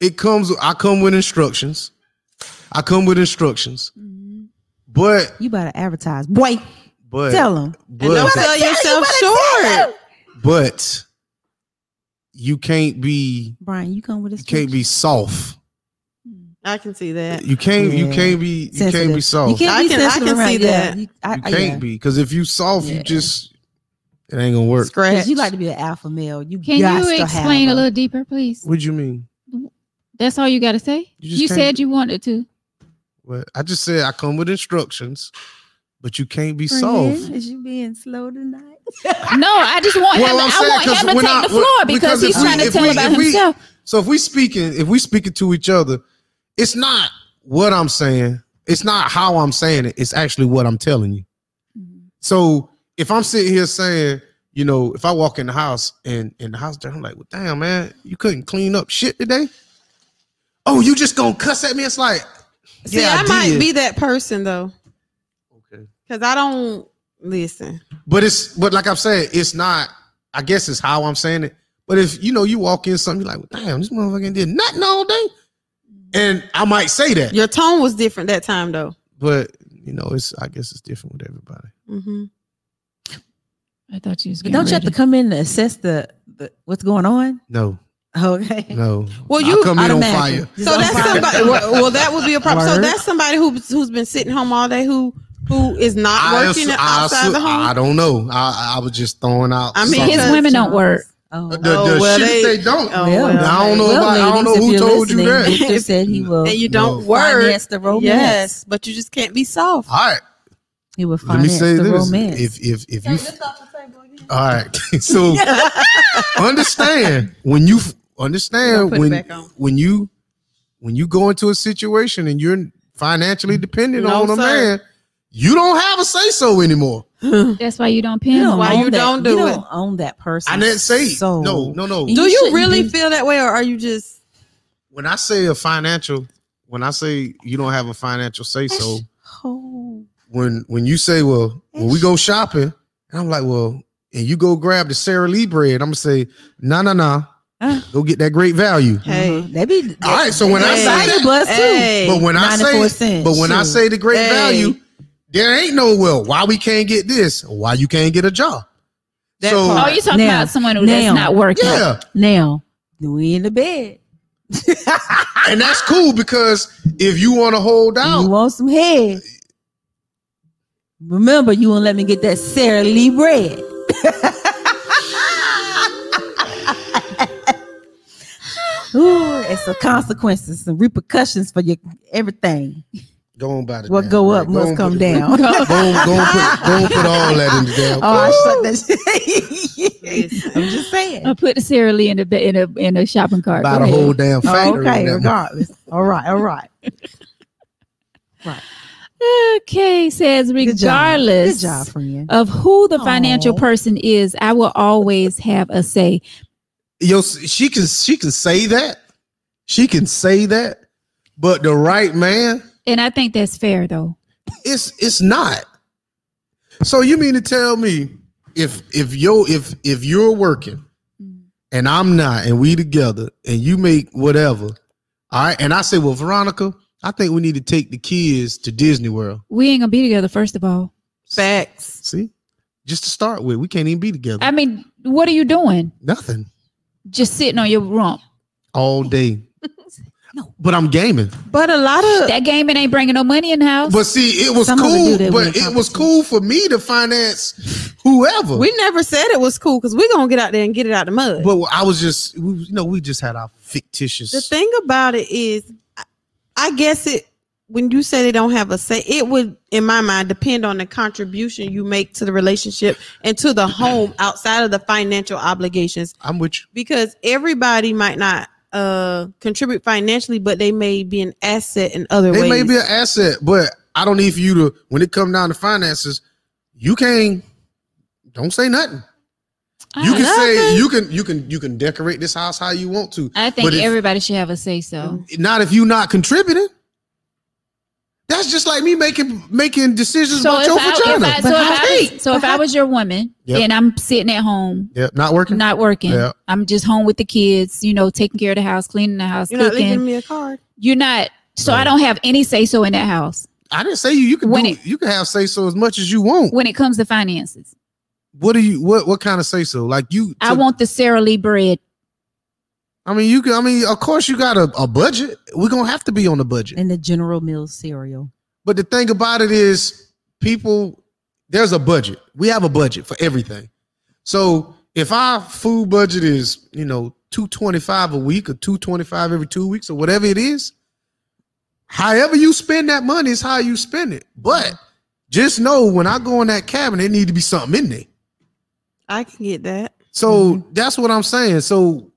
[SPEAKER 3] it.
[SPEAKER 1] it comes. I come with instructions. I come with instructions. But
[SPEAKER 3] You better advertise, boy.
[SPEAKER 1] but
[SPEAKER 3] Tell him.
[SPEAKER 2] And don't
[SPEAKER 1] but
[SPEAKER 2] sell yourself short.
[SPEAKER 1] but you can't be
[SPEAKER 3] Brian, you come with us.
[SPEAKER 1] you can't be soft.
[SPEAKER 2] I can see that.
[SPEAKER 1] You can't you
[SPEAKER 3] Yeah.
[SPEAKER 1] can't be you can't be
[SPEAKER 3] You
[SPEAKER 1] soft. You
[SPEAKER 3] can't
[SPEAKER 2] I
[SPEAKER 3] be
[SPEAKER 2] can- I
[SPEAKER 3] sensitive
[SPEAKER 2] can
[SPEAKER 3] around.
[SPEAKER 2] see
[SPEAKER 3] yeah.
[SPEAKER 2] that.
[SPEAKER 3] You, I, I-
[SPEAKER 1] can't
[SPEAKER 3] yeah.
[SPEAKER 1] be because if you soft,
[SPEAKER 3] Yeah.
[SPEAKER 1] you just it ain't gonna work.
[SPEAKER 2] Scratch.
[SPEAKER 3] Because you like to be an alpha male. You
[SPEAKER 4] Can
[SPEAKER 3] got to
[SPEAKER 4] you
[SPEAKER 3] have
[SPEAKER 4] explain
[SPEAKER 3] her.
[SPEAKER 4] a little deeper, please?
[SPEAKER 1] What do you mean?
[SPEAKER 4] That's all you got to say?
[SPEAKER 1] You
[SPEAKER 4] You,
[SPEAKER 1] just can't
[SPEAKER 4] said
[SPEAKER 1] do-
[SPEAKER 4] you wanted to.
[SPEAKER 1] Well, I just said I come with instructions, but you can't be
[SPEAKER 3] Friend,
[SPEAKER 1] soft.
[SPEAKER 3] Is you being slow tonight?
[SPEAKER 4] No, I just want
[SPEAKER 1] Well,
[SPEAKER 4] him.
[SPEAKER 1] I'm
[SPEAKER 4] I
[SPEAKER 1] saying,
[SPEAKER 4] want
[SPEAKER 1] 'cause
[SPEAKER 4] him to
[SPEAKER 1] when
[SPEAKER 4] take
[SPEAKER 1] I-
[SPEAKER 4] the
[SPEAKER 1] when-
[SPEAKER 4] floor because
[SPEAKER 1] because
[SPEAKER 4] he's
[SPEAKER 1] if
[SPEAKER 4] trying
[SPEAKER 1] we-
[SPEAKER 4] to
[SPEAKER 1] if
[SPEAKER 4] tell
[SPEAKER 1] we-
[SPEAKER 4] about
[SPEAKER 1] if we-
[SPEAKER 4] himself.
[SPEAKER 1] So if we speaking, if we speaking to each other, it's not what I'm saying. It's not how I'm saying it. It's actually what I'm telling you.
[SPEAKER 2] Mm-hmm.
[SPEAKER 1] So if I'm sitting here saying, you know, if I walk in the house and in the house, I'm like, well, damn man, you couldn't clean up shit today. Oh, you just gonna cuss at me? It's like,
[SPEAKER 2] See,
[SPEAKER 1] yeah,
[SPEAKER 2] I,
[SPEAKER 1] I,
[SPEAKER 2] might
[SPEAKER 1] did.
[SPEAKER 2] be that person though,
[SPEAKER 1] Okay.
[SPEAKER 2] because I don't listen.
[SPEAKER 1] But it's but like I'm saying, it's not. I guess it's how I'm saying it. But if you know you walk in something, you're like, damn, this motherfucker did nothing all day, and I might say that.
[SPEAKER 2] Your tone was different that time though.
[SPEAKER 1] But you know, it's I guess it's different with everybody.
[SPEAKER 2] Mm-hmm.
[SPEAKER 4] I thought you was
[SPEAKER 3] But don't you have to come in to assess the, the what's going on?
[SPEAKER 1] No,
[SPEAKER 3] Okay.
[SPEAKER 1] no.
[SPEAKER 2] Well,
[SPEAKER 1] I
[SPEAKER 2] you-
[SPEAKER 1] come in on
[SPEAKER 3] Automatically.
[SPEAKER 1] fire.
[SPEAKER 3] Just
[SPEAKER 2] So
[SPEAKER 3] on
[SPEAKER 2] that's
[SPEAKER 3] fire.
[SPEAKER 2] somebody. Well, well, that would be a problem. So
[SPEAKER 3] Word.
[SPEAKER 2] that's somebody who who's been sitting home all day, who who is not
[SPEAKER 1] I,
[SPEAKER 2] working
[SPEAKER 1] assu- I,
[SPEAKER 2] outside
[SPEAKER 1] assu-
[SPEAKER 2] the
[SPEAKER 1] I
[SPEAKER 2] home.
[SPEAKER 1] don't know. I I was just throwing out.
[SPEAKER 2] I mean,
[SPEAKER 1] something.
[SPEAKER 4] His
[SPEAKER 2] because-
[SPEAKER 4] women don't work.
[SPEAKER 3] Oh.
[SPEAKER 1] the, the
[SPEAKER 2] Oh, well,
[SPEAKER 1] shit
[SPEAKER 2] they-
[SPEAKER 1] they, don't.
[SPEAKER 2] oh,
[SPEAKER 3] Well,
[SPEAKER 2] well,
[SPEAKER 1] I don't know.
[SPEAKER 2] they-
[SPEAKER 3] Well,
[SPEAKER 1] nobody- I don't know
[SPEAKER 3] ladies,
[SPEAKER 1] who
[SPEAKER 3] if you're
[SPEAKER 1] told you
[SPEAKER 3] listening,
[SPEAKER 1] that.
[SPEAKER 3] Victor said he will
[SPEAKER 2] And you
[SPEAKER 1] No.
[SPEAKER 2] don't work.
[SPEAKER 3] finance the romance.
[SPEAKER 2] Yes, but you just can't be soft.
[SPEAKER 1] All right,
[SPEAKER 3] It would
[SPEAKER 1] Let me
[SPEAKER 3] finance
[SPEAKER 1] say
[SPEAKER 3] the
[SPEAKER 1] this:
[SPEAKER 3] romance.
[SPEAKER 1] if if if you, all right. so understand when you
[SPEAKER 2] I'll
[SPEAKER 1] understand
[SPEAKER 2] put it
[SPEAKER 1] when
[SPEAKER 2] back on.
[SPEAKER 1] when you when you go into a situation and you're financially dependent
[SPEAKER 2] Mm-hmm. No,
[SPEAKER 1] on a
[SPEAKER 2] sir.
[SPEAKER 1] man, you don't have a say so anymore.
[SPEAKER 4] That's why you don't
[SPEAKER 3] You
[SPEAKER 4] pin
[SPEAKER 3] don't
[SPEAKER 4] on
[SPEAKER 2] why
[SPEAKER 4] it.
[SPEAKER 3] own
[SPEAKER 2] you
[SPEAKER 3] that-
[SPEAKER 2] don't do
[SPEAKER 3] you
[SPEAKER 2] it.
[SPEAKER 3] Don't own that person.
[SPEAKER 1] I didn't say
[SPEAKER 3] so
[SPEAKER 1] no, no, no.
[SPEAKER 3] You
[SPEAKER 2] Do you
[SPEAKER 3] shouldn't
[SPEAKER 2] really
[SPEAKER 3] be-
[SPEAKER 2] feel that way, or are you just
[SPEAKER 1] When I say a financial, when I say you don't have a financial say so,
[SPEAKER 3] Oh,
[SPEAKER 1] when when you say, well, when we go shopping, and I'm like, well, and you go grab the Sara Lee bread, I'm gonna say, no, no, no,
[SPEAKER 3] Uh.
[SPEAKER 1] go get that great value.
[SPEAKER 2] hey?
[SPEAKER 3] uh-huh. They be
[SPEAKER 1] All right, so when I
[SPEAKER 2] Hey.
[SPEAKER 1] say that,
[SPEAKER 3] bus
[SPEAKER 2] Hey.
[SPEAKER 1] but when I say,
[SPEAKER 3] 94 cents,
[SPEAKER 1] but when I
[SPEAKER 3] shoot.
[SPEAKER 1] say the great
[SPEAKER 2] Hey.
[SPEAKER 1] value, there ain't no well. Why we can't get this? Why you can't get a job?
[SPEAKER 2] That
[SPEAKER 1] so
[SPEAKER 2] part.
[SPEAKER 4] Oh, you talking
[SPEAKER 3] Now,
[SPEAKER 4] about someone who
[SPEAKER 3] now.
[SPEAKER 4] that's not working.
[SPEAKER 3] Oh,
[SPEAKER 1] yeah,
[SPEAKER 3] now we in the bed.
[SPEAKER 1] and that's cool because if you want to hold
[SPEAKER 3] You
[SPEAKER 1] out,
[SPEAKER 3] want some head? Remember, you won't let me get that Sara Lee bread. Ooh, it's the consequences and repercussions for your everything.
[SPEAKER 1] go on by the
[SPEAKER 3] What
[SPEAKER 1] damn
[SPEAKER 3] go
[SPEAKER 1] bread.
[SPEAKER 3] up
[SPEAKER 1] on
[SPEAKER 3] must come
[SPEAKER 1] with it.
[SPEAKER 3] down.
[SPEAKER 1] Go on, go on put, go on put all that in the damn.
[SPEAKER 3] Oh, I shut that. I'm just saying.
[SPEAKER 4] I put the Sara Lee in the ba- in a in a shopping cart.
[SPEAKER 1] by
[SPEAKER 4] Go
[SPEAKER 1] the
[SPEAKER 4] ahead.
[SPEAKER 1] whole damn
[SPEAKER 3] Oh,
[SPEAKER 1] factory. in
[SPEAKER 3] okay,
[SPEAKER 1] that
[SPEAKER 3] regardless. All right, all right.
[SPEAKER 4] Okay, says
[SPEAKER 3] Good job.
[SPEAKER 4] regardless
[SPEAKER 3] Good job, friend.
[SPEAKER 4] of who the financial
[SPEAKER 3] Aw.
[SPEAKER 4] person is, I will always have a say.
[SPEAKER 1] yo she can she can say that she can say that but the right man
[SPEAKER 4] And I think that's fair though.
[SPEAKER 1] it's it's not so you mean to tell me if if yo if if you're working
[SPEAKER 4] Mm.
[SPEAKER 1] and i'm not and we together and you make whatever all right and i say well veronica i think we need to take the kids to disney world
[SPEAKER 4] We ain't gonna be together, first of all.
[SPEAKER 2] facts.
[SPEAKER 1] see just to start with we can't even be together
[SPEAKER 4] I mean, what are you doing?
[SPEAKER 1] nothing
[SPEAKER 4] Just sitting on your rump.
[SPEAKER 1] all day
[SPEAKER 4] No.
[SPEAKER 1] but i'm gaming
[SPEAKER 2] But a lot of
[SPEAKER 4] That game it ain't bringing no money in the house.
[SPEAKER 1] But see, it was
[SPEAKER 3] Some of it do
[SPEAKER 1] cool.
[SPEAKER 3] that when
[SPEAKER 1] But
[SPEAKER 3] it
[SPEAKER 1] it was
[SPEAKER 3] competition.
[SPEAKER 1] cool for me to finance whoever.
[SPEAKER 2] we never said it was cool because we're gonna get out there and get it out the mud.
[SPEAKER 1] but I was just, we, you know, we just had our
[SPEAKER 2] The
[SPEAKER 1] fictitious.
[SPEAKER 2] thing about it is, I- I guess it when you say they don't have a say, it would, in my mind, depend on the contribution you make to the relationship and to the home outside of the financial obligations.
[SPEAKER 1] I'm with you.
[SPEAKER 2] Because everybody might not uh contribute financially, but they may be an asset in other
[SPEAKER 1] They
[SPEAKER 2] ways.
[SPEAKER 1] may be an asset, but I don't need for you to. When it come down to finances, you can't. Don't say nothing. You
[SPEAKER 4] I,
[SPEAKER 1] can say
[SPEAKER 2] nothing.
[SPEAKER 1] you can you can you can decorate this house how you want to.
[SPEAKER 4] I think
[SPEAKER 1] but if-
[SPEAKER 4] everybody should have a say so.
[SPEAKER 1] Not if you not contributing. That's just like me making making decisions
[SPEAKER 4] So
[SPEAKER 1] about
[SPEAKER 4] if
[SPEAKER 1] your vagina.
[SPEAKER 4] I, if I, so, if I was, so if I was your woman
[SPEAKER 1] Yep.
[SPEAKER 4] and I'm sitting at home
[SPEAKER 1] yeah, not working.
[SPEAKER 4] not working.
[SPEAKER 1] Yeah.
[SPEAKER 4] I'm just home with the kids, you know, taking care of the house, cleaning the house,
[SPEAKER 2] You're not
[SPEAKER 4] cooking.
[SPEAKER 2] leaving me a card.
[SPEAKER 4] You're not. So
[SPEAKER 1] No.
[SPEAKER 4] I don't have any say so in that house
[SPEAKER 1] I didn't say you. You can
[SPEAKER 4] When
[SPEAKER 1] do.
[SPEAKER 4] it-
[SPEAKER 1] you can have say so as much as you want.
[SPEAKER 4] when it comes to finances.
[SPEAKER 1] What do you what what kind of say so? Like you
[SPEAKER 4] I
[SPEAKER 1] to-
[SPEAKER 4] want the Sara Lee bread.
[SPEAKER 1] I mean you can I mean of course you got a, a budget. We're gonna have to be on the budget.
[SPEAKER 3] And the General Mills cereal.
[SPEAKER 1] But the thing about it is people there's a budget. We have a budget for everything. So if our food budget is, you know, 225 a week or 225 every two weeks or whatever it is, however you spend that money is how you spend it. But just know when I go in that cabin, there need to be something in there.
[SPEAKER 2] I can get that.
[SPEAKER 1] So that's what I'm saying. So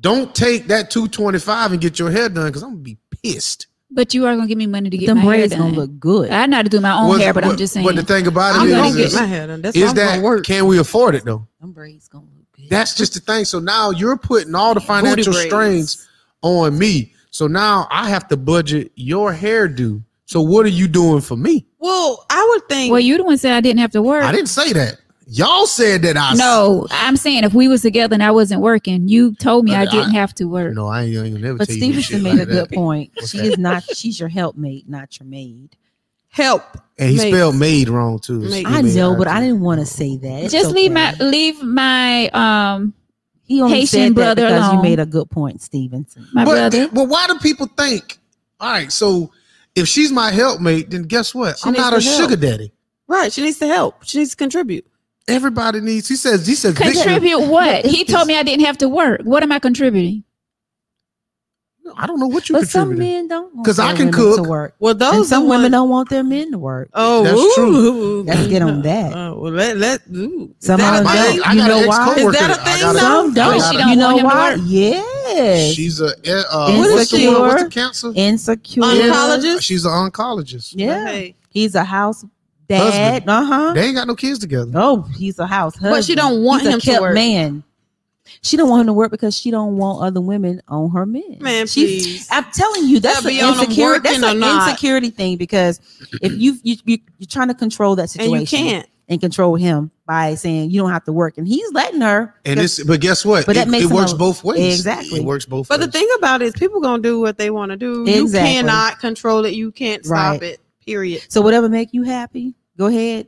[SPEAKER 1] don't take that 225 and get your hair done because I'm gonna be pissed.
[SPEAKER 4] But you are gonna give me money to get
[SPEAKER 3] The
[SPEAKER 4] my hair
[SPEAKER 3] braids gonna
[SPEAKER 4] done.
[SPEAKER 3] look good.
[SPEAKER 4] I know how to do my own
[SPEAKER 1] What-
[SPEAKER 4] hair, but I'm
[SPEAKER 1] what-
[SPEAKER 4] just saying.
[SPEAKER 1] But the thing about
[SPEAKER 2] I'm
[SPEAKER 1] it
[SPEAKER 2] gonna
[SPEAKER 1] is,
[SPEAKER 2] get
[SPEAKER 1] is,
[SPEAKER 2] my hair done. That's
[SPEAKER 1] is
[SPEAKER 2] what I'm gonna
[SPEAKER 1] that
[SPEAKER 2] work.
[SPEAKER 1] can we afford it though?
[SPEAKER 3] Them braids gonna look good.
[SPEAKER 1] That's just the thing. So now you're putting all the financial
[SPEAKER 2] braids.
[SPEAKER 1] strains on me. So now I have to budget your hairdo. So what are you doing for me?
[SPEAKER 2] Well, I would think.
[SPEAKER 4] well, you the one said I didn't have to work.
[SPEAKER 1] I didn't say that. Y'all said that I
[SPEAKER 4] no, I'm saying if we was together and I wasn't working, you told me I,
[SPEAKER 1] But I-
[SPEAKER 4] didn't have to work.
[SPEAKER 1] No, I ain't gonna never
[SPEAKER 3] But
[SPEAKER 1] tell you no shit
[SPEAKER 3] Stevenson made
[SPEAKER 1] like
[SPEAKER 3] a good
[SPEAKER 1] that.
[SPEAKER 3] point.
[SPEAKER 1] What's
[SPEAKER 3] She
[SPEAKER 1] that?
[SPEAKER 3] is not. She's your helpmate, not your maid.
[SPEAKER 2] help.
[SPEAKER 1] And he
[SPEAKER 2] Mate.
[SPEAKER 1] spelled made wrong too.
[SPEAKER 2] Mate.
[SPEAKER 3] I
[SPEAKER 1] Made.
[SPEAKER 3] know, but I didn't want to say that. It's
[SPEAKER 4] just leave
[SPEAKER 3] okay.
[SPEAKER 4] my leave my um
[SPEAKER 3] he only
[SPEAKER 4] Haitian
[SPEAKER 3] said
[SPEAKER 4] brother
[SPEAKER 3] that because you
[SPEAKER 4] alone.
[SPEAKER 3] made a good point, Stevenson.
[SPEAKER 4] my
[SPEAKER 1] but,
[SPEAKER 4] brother.
[SPEAKER 1] But why do people think? All right, so if she's my helpmate, then guess what?
[SPEAKER 2] She
[SPEAKER 1] I'm
[SPEAKER 2] needs
[SPEAKER 1] not a
[SPEAKER 2] the help.
[SPEAKER 1] sugar daddy.
[SPEAKER 2] Right. She needs to help. She needs to contribute.
[SPEAKER 1] Everybody needs. He says. He says. Victor-
[SPEAKER 4] Contribute what? He told me I didn't have to work. What am I contributing?
[SPEAKER 1] I don't know what you
[SPEAKER 3] But some
[SPEAKER 1] contributing.
[SPEAKER 3] men don't want
[SPEAKER 1] 'Cause
[SPEAKER 3] their
[SPEAKER 1] I can
[SPEAKER 3] women
[SPEAKER 1] cook.
[SPEAKER 3] to work.
[SPEAKER 2] Well,
[SPEAKER 3] And
[SPEAKER 2] those
[SPEAKER 3] some
[SPEAKER 2] the
[SPEAKER 3] women
[SPEAKER 2] ones-
[SPEAKER 3] don't want their men to work.
[SPEAKER 2] Oh,
[SPEAKER 1] That's
[SPEAKER 2] ooh,
[SPEAKER 1] true.
[SPEAKER 2] ooh, ooh.
[SPEAKER 3] Let's get on that.
[SPEAKER 2] Uh, well, let let. Ooh. Is
[SPEAKER 3] Some
[SPEAKER 2] that
[SPEAKER 3] of
[SPEAKER 2] a
[SPEAKER 1] I,
[SPEAKER 3] them-
[SPEAKER 2] thing?
[SPEAKER 1] I
[SPEAKER 3] You
[SPEAKER 1] got
[SPEAKER 3] know
[SPEAKER 1] an
[SPEAKER 3] why?
[SPEAKER 1] ex-coworker.
[SPEAKER 2] Is that a
[SPEAKER 1] I
[SPEAKER 2] thing,
[SPEAKER 1] got
[SPEAKER 2] though?
[SPEAKER 3] Some
[SPEAKER 1] I
[SPEAKER 3] don't.
[SPEAKER 1] got
[SPEAKER 4] She
[SPEAKER 1] a-
[SPEAKER 4] don't
[SPEAKER 3] you know
[SPEAKER 4] want him to
[SPEAKER 3] why?
[SPEAKER 4] work.
[SPEAKER 3] Yes.
[SPEAKER 1] She's a uh, uh, what's the
[SPEAKER 3] Insecure.
[SPEAKER 1] one? What's the cancer?
[SPEAKER 3] insecure.
[SPEAKER 2] Oncologist?
[SPEAKER 1] She's an oncologist.
[SPEAKER 3] Yeah.
[SPEAKER 2] Okay.
[SPEAKER 3] He's a house dad. Uh huh.
[SPEAKER 1] They ain't got no kids together.
[SPEAKER 3] No, he's a house husband.
[SPEAKER 2] But she don't want
[SPEAKER 3] He's a
[SPEAKER 2] him to
[SPEAKER 3] kept
[SPEAKER 2] work.
[SPEAKER 3] Man, she don't want him to work because she don't want other women on her men.
[SPEAKER 2] Man,
[SPEAKER 3] She's-
[SPEAKER 2] please.
[SPEAKER 3] I'm telling you, that's
[SPEAKER 2] That
[SPEAKER 3] an
[SPEAKER 2] be on 'em
[SPEAKER 3] insecurity. That's
[SPEAKER 2] working or
[SPEAKER 3] an
[SPEAKER 2] not.
[SPEAKER 3] insecurity thing because if you you you you're trying to control that
[SPEAKER 2] and
[SPEAKER 3] situation
[SPEAKER 2] you can't.
[SPEAKER 3] and control him by saying you don't have to work, and he's letting her.
[SPEAKER 1] And it's but guess what?
[SPEAKER 3] But that
[SPEAKER 1] it,
[SPEAKER 3] makes
[SPEAKER 1] it
[SPEAKER 3] them
[SPEAKER 1] works
[SPEAKER 3] a-
[SPEAKER 1] both ways.
[SPEAKER 3] Exactly.
[SPEAKER 1] It works both
[SPEAKER 2] But the
[SPEAKER 1] ways.
[SPEAKER 2] thing about it is, people gonna do what they want to do.
[SPEAKER 3] Exactly.
[SPEAKER 2] You cannot control it. You can't stop
[SPEAKER 3] Right.
[SPEAKER 2] it. Period.
[SPEAKER 3] so whatever make you happy, go ahead.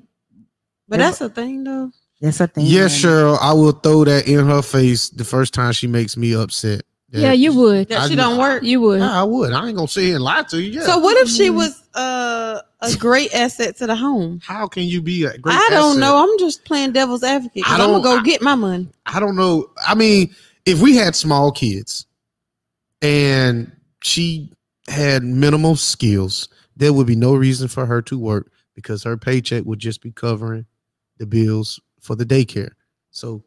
[SPEAKER 2] But
[SPEAKER 3] Yeah.
[SPEAKER 2] that's the thing, though.
[SPEAKER 3] That's a thing.
[SPEAKER 1] Yes,
[SPEAKER 3] man.
[SPEAKER 1] Cheryl, I will throw that in her face the first time she makes me upset. That-
[SPEAKER 4] Yeah, you would.
[SPEAKER 2] That
[SPEAKER 1] I
[SPEAKER 2] she
[SPEAKER 1] know.
[SPEAKER 2] don't work.
[SPEAKER 4] You would.
[SPEAKER 1] Yeah, I would. I ain't gonna sit here and lie to you. Yeah.
[SPEAKER 2] So what if she was uh, a great asset to the home?
[SPEAKER 1] how can you be a great?
[SPEAKER 2] I don't
[SPEAKER 1] asset?
[SPEAKER 2] know. I'm just playing devil's advocate.
[SPEAKER 1] I
[SPEAKER 2] I am
[SPEAKER 1] don't-
[SPEAKER 2] gonna go
[SPEAKER 1] I-
[SPEAKER 2] get my money.
[SPEAKER 1] I don't know. I mean, if we had small kids and she had minimal skills, there would be no reason for her to work because her paycheck would just be covering the bills for the daycare. So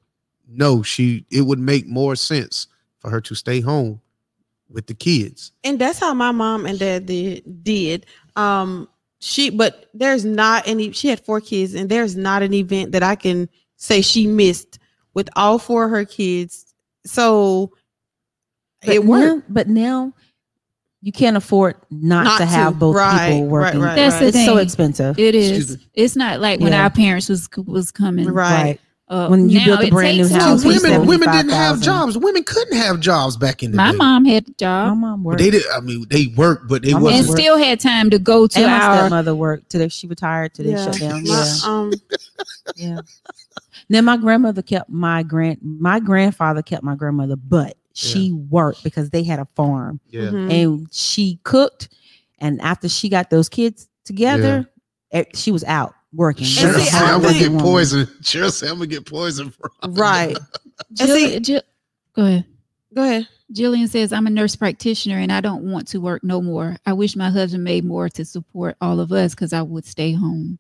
[SPEAKER 1] no, she it would make more sense for her to stay home with the kids.
[SPEAKER 2] and that's how my mom and dad did, did. um she but there's not any she had four kids and there's not an event that i can say she missed with all four of her kids so
[SPEAKER 3] But
[SPEAKER 2] it worked
[SPEAKER 3] Now, but now you can't afford not,
[SPEAKER 2] Not to.
[SPEAKER 3] to have both
[SPEAKER 2] Right,
[SPEAKER 3] people
[SPEAKER 2] right,
[SPEAKER 3] working.
[SPEAKER 2] right,
[SPEAKER 4] That's right.
[SPEAKER 3] It's
[SPEAKER 4] the
[SPEAKER 3] so
[SPEAKER 4] thing.
[SPEAKER 3] expensive.
[SPEAKER 4] It
[SPEAKER 1] Excuse
[SPEAKER 4] is. It's not like when
[SPEAKER 3] Yeah.
[SPEAKER 4] our parents was was coming.
[SPEAKER 2] right,
[SPEAKER 4] Uh,
[SPEAKER 3] When you built a
[SPEAKER 4] it
[SPEAKER 3] brand new
[SPEAKER 4] takes
[SPEAKER 3] house,
[SPEAKER 4] two
[SPEAKER 3] we
[SPEAKER 1] Women
[SPEAKER 4] people.
[SPEAKER 3] seventy-
[SPEAKER 1] women didn't have
[SPEAKER 3] 75,000.
[SPEAKER 1] jobs. Women couldn't have jobs back in the
[SPEAKER 4] My
[SPEAKER 1] day.
[SPEAKER 4] mom had a
[SPEAKER 3] My
[SPEAKER 4] job
[SPEAKER 3] mom
[SPEAKER 1] But
[SPEAKER 3] worked.
[SPEAKER 1] they did. I mean, they worked, but they
[SPEAKER 3] My mom
[SPEAKER 1] wasn't.
[SPEAKER 4] and
[SPEAKER 3] worked.
[SPEAKER 4] still had time to go to
[SPEAKER 3] and my
[SPEAKER 4] our.
[SPEAKER 3] stepmother worked today. She retired today.
[SPEAKER 2] Yeah.
[SPEAKER 3] Shut down.
[SPEAKER 2] My-
[SPEAKER 3] Yeah.
[SPEAKER 2] um
[SPEAKER 3] yeah. Then my grandmother kept my grand my grandfather kept my grandmother, but she worked because they had a farm
[SPEAKER 1] yeah.
[SPEAKER 2] mhm.
[SPEAKER 3] and she cooked. And after she got those kids together, eh, she was out working.
[SPEAKER 2] Sure.
[SPEAKER 1] Cheryl
[SPEAKER 2] And see,
[SPEAKER 1] said,
[SPEAKER 2] I
[SPEAKER 1] I'm gonna
[SPEAKER 2] think-
[SPEAKER 1] get poisoned. Cheryl said, I'm gonna get poisoned from.
[SPEAKER 2] right
[SPEAKER 4] Jill,
[SPEAKER 2] see-
[SPEAKER 4] Jill, go ahead.
[SPEAKER 2] go ahead
[SPEAKER 4] Jillian says, I'm a nurse practitioner and I don't want to work no more. I wish my husband made more to support all of us because I would stay home.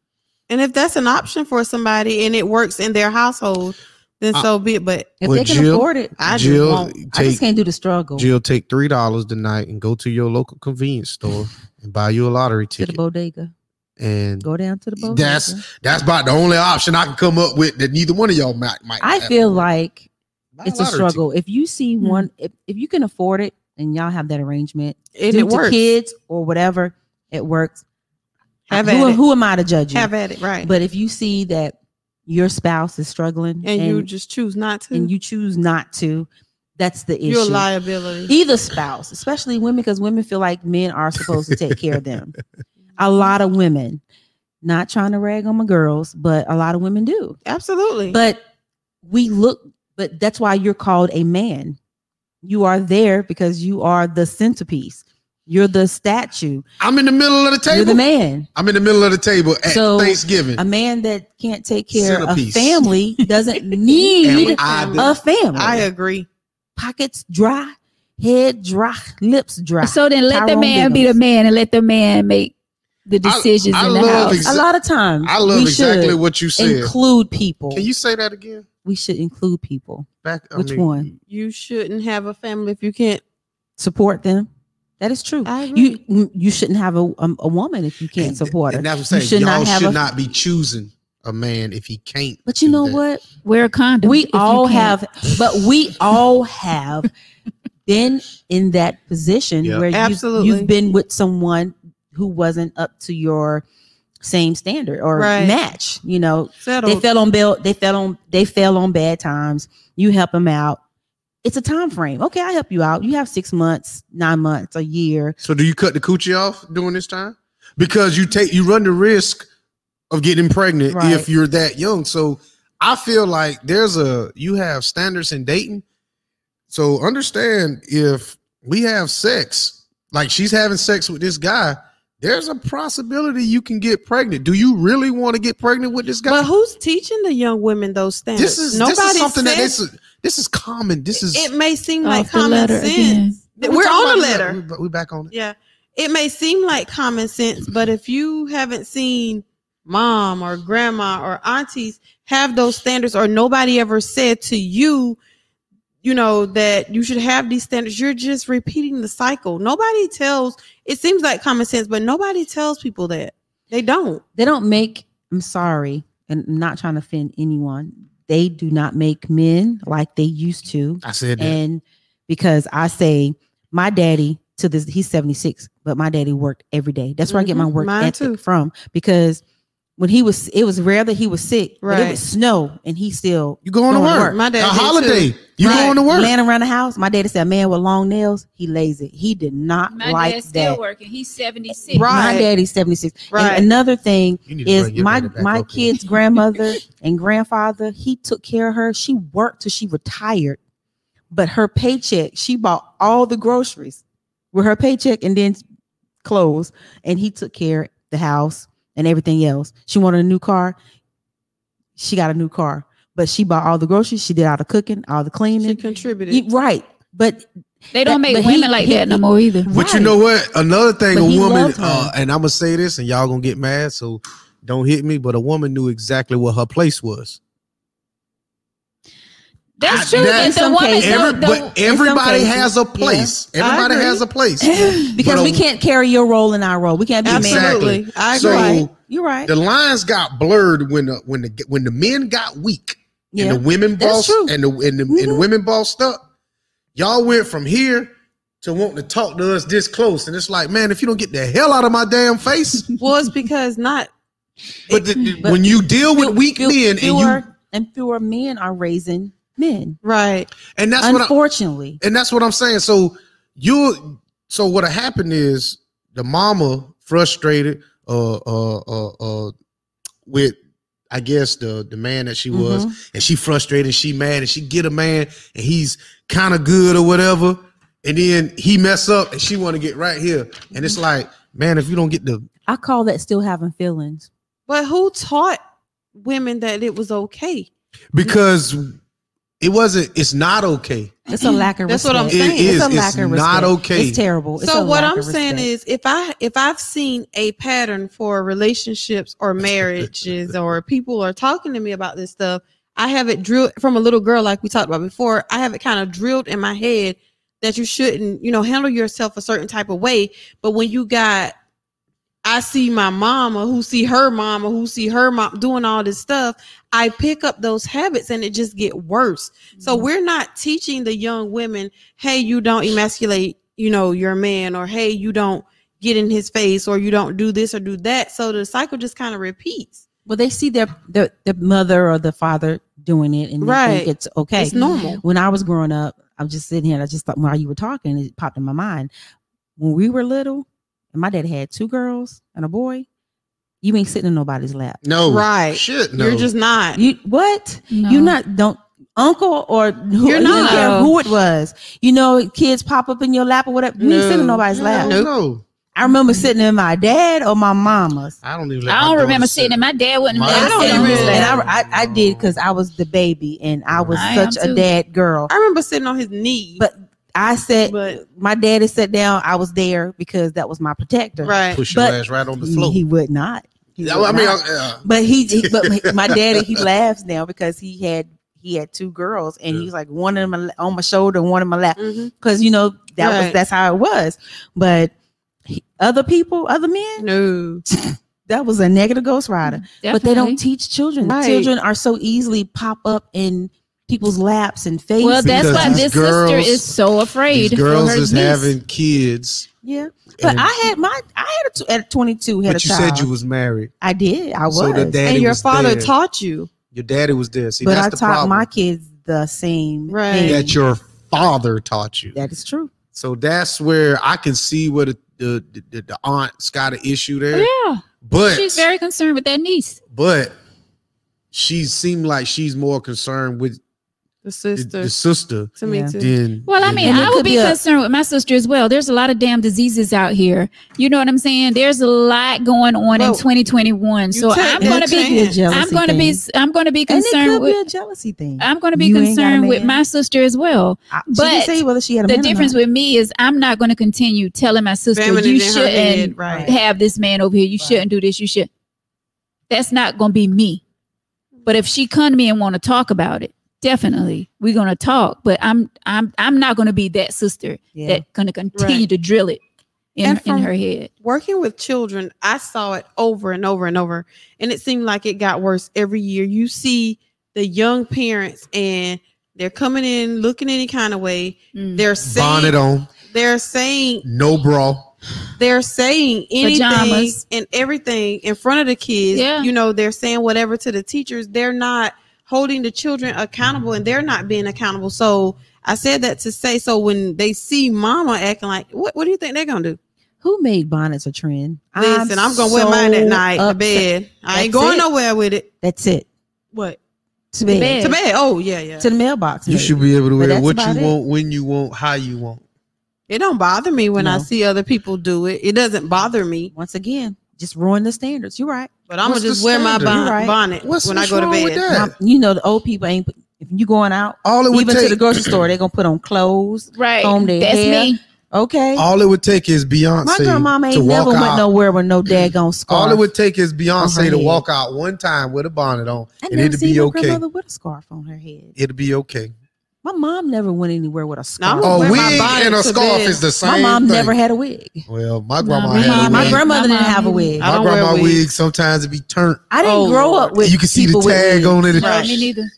[SPEAKER 2] and if that's an option for somebody and it works in their household then
[SPEAKER 1] I-
[SPEAKER 2] so be it but
[SPEAKER 3] If
[SPEAKER 1] Well,
[SPEAKER 3] they can
[SPEAKER 1] Jill-
[SPEAKER 3] afford it,
[SPEAKER 2] I just
[SPEAKER 1] Jill,
[SPEAKER 2] won't.
[SPEAKER 3] I just
[SPEAKER 1] take
[SPEAKER 3] can't do the struggle.
[SPEAKER 1] Jill take three dollars tonight and go to your local convenience store and buy you a lottery
[SPEAKER 3] to the
[SPEAKER 1] ticket.
[SPEAKER 3] bodega.
[SPEAKER 1] And
[SPEAKER 3] Go down to the bodega.
[SPEAKER 1] that's that's about the only option I can come up with that neither one of y'all might might.
[SPEAKER 3] I
[SPEAKER 1] have.
[SPEAKER 3] feel like
[SPEAKER 1] Buy
[SPEAKER 3] it's a
[SPEAKER 1] lottery
[SPEAKER 3] struggle. If you see
[SPEAKER 4] Hmm.
[SPEAKER 3] one, if, if you can afford it and y'all have that arrangement,
[SPEAKER 2] and
[SPEAKER 3] due
[SPEAKER 2] it
[SPEAKER 3] to
[SPEAKER 2] works
[SPEAKER 3] kids or whatever, it works.
[SPEAKER 2] Have
[SPEAKER 3] who,
[SPEAKER 2] at it.
[SPEAKER 3] who am I to judge you?
[SPEAKER 2] have at it right
[SPEAKER 3] But if you see that your spouse is struggling
[SPEAKER 2] and, you just choose not to
[SPEAKER 3] and you choose not to, that's the
[SPEAKER 2] you're a
[SPEAKER 3] issue.
[SPEAKER 2] liability
[SPEAKER 3] Either spouse, especially women, because women feel like men are supposed to take care of them. A lot of women, not trying to rag on my girls, but a lot of women do.
[SPEAKER 2] absolutely
[SPEAKER 3] But we look, but that's why you're called a man. You are there because you are the centerpiece. You're the statue.
[SPEAKER 1] ticket. I'm in the middle of the
[SPEAKER 3] You're
[SPEAKER 1] table.
[SPEAKER 3] the man.
[SPEAKER 1] I'm in the middle of the table at
[SPEAKER 3] So,
[SPEAKER 1] Thanksgiving.
[SPEAKER 3] A man that can't take care
[SPEAKER 1] Centerpiece.
[SPEAKER 3] of family doesn't
[SPEAKER 1] and
[SPEAKER 3] need
[SPEAKER 1] I did-
[SPEAKER 3] a family.
[SPEAKER 2] I agree.
[SPEAKER 3] Pockets dry, head dry, lips dry.
[SPEAKER 4] So then let the
[SPEAKER 3] Tyrone
[SPEAKER 4] man be the
[SPEAKER 3] Biggles.
[SPEAKER 4] man and let the man make the
[SPEAKER 1] I-
[SPEAKER 4] decisions
[SPEAKER 1] I
[SPEAKER 4] in the
[SPEAKER 1] love
[SPEAKER 4] house.
[SPEAKER 1] ex-
[SPEAKER 3] a lot of times
[SPEAKER 1] I love
[SPEAKER 3] we
[SPEAKER 1] exactly
[SPEAKER 3] should
[SPEAKER 1] what you said.
[SPEAKER 3] include people.
[SPEAKER 1] Can you say that again?
[SPEAKER 3] we should include people.
[SPEAKER 1] Back. I
[SPEAKER 3] Which
[SPEAKER 1] mean,
[SPEAKER 3] one?
[SPEAKER 2] You shouldn't have a family if you can't.
[SPEAKER 3] Support them. That is true.
[SPEAKER 2] I
[SPEAKER 3] You
[SPEAKER 2] agree.
[SPEAKER 3] you shouldn't have a um, a woman if you can't
[SPEAKER 1] and-
[SPEAKER 3] support her.
[SPEAKER 1] And that's what I'm
[SPEAKER 3] You
[SPEAKER 1] saying.
[SPEAKER 3] should
[SPEAKER 1] Y'all
[SPEAKER 3] not have
[SPEAKER 1] should
[SPEAKER 3] a-
[SPEAKER 1] not be choosing a man if he can't.
[SPEAKER 3] But you
[SPEAKER 1] do
[SPEAKER 3] know
[SPEAKER 1] that.
[SPEAKER 3] what?
[SPEAKER 4] Wear a condom.
[SPEAKER 3] we
[SPEAKER 4] if you
[SPEAKER 3] all
[SPEAKER 4] can.
[SPEAKER 3] have but we all have been in that position
[SPEAKER 1] Yeah.
[SPEAKER 3] where you've,
[SPEAKER 2] Absolutely.
[SPEAKER 3] you've been with someone who wasn't up to your same standard or
[SPEAKER 2] Right.
[SPEAKER 3] match you know
[SPEAKER 2] settle.
[SPEAKER 3] they fell on bill they fell on they fell on bad times you help them out it's a time frame okay i help you out you have six months nine months a year
[SPEAKER 1] So do you cut the coochie off during this time? Because you take you run the risk of getting pregnant
[SPEAKER 3] Right.
[SPEAKER 1] if you're that young. So I feel like there's a you have standards in dating. So understand if we have sex, like she's having sex with this guy, there's a possibility you can get pregnant. Do you really want to get pregnant with this guy?
[SPEAKER 2] but who's teaching the young women those standards?
[SPEAKER 1] this is
[SPEAKER 2] Nobody
[SPEAKER 1] this is something that
[SPEAKER 2] says-
[SPEAKER 1] this is this is common. This is
[SPEAKER 2] it may seem
[SPEAKER 4] Off
[SPEAKER 2] like
[SPEAKER 4] the
[SPEAKER 2] common
[SPEAKER 4] letter
[SPEAKER 2] sense,
[SPEAKER 4] again.
[SPEAKER 2] Th- We're on the
[SPEAKER 1] We,
[SPEAKER 2] letter.
[SPEAKER 1] but we back on it.
[SPEAKER 2] Yeah. It may seem like common sense, but if you haven't seen mom or grandma or aunties have those standards, or nobody ever said to you, you know, that you should have these standards, you're just repeating the cycle. Nobody tells, it seems like common sense, but nobody tells people that. They don't.
[SPEAKER 3] They don't make, I'm sorry, and I'm not trying to offend anyone. They do not make men like they used to.
[SPEAKER 1] I said that.
[SPEAKER 3] And because I say my daddy to this, he's 76, but my daddy worked every day. That's where I get my
[SPEAKER 2] Mhm.
[SPEAKER 3] work
[SPEAKER 2] Mine
[SPEAKER 3] ethic
[SPEAKER 2] too.
[SPEAKER 3] from because when he was, it was rare that he was sick, but it
[SPEAKER 2] Right.
[SPEAKER 3] would snow and he still
[SPEAKER 1] You going to
[SPEAKER 3] Going to
[SPEAKER 1] work?
[SPEAKER 2] My
[SPEAKER 1] A
[SPEAKER 2] dad. did too.
[SPEAKER 1] holiday. You
[SPEAKER 2] Right.
[SPEAKER 1] going to work?
[SPEAKER 3] laying around the house. My daddy said, man with long nails, he lazy. He did not
[SPEAKER 4] My
[SPEAKER 3] like
[SPEAKER 4] dad's still
[SPEAKER 3] that.
[SPEAKER 4] working. He's 76.
[SPEAKER 2] Right.
[SPEAKER 3] My daddy's 76.
[SPEAKER 2] Right.
[SPEAKER 3] And another thing
[SPEAKER 1] You need to
[SPEAKER 3] is
[SPEAKER 1] bring your
[SPEAKER 3] my
[SPEAKER 1] daddy back
[SPEAKER 3] my
[SPEAKER 1] up here.
[SPEAKER 3] kid's grandmother and grandfather, he took care of her. She worked till she retired, but her paycheck, she bought all the groceries with her paycheck and then clothes, and he took care of the house and everything else. She wanted a new car. She got a new car, but she bought all the groceries. She did all the cooking, all the
[SPEAKER 2] She
[SPEAKER 3] cleaning.
[SPEAKER 2] contributed.
[SPEAKER 3] He- right. But
[SPEAKER 4] They don't
[SPEAKER 3] But-
[SPEAKER 4] make
[SPEAKER 3] but
[SPEAKER 4] women
[SPEAKER 3] he-
[SPEAKER 4] like
[SPEAKER 3] he-
[SPEAKER 4] that no more either.
[SPEAKER 1] But you know what? Another thing,
[SPEAKER 3] But
[SPEAKER 1] a
[SPEAKER 3] he
[SPEAKER 1] woman,
[SPEAKER 3] loved her.
[SPEAKER 1] uh, and I'm gonna say this, and y'all gonna get mad, so don't hit me. But a woman knew exactly what her place was.
[SPEAKER 4] That's
[SPEAKER 1] I-
[SPEAKER 4] true.
[SPEAKER 1] that-
[SPEAKER 4] That, the
[SPEAKER 3] In some
[SPEAKER 4] woman,
[SPEAKER 3] cases-
[SPEAKER 4] the-
[SPEAKER 1] Every,
[SPEAKER 4] the-
[SPEAKER 1] but
[SPEAKER 3] in some
[SPEAKER 1] everybody
[SPEAKER 3] cases,
[SPEAKER 1] has a place.
[SPEAKER 2] I
[SPEAKER 1] Everybody
[SPEAKER 2] agree.
[SPEAKER 1] has a place.
[SPEAKER 3] because
[SPEAKER 1] But a-
[SPEAKER 3] we can't carry your role in our role, we can't be
[SPEAKER 2] Absolutely.
[SPEAKER 3] a man.
[SPEAKER 2] I
[SPEAKER 1] So-
[SPEAKER 2] agree.
[SPEAKER 3] You're right.
[SPEAKER 1] The lines got blurred when the when the when the men got weak and the women
[SPEAKER 3] That's
[SPEAKER 1] bossed
[SPEAKER 3] true.
[SPEAKER 1] and the and the, and the
[SPEAKER 3] Mhm.
[SPEAKER 1] women bossed up. Y'all went from here to wanting to talk to us this close, and it's like, man, if you don't get the hell out of my damn face.
[SPEAKER 2] well, it's because not
[SPEAKER 1] But, the, the-
[SPEAKER 3] But-
[SPEAKER 1] when you deal with weak
[SPEAKER 3] few-
[SPEAKER 1] men, and
[SPEAKER 3] fewer,
[SPEAKER 1] you
[SPEAKER 3] and fewer men are raising men.
[SPEAKER 2] right.
[SPEAKER 1] and that's what I,
[SPEAKER 3] unfortunately,
[SPEAKER 1] and that's what I'm saying. So you, so what happened is the mama frustrated, uh, uh, uh, uh, with I guess the the man that she was, and she frustrated, she mad, and she get a man, and he's kind of good or whatever, and then he mess up, and she want to get right here, and it's like, man, if you don't get the
[SPEAKER 3] I call that still having feelings.
[SPEAKER 2] But who taught women that it was okay?
[SPEAKER 1] because it wasn't, it's not okay.
[SPEAKER 3] It's a lack of
[SPEAKER 2] That's what
[SPEAKER 3] respect.
[SPEAKER 2] I'm
[SPEAKER 1] It
[SPEAKER 2] saying.
[SPEAKER 1] is.
[SPEAKER 3] It's a lack
[SPEAKER 1] It's
[SPEAKER 3] of
[SPEAKER 1] not
[SPEAKER 3] respect.
[SPEAKER 1] okay.
[SPEAKER 3] It's terrible. It's
[SPEAKER 2] so
[SPEAKER 3] a
[SPEAKER 2] what
[SPEAKER 3] lack
[SPEAKER 2] I'm
[SPEAKER 3] of
[SPEAKER 2] saying
[SPEAKER 3] respect.
[SPEAKER 2] is if I if I've seen a pattern for relationships or marriages or people are talking to me about this stuff, I have it drilled from a little girl like we talked about before. I have it kind of drilled in my head that you shouldn't, you know, handle yourself a certain type of way. But when you got I see my mama who see her mama who see her mom doing all this stuff, I pick up those habits and it just get worse. So
[SPEAKER 4] Mm-hmm.
[SPEAKER 2] we're not teaching the young women, hey, you don't emasculate, you know, your man, or hey, you don't get in his face, or you don't do this or do that. So the cycle just kind of repeats.
[SPEAKER 3] well, they see their, their their mother or the father doing it, and they
[SPEAKER 2] Right.
[SPEAKER 3] think it's okay.
[SPEAKER 2] It's normal.
[SPEAKER 3] when I was growing up, I was just sitting here and I just thought while you were talking, it popped in my mind. When we were little, and my dad had two girls and a boy, you ain't sitting in nobody's lap.
[SPEAKER 1] No,
[SPEAKER 2] Right.
[SPEAKER 1] Shit, no.
[SPEAKER 2] You're just not.
[SPEAKER 3] You what?
[SPEAKER 4] No.
[SPEAKER 3] You're not don't uncle or who,
[SPEAKER 2] You're
[SPEAKER 3] I didn't
[SPEAKER 2] not.
[SPEAKER 3] care who it was. You know, kids pop up in your lap or whatever. You ain't
[SPEAKER 2] No.
[SPEAKER 3] sitting in nobody's
[SPEAKER 1] no,
[SPEAKER 3] lap.
[SPEAKER 1] no.
[SPEAKER 3] I remember sitting in my dad or my mama's.
[SPEAKER 1] I don't even. let
[SPEAKER 4] I
[SPEAKER 1] my
[SPEAKER 4] don't
[SPEAKER 1] daughter
[SPEAKER 4] remember
[SPEAKER 1] sit.
[SPEAKER 4] sitting in my dad wouldn't
[SPEAKER 1] My-
[SPEAKER 4] let
[SPEAKER 2] I
[SPEAKER 4] us
[SPEAKER 2] don't
[SPEAKER 4] sit on his
[SPEAKER 2] remember
[SPEAKER 4] lap.
[SPEAKER 3] And I, I, I did because I was the baby and I was
[SPEAKER 4] I am
[SPEAKER 3] such a
[SPEAKER 4] too.
[SPEAKER 3] dad girl.
[SPEAKER 2] I remember sitting on his knee.
[SPEAKER 3] But I said
[SPEAKER 2] But-
[SPEAKER 3] my daddy sat down. I was there because that was my protector.
[SPEAKER 2] right.
[SPEAKER 1] Push your
[SPEAKER 3] But-
[SPEAKER 1] ass right on the
[SPEAKER 3] He,
[SPEAKER 1] floor.
[SPEAKER 3] he would not. He
[SPEAKER 1] Yeah,
[SPEAKER 3] would
[SPEAKER 1] well, I mean,
[SPEAKER 3] not.
[SPEAKER 1] uh,
[SPEAKER 3] But he, he- but my daddy, he laughs now because he had he had two girls, and he's like one in my, on my shoulder, and one in my lap,
[SPEAKER 2] Mhm.
[SPEAKER 3] because you know that was
[SPEAKER 2] Right.
[SPEAKER 3] that's how it was. But he- other people, other men,
[SPEAKER 2] No.
[SPEAKER 3] that was a negative ghost rider. But they don't teach children.
[SPEAKER 2] Right.
[SPEAKER 3] Children are so easily pop up in people's laps and faces.
[SPEAKER 4] Well, that's
[SPEAKER 1] Because
[SPEAKER 4] why
[SPEAKER 1] these
[SPEAKER 4] this sister
[SPEAKER 1] girls-
[SPEAKER 4] is so
[SPEAKER 1] these
[SPEAKER 4] afraid. for
[SPEAKER 1] girls
[SPEAKER 4] her
[SPEAKER 1] is
[SPEAKER 4] niece.
[SPEAKER 1] having kids.
[SPEAKER 3] yeah. But
[SPEAKER 1] and-
[SPEAKER 3] I had my I had a tw- at twenty two had a
[SPEAKER 1] but you
[SPEAKER 3] child.
[SPEAKER 1] said you was married.
[SPEAKER 3] I did. I was.
[SPEAKER 1] So the daddy
[SPEAKER 2] And your
[SPEAKER 1] was
[SPEAKER 2] father
[SPEAKER 1] there.
[SPEAKER 2] taught you.
[SPEAKER 1] your daddy was there. See,
[SPEAKER 3] but
[SPEAKER 1] that's
[SPEAKER 3] I
[SPEAKER 1] the
[SPEAKER 3] taught
[SPEAKER 1] problem
[SPEAKER 3] my kids the same
[SPEAKER 2] Right.
[SPEAKER 3] thing.
[SPEAKER 1] that your father taught you.
[SPEAKER 3] that is true.
[SPEAKER 1] So that's where I can see where the the, the, the, aunt's got an issue there.
[SPEAKER 4] Yeah,
[SPEAKER 1] but
[SPEAKER 4] she's very concerned with that niece.
[SPEAKER 1] but she seemed like she's more concerned with
[SPEAKER 2] the
[SPEAKER 1] the,
[SPEAKER 2] sister
[SPEAKER 1] the sister,
[SPEAKER 2] to me
[SPEAKER 3] Yeah.
[SPEAKER 2] too.
[SPEAKER 1] then
[SPEAKER 4] Well, I
[SPEAKER 1] then
[SPEAKER 4] mean,
[SPEAKER 3] And it
[SPEAKER 4] I
[SPEAKER 3] could
[SPEAKER 4] would be
[SPEAKER 3] be a-
[SPEAKER 4] concerned with my sister as well. There's a lot of damn diseases out here. You know what I'm saying? There's a lot going on in
[SPEAKER 2] Well,
[SPEAKER 4] 2021. So
[SPEAKER 2] take-
[SPEAKER 4] I'm
[SPEAKER 2] you
[SPEAKER 4] going to
[SPEAKER 2] take-
[SPEAKER 4] be,
[SPEAKER 3] be a jealousy
[SPEAKER 4] I'm going to be,
[SPEAKER 3] thing.
[SPEAKER 4] s- I'm going to be
[SPEAKER 3] and it could
[SPEAKER 4] concerned with,
[SPEAKER 3] be a jealousy thing.
[SPEAKER 4] I'm going to be
[SPEAKER 3] You ain't got a
[SPEAKER 4] concerned with
[SPEAKER 3] man.
[SPEAKER 4] my sister as well.
[SPEAKER 3] I- she didn't
[SPEAKER 4] but
[SPEAKER 3] say whether she had a
[SPEAKER 4] The
[SPEAKER 3] man or
[SPEAKER 4] difference
[SPEAKER 3] not.
[SPEAKER 4] with me is I'm not going to continue telling my sister
[SPEAKER 2] Feminine
[SPEAKER 4] you
[SPEAKER 2] in her head,
[SPEAKER 4] shouldn't
[SPEAKER 2] right.
[SPEAKER 4] have this man over here. You
[SPEAKER 3] Right.
[SPEAKER 4] shouldn't do this. You should. That's not going to be me. But if she come to me and want to talk about it, definitely we're going to talk. But I'm I'm I'm not going to be that sister
[SPEAKER 3] yeah.
[SPEAKER 4] that going to continue to drill it in,
[SPEAKER 2] And
[SPEAKER 4] in
[SPEAKER 2] from-
[SPEAKER 4] her head.
[SPEAKER 2] working with children, I saw it over and over and over. And it seemed like it got worse every year. You see the young parents and they're coming in looking any kind of way.
[SPEAKER 4] Mm.
[SPEAKER 2] They're
[SPEAKER 1] bonnet
[SPEAKER 2] saying
[SPEAKER 1] on,
[SPEAKER 2] they're saying
[SPEAKER 1] no bra.
[SPEAKER 2] they're saying anything
[SPEAKER 4] Pajamas.
[SPEAKER 2] and everything in front of the kids.
[SPEAKER 4] Yeah.
[SPEAKER 2] You know, they're saying whatever to the teachers. They're not holding the children accountable and they're not being accountable. So I said that to say so when they see mama acting like what what do you think they're gonna do?
[SPEAKER 3] Who made bonnets a trend?
[SPEAKER 2] Listen, I'm, gonna wear mine at
[SPEAKER 3] so
[SPEAKER 2] night to
[SPEAKER 3] upset.
[SPEAKER 2] bed. I ain't
[SPEAKER 3] That's
[SPEAKER 2] going
[SPEAKER 3] it.
[SPEAKER 2] nowhere with it.
[SPEAKER 3] That's it.
[SPEAKER 2] What?
[SPEAKER 3] To bed.
[SPEAKER 4] bed.
[SPEAKER 2] To bed. Oh yeah, yeah.
[SPEAKER 3] To the mailbox.
[SPEAKER 1] You
[SPEAKER 3] maybe.
[SPEAKER 1] should be able to
[SPEAKER 3] But
[SPEAKER 1] wear
[SPEAKER 3] that's
[SPEAKER 1] what you
[SPEAKER 3] about it.
[SPEAKER 1] want, when you want, how you want.
[SPEAKER 2] It don't bother me when I
[SPEAKER 3] No.
[SPEAKER 2] see other people do it. It doesn't bother me.
[SPEAKER 3] Once again, just ruin the standards. You're right.
[SPEAKER 2] But I'm gonna
[SPEAKER 1] What's the
[SPEAKER 2] just wear my
[SPEAKER 1] standard?
[SPEAKER 2] bon-
[SPEAKER 3] You're right.
[SPEAKER 2] bonnet
[SPEAKER 1] What's,
[SPEAKER 2] when
[SPEAKER 1] what's
[SPEAKER 2] I go to
[SPEAKER 1] wrong with
[SPEAKER 2] bed.
[SPEAKER 1] that?
[SPEAKER 3] Mom, you know the old people ain't. put- If you going out,
[SPEAKER 1] all it would
[SPEAKER 3] even
[SPEAKER 1] take,
[SPEAKER 3] to the grocery store, they gonna put on clothes.
[SPEAKER 4] Right.
[SPEAKER 3] Comb their
[SPEAKER 4] That's
[SPEAKER 3] hair.
[SPEAKER 4] me.
[SPEAKER 3] Okay.
[SPEAKER 1] all it would take is Beyonce
[SPEAKER 3] My grandmama
[SPEAKER 1] to
[SPEAKER 3] ain't
[SPEAKER 1] walk
[SPEAKER 3] never went
[SPEAKER 1] out.
[SPEAKER 3] nowhere with no daggone scarf.
[SPEAKER 1] all it would take is
[SPEAKER 3] On
[SPEAKER 1] Beyonce
[SPEAKER 3] her
[SPEAKER 1] to
[SPEAKER 3] head.
[SPEAKER 1] walk out one time with a bonnet on,
[SPEAKER 3] I
[SPEAKER 1] and
[SPEAKER 3] never
[SPEAKER 1] it'd
[SPEAKER 3] seen
[SPEAKER 1] be
[SPEAKER 3] my
[SPEAKER 1] okay.
[SPEAKER 3] grandmother with a scarf on her head.
[SPEAKER 1] It'd be okay.
[SPEAKER 3] My mom never went anywhere with
[SPEAKER 2] No,
[SPEAKER 3] a
[SPEAKER 2] I'm
[SPEAKER 3] scarf.
[SPEAKER 2] gonna
[SPEAKER 1] A
[SPEAKER 2] wear
[SPEAKER 1] wig
[SPEAKER 2] my bonnet
[SPEAKER 1] and a
[SPEAKER 2] to
[SPEAKER 1] scarf
[SPEAKER 2] bed.
[SPEAKER 1] is the same.
[SPEAKER 3] my mom
[SPEAKER 1] thing.
[SPEAKER 3] never had a wig.
[SPEAKER 1] Well, my
[SPEAKER 4] No,
[SPEAKER 1] grandma
[SPEAKER 4] my
[SPEAKER 1] had
[SPEAKER 4] mom-
[SPEAKER 1] a wig.
[SPEAKER 3] My
[SPEAKER 4] wig.
[SPEAKER 3] grandmother
[SPEAKER 4] My
[SPEAKER 3] didn't
[SPEAKER 4] mom
[SPEAKER 3] have a
[SPEAKER 4] didn't.
[SPEAKER 3] wig.
[SPEAKER 2] I
[SPEAKER 1] My
[SPEAKER 2] don't wear
[SPEAKER 1] grandma wig
[SPEAKER 2] wigs.
[SPEAKER 1] sometimes it be turned.
[SPEAKER 3] I didn't
[SPEAKER 2] Oh,
[SPEAKER 3] grow
[SPEAKER 2] Lord.
[SPEAKER 3] up with.
[SPEAKER 1] You can see the
[SPEAKER 3] people with
[SPEAKER 1] tag
[SPEAKER 3] wigs.
[SPEAKER 1] on it.
[SPEAKER 4] No,
[SPEAKER 2] Right.
[SPEAKER 4] me neither.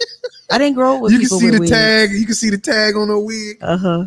[SPEAKER 3] I didn't grow up with.
[SPEAKER 1] You can
[SPEAKER 3] people
[SPEAKER 1] see
[SPEAKER 3] with
[SPEAKER 1] the
[SPEAKER 3] wigs.
[SPEAKER 1] tag. You can see the tag on her wig.
[SPEAKER 3] Uh huh.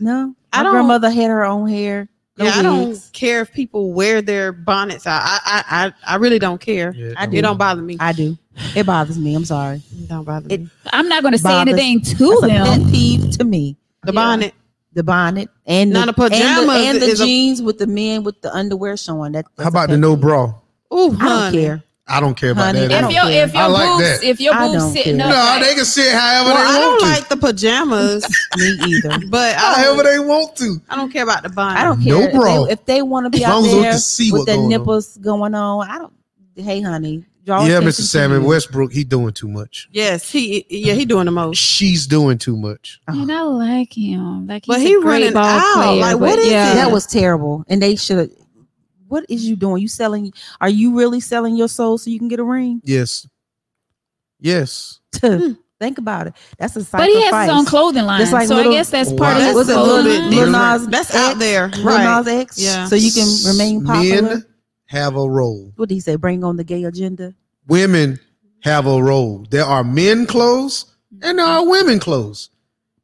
[SPEAKER 3] No,
[SPEAKER 2] I
[SPEAKER 3] my
[SPEAKER 2] don't-
[SPEAKER 3] grandmother had her own hair. No
[SPEAKER 2] yeah, I
[SPEAKER 3] wigs.
[SPEAKER 2] don't care if people wear their bonnets out. I I I, I really don't care.
[SPEAKER 3] I
[SPEAKER 2] It
[SPEAKER 3] do.
[SPEAKER 2] don't bother me.
[SPEAKER 3] I do. It bothers me. I'm sorry.
[SPEAKER 2] It don't bother
[SPEAKER 3] It-
[SPEAKER 2] me.
[SPEAKER 4] I'm not going to say
[SPEAKER 3] Bothers-
[SPEAKER 4] anything to
[SPEAKER 3] That's a
[SPEAKER 4] them.
[SPEAKER 3] pet peeve to me.
[SPEAKER 2] The
[SPEAKER 4] Yeah.
[SPEAKER 2] bonnet.
[SPEAKER 3] The bonnet and
[SPEAKER 2] Now, the
[SPEAKER 3] the,
[SPEAKER 2] pajamas
[SPEAKER 3] and the, and
[SPEAKER 2] is
[SPEAKER 3] the
[SPEAKER 2] a-
[SPEAKER 3] jeans with the men with the underwear showing. That that's
[SPEAKER 1] How
[SPEAKER 3] a
[SPEAKER 1] about the
[SPEAKER 3] pet
[SPEAKER 1] no
[SPEAKER 3] peeve.
[SPEAKER 1] bra?
[SPEAKER 2] Ooh,
[SPEAKER 3] I don't
[SPEAKER 2] honey.
[SPEAKER 3] care.
[SPEAKER 1] I don't care about
[SPEAKER 3] Honey,
[SPEAKER 1] that.
[SPEAKER 3] I
[SPEAKER 1] at
[SPEAKER 4] If
[SPEAKER 1] all.
[SPEAKER 3] don't
[SPEAKER 4] your
[SPEAKER 3] care.
[SPEAKER 4] if
[SPEAKER 1] I
[SPEAKER 4] your
[SPEAKER 1] like
[SPEAKER 4] boobs
[SPEAKER 1] that.
[SPEAKER 4] if your
[SPEAKER 3] I
[SPEAKER 4] boobs
[SPEAKER 3] don't
[SPEAKER 4] sitting
[SPEAKER 3] care.
[SPEAKER 4] up,
[SPEAKER 1] No,
[SPEAKER 4] like-
[SPEAKER 1] they can sit however
[SPEAKER 2] Well,
[SPEAKER 1] they
[SPEAKER 2] I
[SPEAKER 1] want
[SPEAKER 2] don't
[SPEAKER 1] to.
[SPEAKER 2] like the pajamas,
[SPEAKER 3] Me either.
[SPEAKER 2] but
[SPEAKER 3] um,
[SPEAKER 2] I
[SPEAKER 1] however
[SPEAKER 2] don't,
[SPEAKER 1] they want to.
[SPEAKER 2] I don't care about the bonnet.
[SPEAKER 3] I don't
[SPEAKER 1] No
[SPEAKER 3] care. If they-
[SPEAKER 1] bra.
[SPEAKER 3] If they, want to
[SPEAKER 1] As
[SPEAKER 3] be out
[SPEAKER 1] long as we
[SPEAKER 3] there
[SPEAKER 1] can see
[SPEAKER 3] with
[SPEAKER 1] what
[SPEAKER 3] their
[SPEAKER 1] going on.
[SPEAKER 3] nipples going on, I don't. Hey, honey. Draw
[SPEAKER 1] Yeah,
[SPEAKER 3] attention
[SPEAKER 1] Mr.
[SPEAKER 3] to
[SPEAKER 1] Salmon
[SPEAKER 3] you.
[SPEAKER 1] Westbrook, he doing too much.
[SPEAKER 2] Yes, he yeah he doing the most.
[SPEAKER 1] She's doing too much.
[SPEAKER 4] And I like him. Like he's
[SPEAKER 2] But
[SPEAKER 4] a
[SPEAKER 2] he running
[SPEAKER 4] great ball
[SPEAKER 2] out.
[SPEAKER 4] player.
[SPEAKER 2] Like,
[SPEAKER 4] but
[SPEAKER 2] what is it?
[SPEAKER 4] yeah.
[SPEAKER 3] That was terrible, and they should. What is you doing? You selling? Are you really selling your soul so you can get a ring?
[SPEAKER 1] Yes. Yes.
[SPEAKER 2] Hmm.
[SPEAKER 3] Think about it. That's a sacrifice.
[SPEAKER 4] But he has his own clothing line,
[SPEAKER 3] It's like
[SPEAKER 4] so
[SPEAKER 3] little-
[SPEAKER 4] I guess that's
[SPEAKER 1] Wow.
[SPEAKER 4] part
[SPEAKER 2] That's
[SPEAKER 4] of his
[SPEAKER 3] What's it,
[SPEAKER 2] little
[SPEAKER 4] clothing
[SPEAKER 2] bit
[SPEAKER 3] Lil
[SPEAKER 4] line.
[SPEAKER 1] different.
[SPEAKER 3] Nas
[SPEAKER 2] That's out there,
[SPEAKER 3] Lil
[SPEAKER 2] right?
[SPEAKER 3] Nas X,
[SPEAKER 2] Yeah.
[SPEAKER 3] so you can remain popular.
[SPEAKER 1] Men have a role.
[SPEAKER 3] what do you say? Bring on the gay agenda.
[SPEAKER 1] Women have a role. There are men clothes and there are women clothes.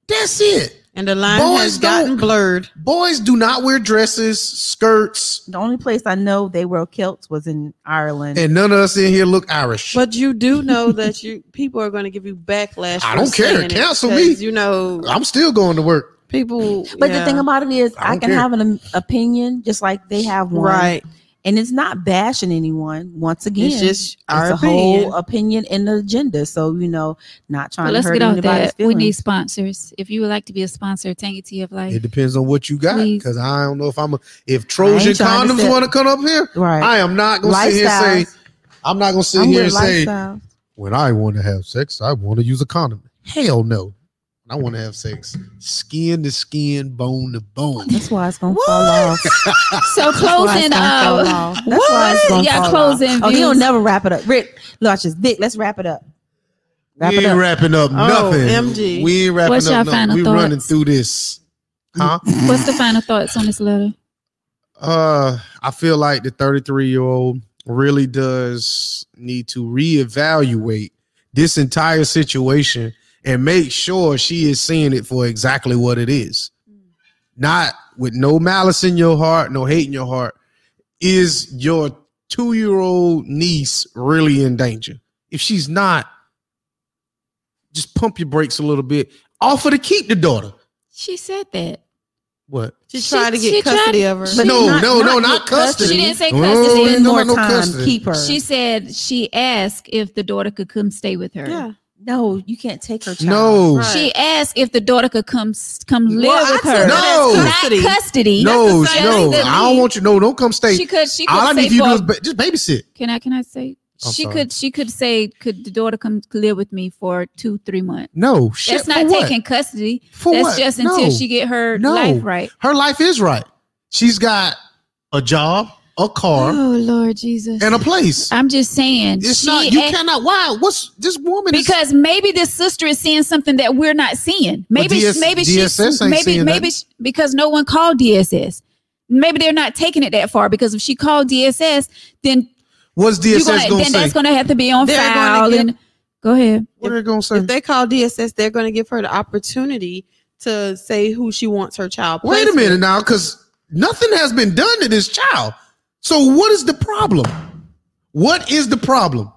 [SPEAKER 1] That's it.
[SPEAKER 2] And the line
[SPEAKER 1] Boys
[SPEAKER 2] has gotten
[SPEAKER 1] don't.
[SPEAKER 2] blurred.
[SPEAKER 1] Boys do not wear dresses, skirts,
[SPEAKER 3] The only place I know they wore kilts was in Ireland.
[SPEAKER 1] and none of us in here look Irish.
[SPEAKER 2] But you do know that you people are going to give you backlash.
[SPEAKER 1] I
[SPEAKER 2] for
[SPEAKER 1] don't care.
[SPEAKER 2] saying it,
[SPEAKER 1] Cancel
[SPEAKER 2] 'cause,
[SPEAKER 1] me.
[SPEAKER 2] You know,
[SPEAKER 1] I'm still going to work.
[SPEAKER 2] people.
[SPEAKER 3] but
[SPEAKER 2] yeah.
[SPEAKER 3] the thing about it is,
[SPEAKER 1] I
[SPEAKER 3] I,
[SPEAKER 1] don't
[SPEAKER 3] can
[SPEAKER 1] care.
[SPEAKER 3] have an um, opinion just like they have one,
[SPEAKER 2] right?
[SPEAKER 3] And it's not bashing anyone. Once again,
[SPEAKER 2] It's just our
[SPEAKER 3] it's a
[SPEAKER 2] opinion.
[SPEAKER 3] whole opinion and agenda. So you know, not
[SPEAKER 4] But
[SPEAKER 3] trying
[SPEAKER 4] let's
[SPEAKER 3] to hurt
[SPEAKER 4] get off
[SPEAKER 3] anybody's
[SPEAKER 4] that. We
[SPEAKER 3] feelings.
[SPEAKER 4] need sponsors. If you would like to be a sponsor, of Tangy Tea of Life.
[SPEAKER 1] It depends on what you got,
[SPEAKER 4] Please.
[SPEAKER 1] because I don't know if I'm a, if Trojan
[SPEAKER 3] trying to
[SPEAKER 1] condoms
[SPEAKER 3] sit-
[SPEAKER 1] want to come up here.
[SPEAKER 3] right.
[SPEAKER 1] I am not going to sit here and say
[SPEAKER 3] Lifestyles.
[SPEAKER 1] I'm not going to sit
[SPEAKER 3] I'm
[SPEAKER 1] here and
[SPEAKER 3] with
[SPEAKER 1] say
[SPEAKER 3] lifestyles.
[SPEAKER 1] when I want to have sex, I want to use a condom. Hell no. When I want to have sex, skin to skin, bone to bone.
[SPEAKER 3] That's why it's gonna fall off.
[SPEAKER 4] So closing up.
[SPEAKER 3] That's why it's gonna
[SPEAKER 4] Yeah,
[SPEAKER 3] fall
[SPEAKER 4] closing
[SPEAKER 3] off. Oh, he'll
[SPEAKER 4] views.
[SPEAKER 3] never wrap it up. Rick, Luscious, Vic, let's wrap it up. Wrap
[SPEAKER 1] we
[SPEAKER 3] it
[SPEAKER 1] ain't
[SPEAKER 3] up. Oh,
[SPEAKER 1] wrapping up nothing.
[SPEAKER 2] MG.
[SPEAKER 1] We ain't wrapping
[SPEAKER 4] What's your
[SPEAKER 1] up nothing.
[SPEAKER 4] final
[SPEAKER 1] We
[SPEAKER 4] thoughts?
[SPEAKER 1] running through this. Huh?
[SPEAKER 4] What's the final thoughts on this letter?
[SPEAKER 1] Uh, I feel like the 33 year old really does need to reevaluate this entire situation and make sure she is seeing it for exactly what it is. Not with no malice in your heart, no hate in your heart. Is your two year old niece really in danger? If she's not, just pump your brakes a little bit. Offer to keep the daughter.
[SPEAKER 4] She said that.
[SPEAKER 1] What?
[SPEAKER 2] she
[SPEAKER 4] She-
[SPEAKER 2] tried to
[SPEAKER 4] she
[SPEAKER 2] get
[SPEAKER 4] tried-
[SPEAKER 2] custody of her.
[SPEAKER 3] But
[SPEAKER 1] no,
[SPEAKER 3] not-
[SPEAKER 1] no, no,
[SPEAKER 3] not
[SPEAKER 1] not
[SPEAKER 3] get
[SPEAKER 1] custody.
[SPEAKER 3] custody.
[SPEAKER 4] She didn't say
[SPEAKER 1] Oh,
[SPEAKER 4] custody.
[SPEAKER 1] ain't
[SPEAKER 3] Spend
[SPEAKER 1] no-
[SPEAKER 3] more
[SPEAKER 1] no
[SPEAKER 3] time,
[SPEAKER 1] custody.
[SPEAKER 3] keep her.
[SPEAKER 4] She said she asked if the daughter could come stay with her.
[SPEAKER 2] yeah,
[SPEAKER 3] No, you can't take her child.
[SPEAKER 1] No.
[SPEAKER 2] Right.
[SPEAKER 4] She asked if the daughter could come s- come live
[SPEAKER 2] Well, I
[SPEAKER 4] with
[SPEAKER 2] took
[SPEAKER 4] her.
[SPEAKER 2] her
[SPEAKER 1] No.
[SPEAKER 2] as custody.
[SPEAKER 4] Not custody.
[SPEAKER 1] No,
[SPEAKER 2] That's the same
[SPEAKER 1] no,
[SPEAKER 4] thing that
[SPEAKER 1] I don't
[SPEAKER 4] we-
[SPEAKER 1] want you. No, don't come stay.
[SPEAKER 4] She could. She could
[SPEAKER 1] All I
[SPEAKER 4] say
[SPEAKER 1] need you to do
[SPEAKER 4] for-
[SPEAKER 1] is ba- just babysit.
[SPEAKER 11] Can I? Can I say?
[SPEAKER 1] I'm
[SPEAKER 11] she
[SPEAKER 1] sorry.
[SPEAKER 11] could. She could say, "Could the daughter come live with me for two, three months?"
[SPEAKER 1] No, shit.
[SPEAKER 11] That's not
[SPEAKER 1] for what?
[SPEAKER 11] taking custody.
[SPEAKER 1] For
[SPEAKER 11] That's
[SPEAKER 1] what?
[SPEAKER 11] just until
[SPEAKER 1] No.
[SPEAKER 11] she get her
[SPEAKER 1] No.
[SPEAKER 11] life right.
[SPEAKER 1] Her life is right. She's got a job, a car,
[SPEAKER 11] Oh Lord Jesus!
[SPEAKER 1] and a place.
[SPEAKER 4] uh,
[SPEAKER 11] I'm just saying.
[SPEAKER 1] It's
[SPEAKER 11] she
[SPEAKER 1] not. You
[SPEAKER 11] asked-
[SPEAKER 1] cannot. Why? What's this woman? is-
[SPEAKER 4] because maybe this sister is seeing something that we're not seeing. Maybe
[SPEAKER 1] DS
[SPEAKER 4] maybe
[SPEAKER 1] DSS
[SPEAKER 4] she's
[SPEAKER 1] ain't
[SPEAKER 4] maybe
[SPEAKER 1] seeing
[SPEAKER 4] maybe
[SPEAKER 1] nothing.
[SPEAKER 4] she, because no one called DSS. Maybe they're not taking it that far because if she called DSS, then
[SPEAKER 1] what's
[SPEAKER 4] you
[SPEAKER 1] DSS
[SPEAKER 4] gonna,
[SPEAKER 1] gonna,
[SPEAKER 4] then
[SPEAKER 1] say?
[SPEAKER 4] that's going to have to be on
[SPEAKER 2] They're gonna
[SPEAKER 4] file.
[SPEAKER 2] give-
[SPEAKER 4] and go ahead.
[SPEAKER 1] what are they gonna say?
[SPEAKER 2] If they call DSS, they're going to give her the opportunity to say who she wants her child.
[SPEAKER 1] Wait a
[SPEAKER 2] placed with.
[SPEAKER 1] minute now, because nothing has been done to this child. So what is the problem? What is the problem?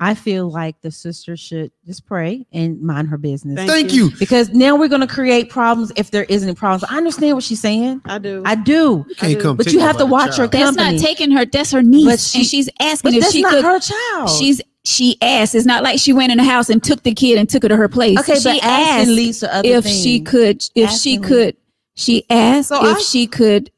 [SPEAKER 3] I feel like the sister should just pray and mind her business.
[SPEAKER 2] Thank
[SPEAKER 1] Thank
[SPEAKER 2] you.
[SPEAKER 1] you.
[SPEAKER 3] because now we're going to create problems if there isn't problems. I understand what she's saying.
[SPEAKER 2] I do.
[SPEAKER 3] I do.
[SPEAKER 2] can't come
[SPEAKER 3] But you have to watch her
[SPEAKER 4] That's
[SPEAKER 3] company.
[SPEAKER 4] not taking her. That's her niece,
[SPEAKER 3] But she-
[SPEAKER 4] and she's
[SPEAKER 3] but
[SPEAKER 4] asking if
[SPEAKER 3] that's
[SPEAKER 4] she
[SPEAKER 3] not
[SPEAKER 4] could.
[SPEAKER 3] her child.
[SPEAKER 4] She's she asked. It's not like she went in the house and took the kid and took her to her place.
[SPEAKER 3] okay,
[SPEAKER 4] she
[SPEAKER 3] but
[SPEAKER 4] asked
[SPEAKER 3] asking leads to other
[SPEAKER 4] if
[SPEAKER 3] things.
[SPEAKER 4] she could. If she
[SPEAKER 3] Asking leads-
[SPEAKER 4] could. She asked
[SPEAKER 2] So
[SPEAKER 4] if
[SPEAKER 2] I-
[SPEAKER 4] she could.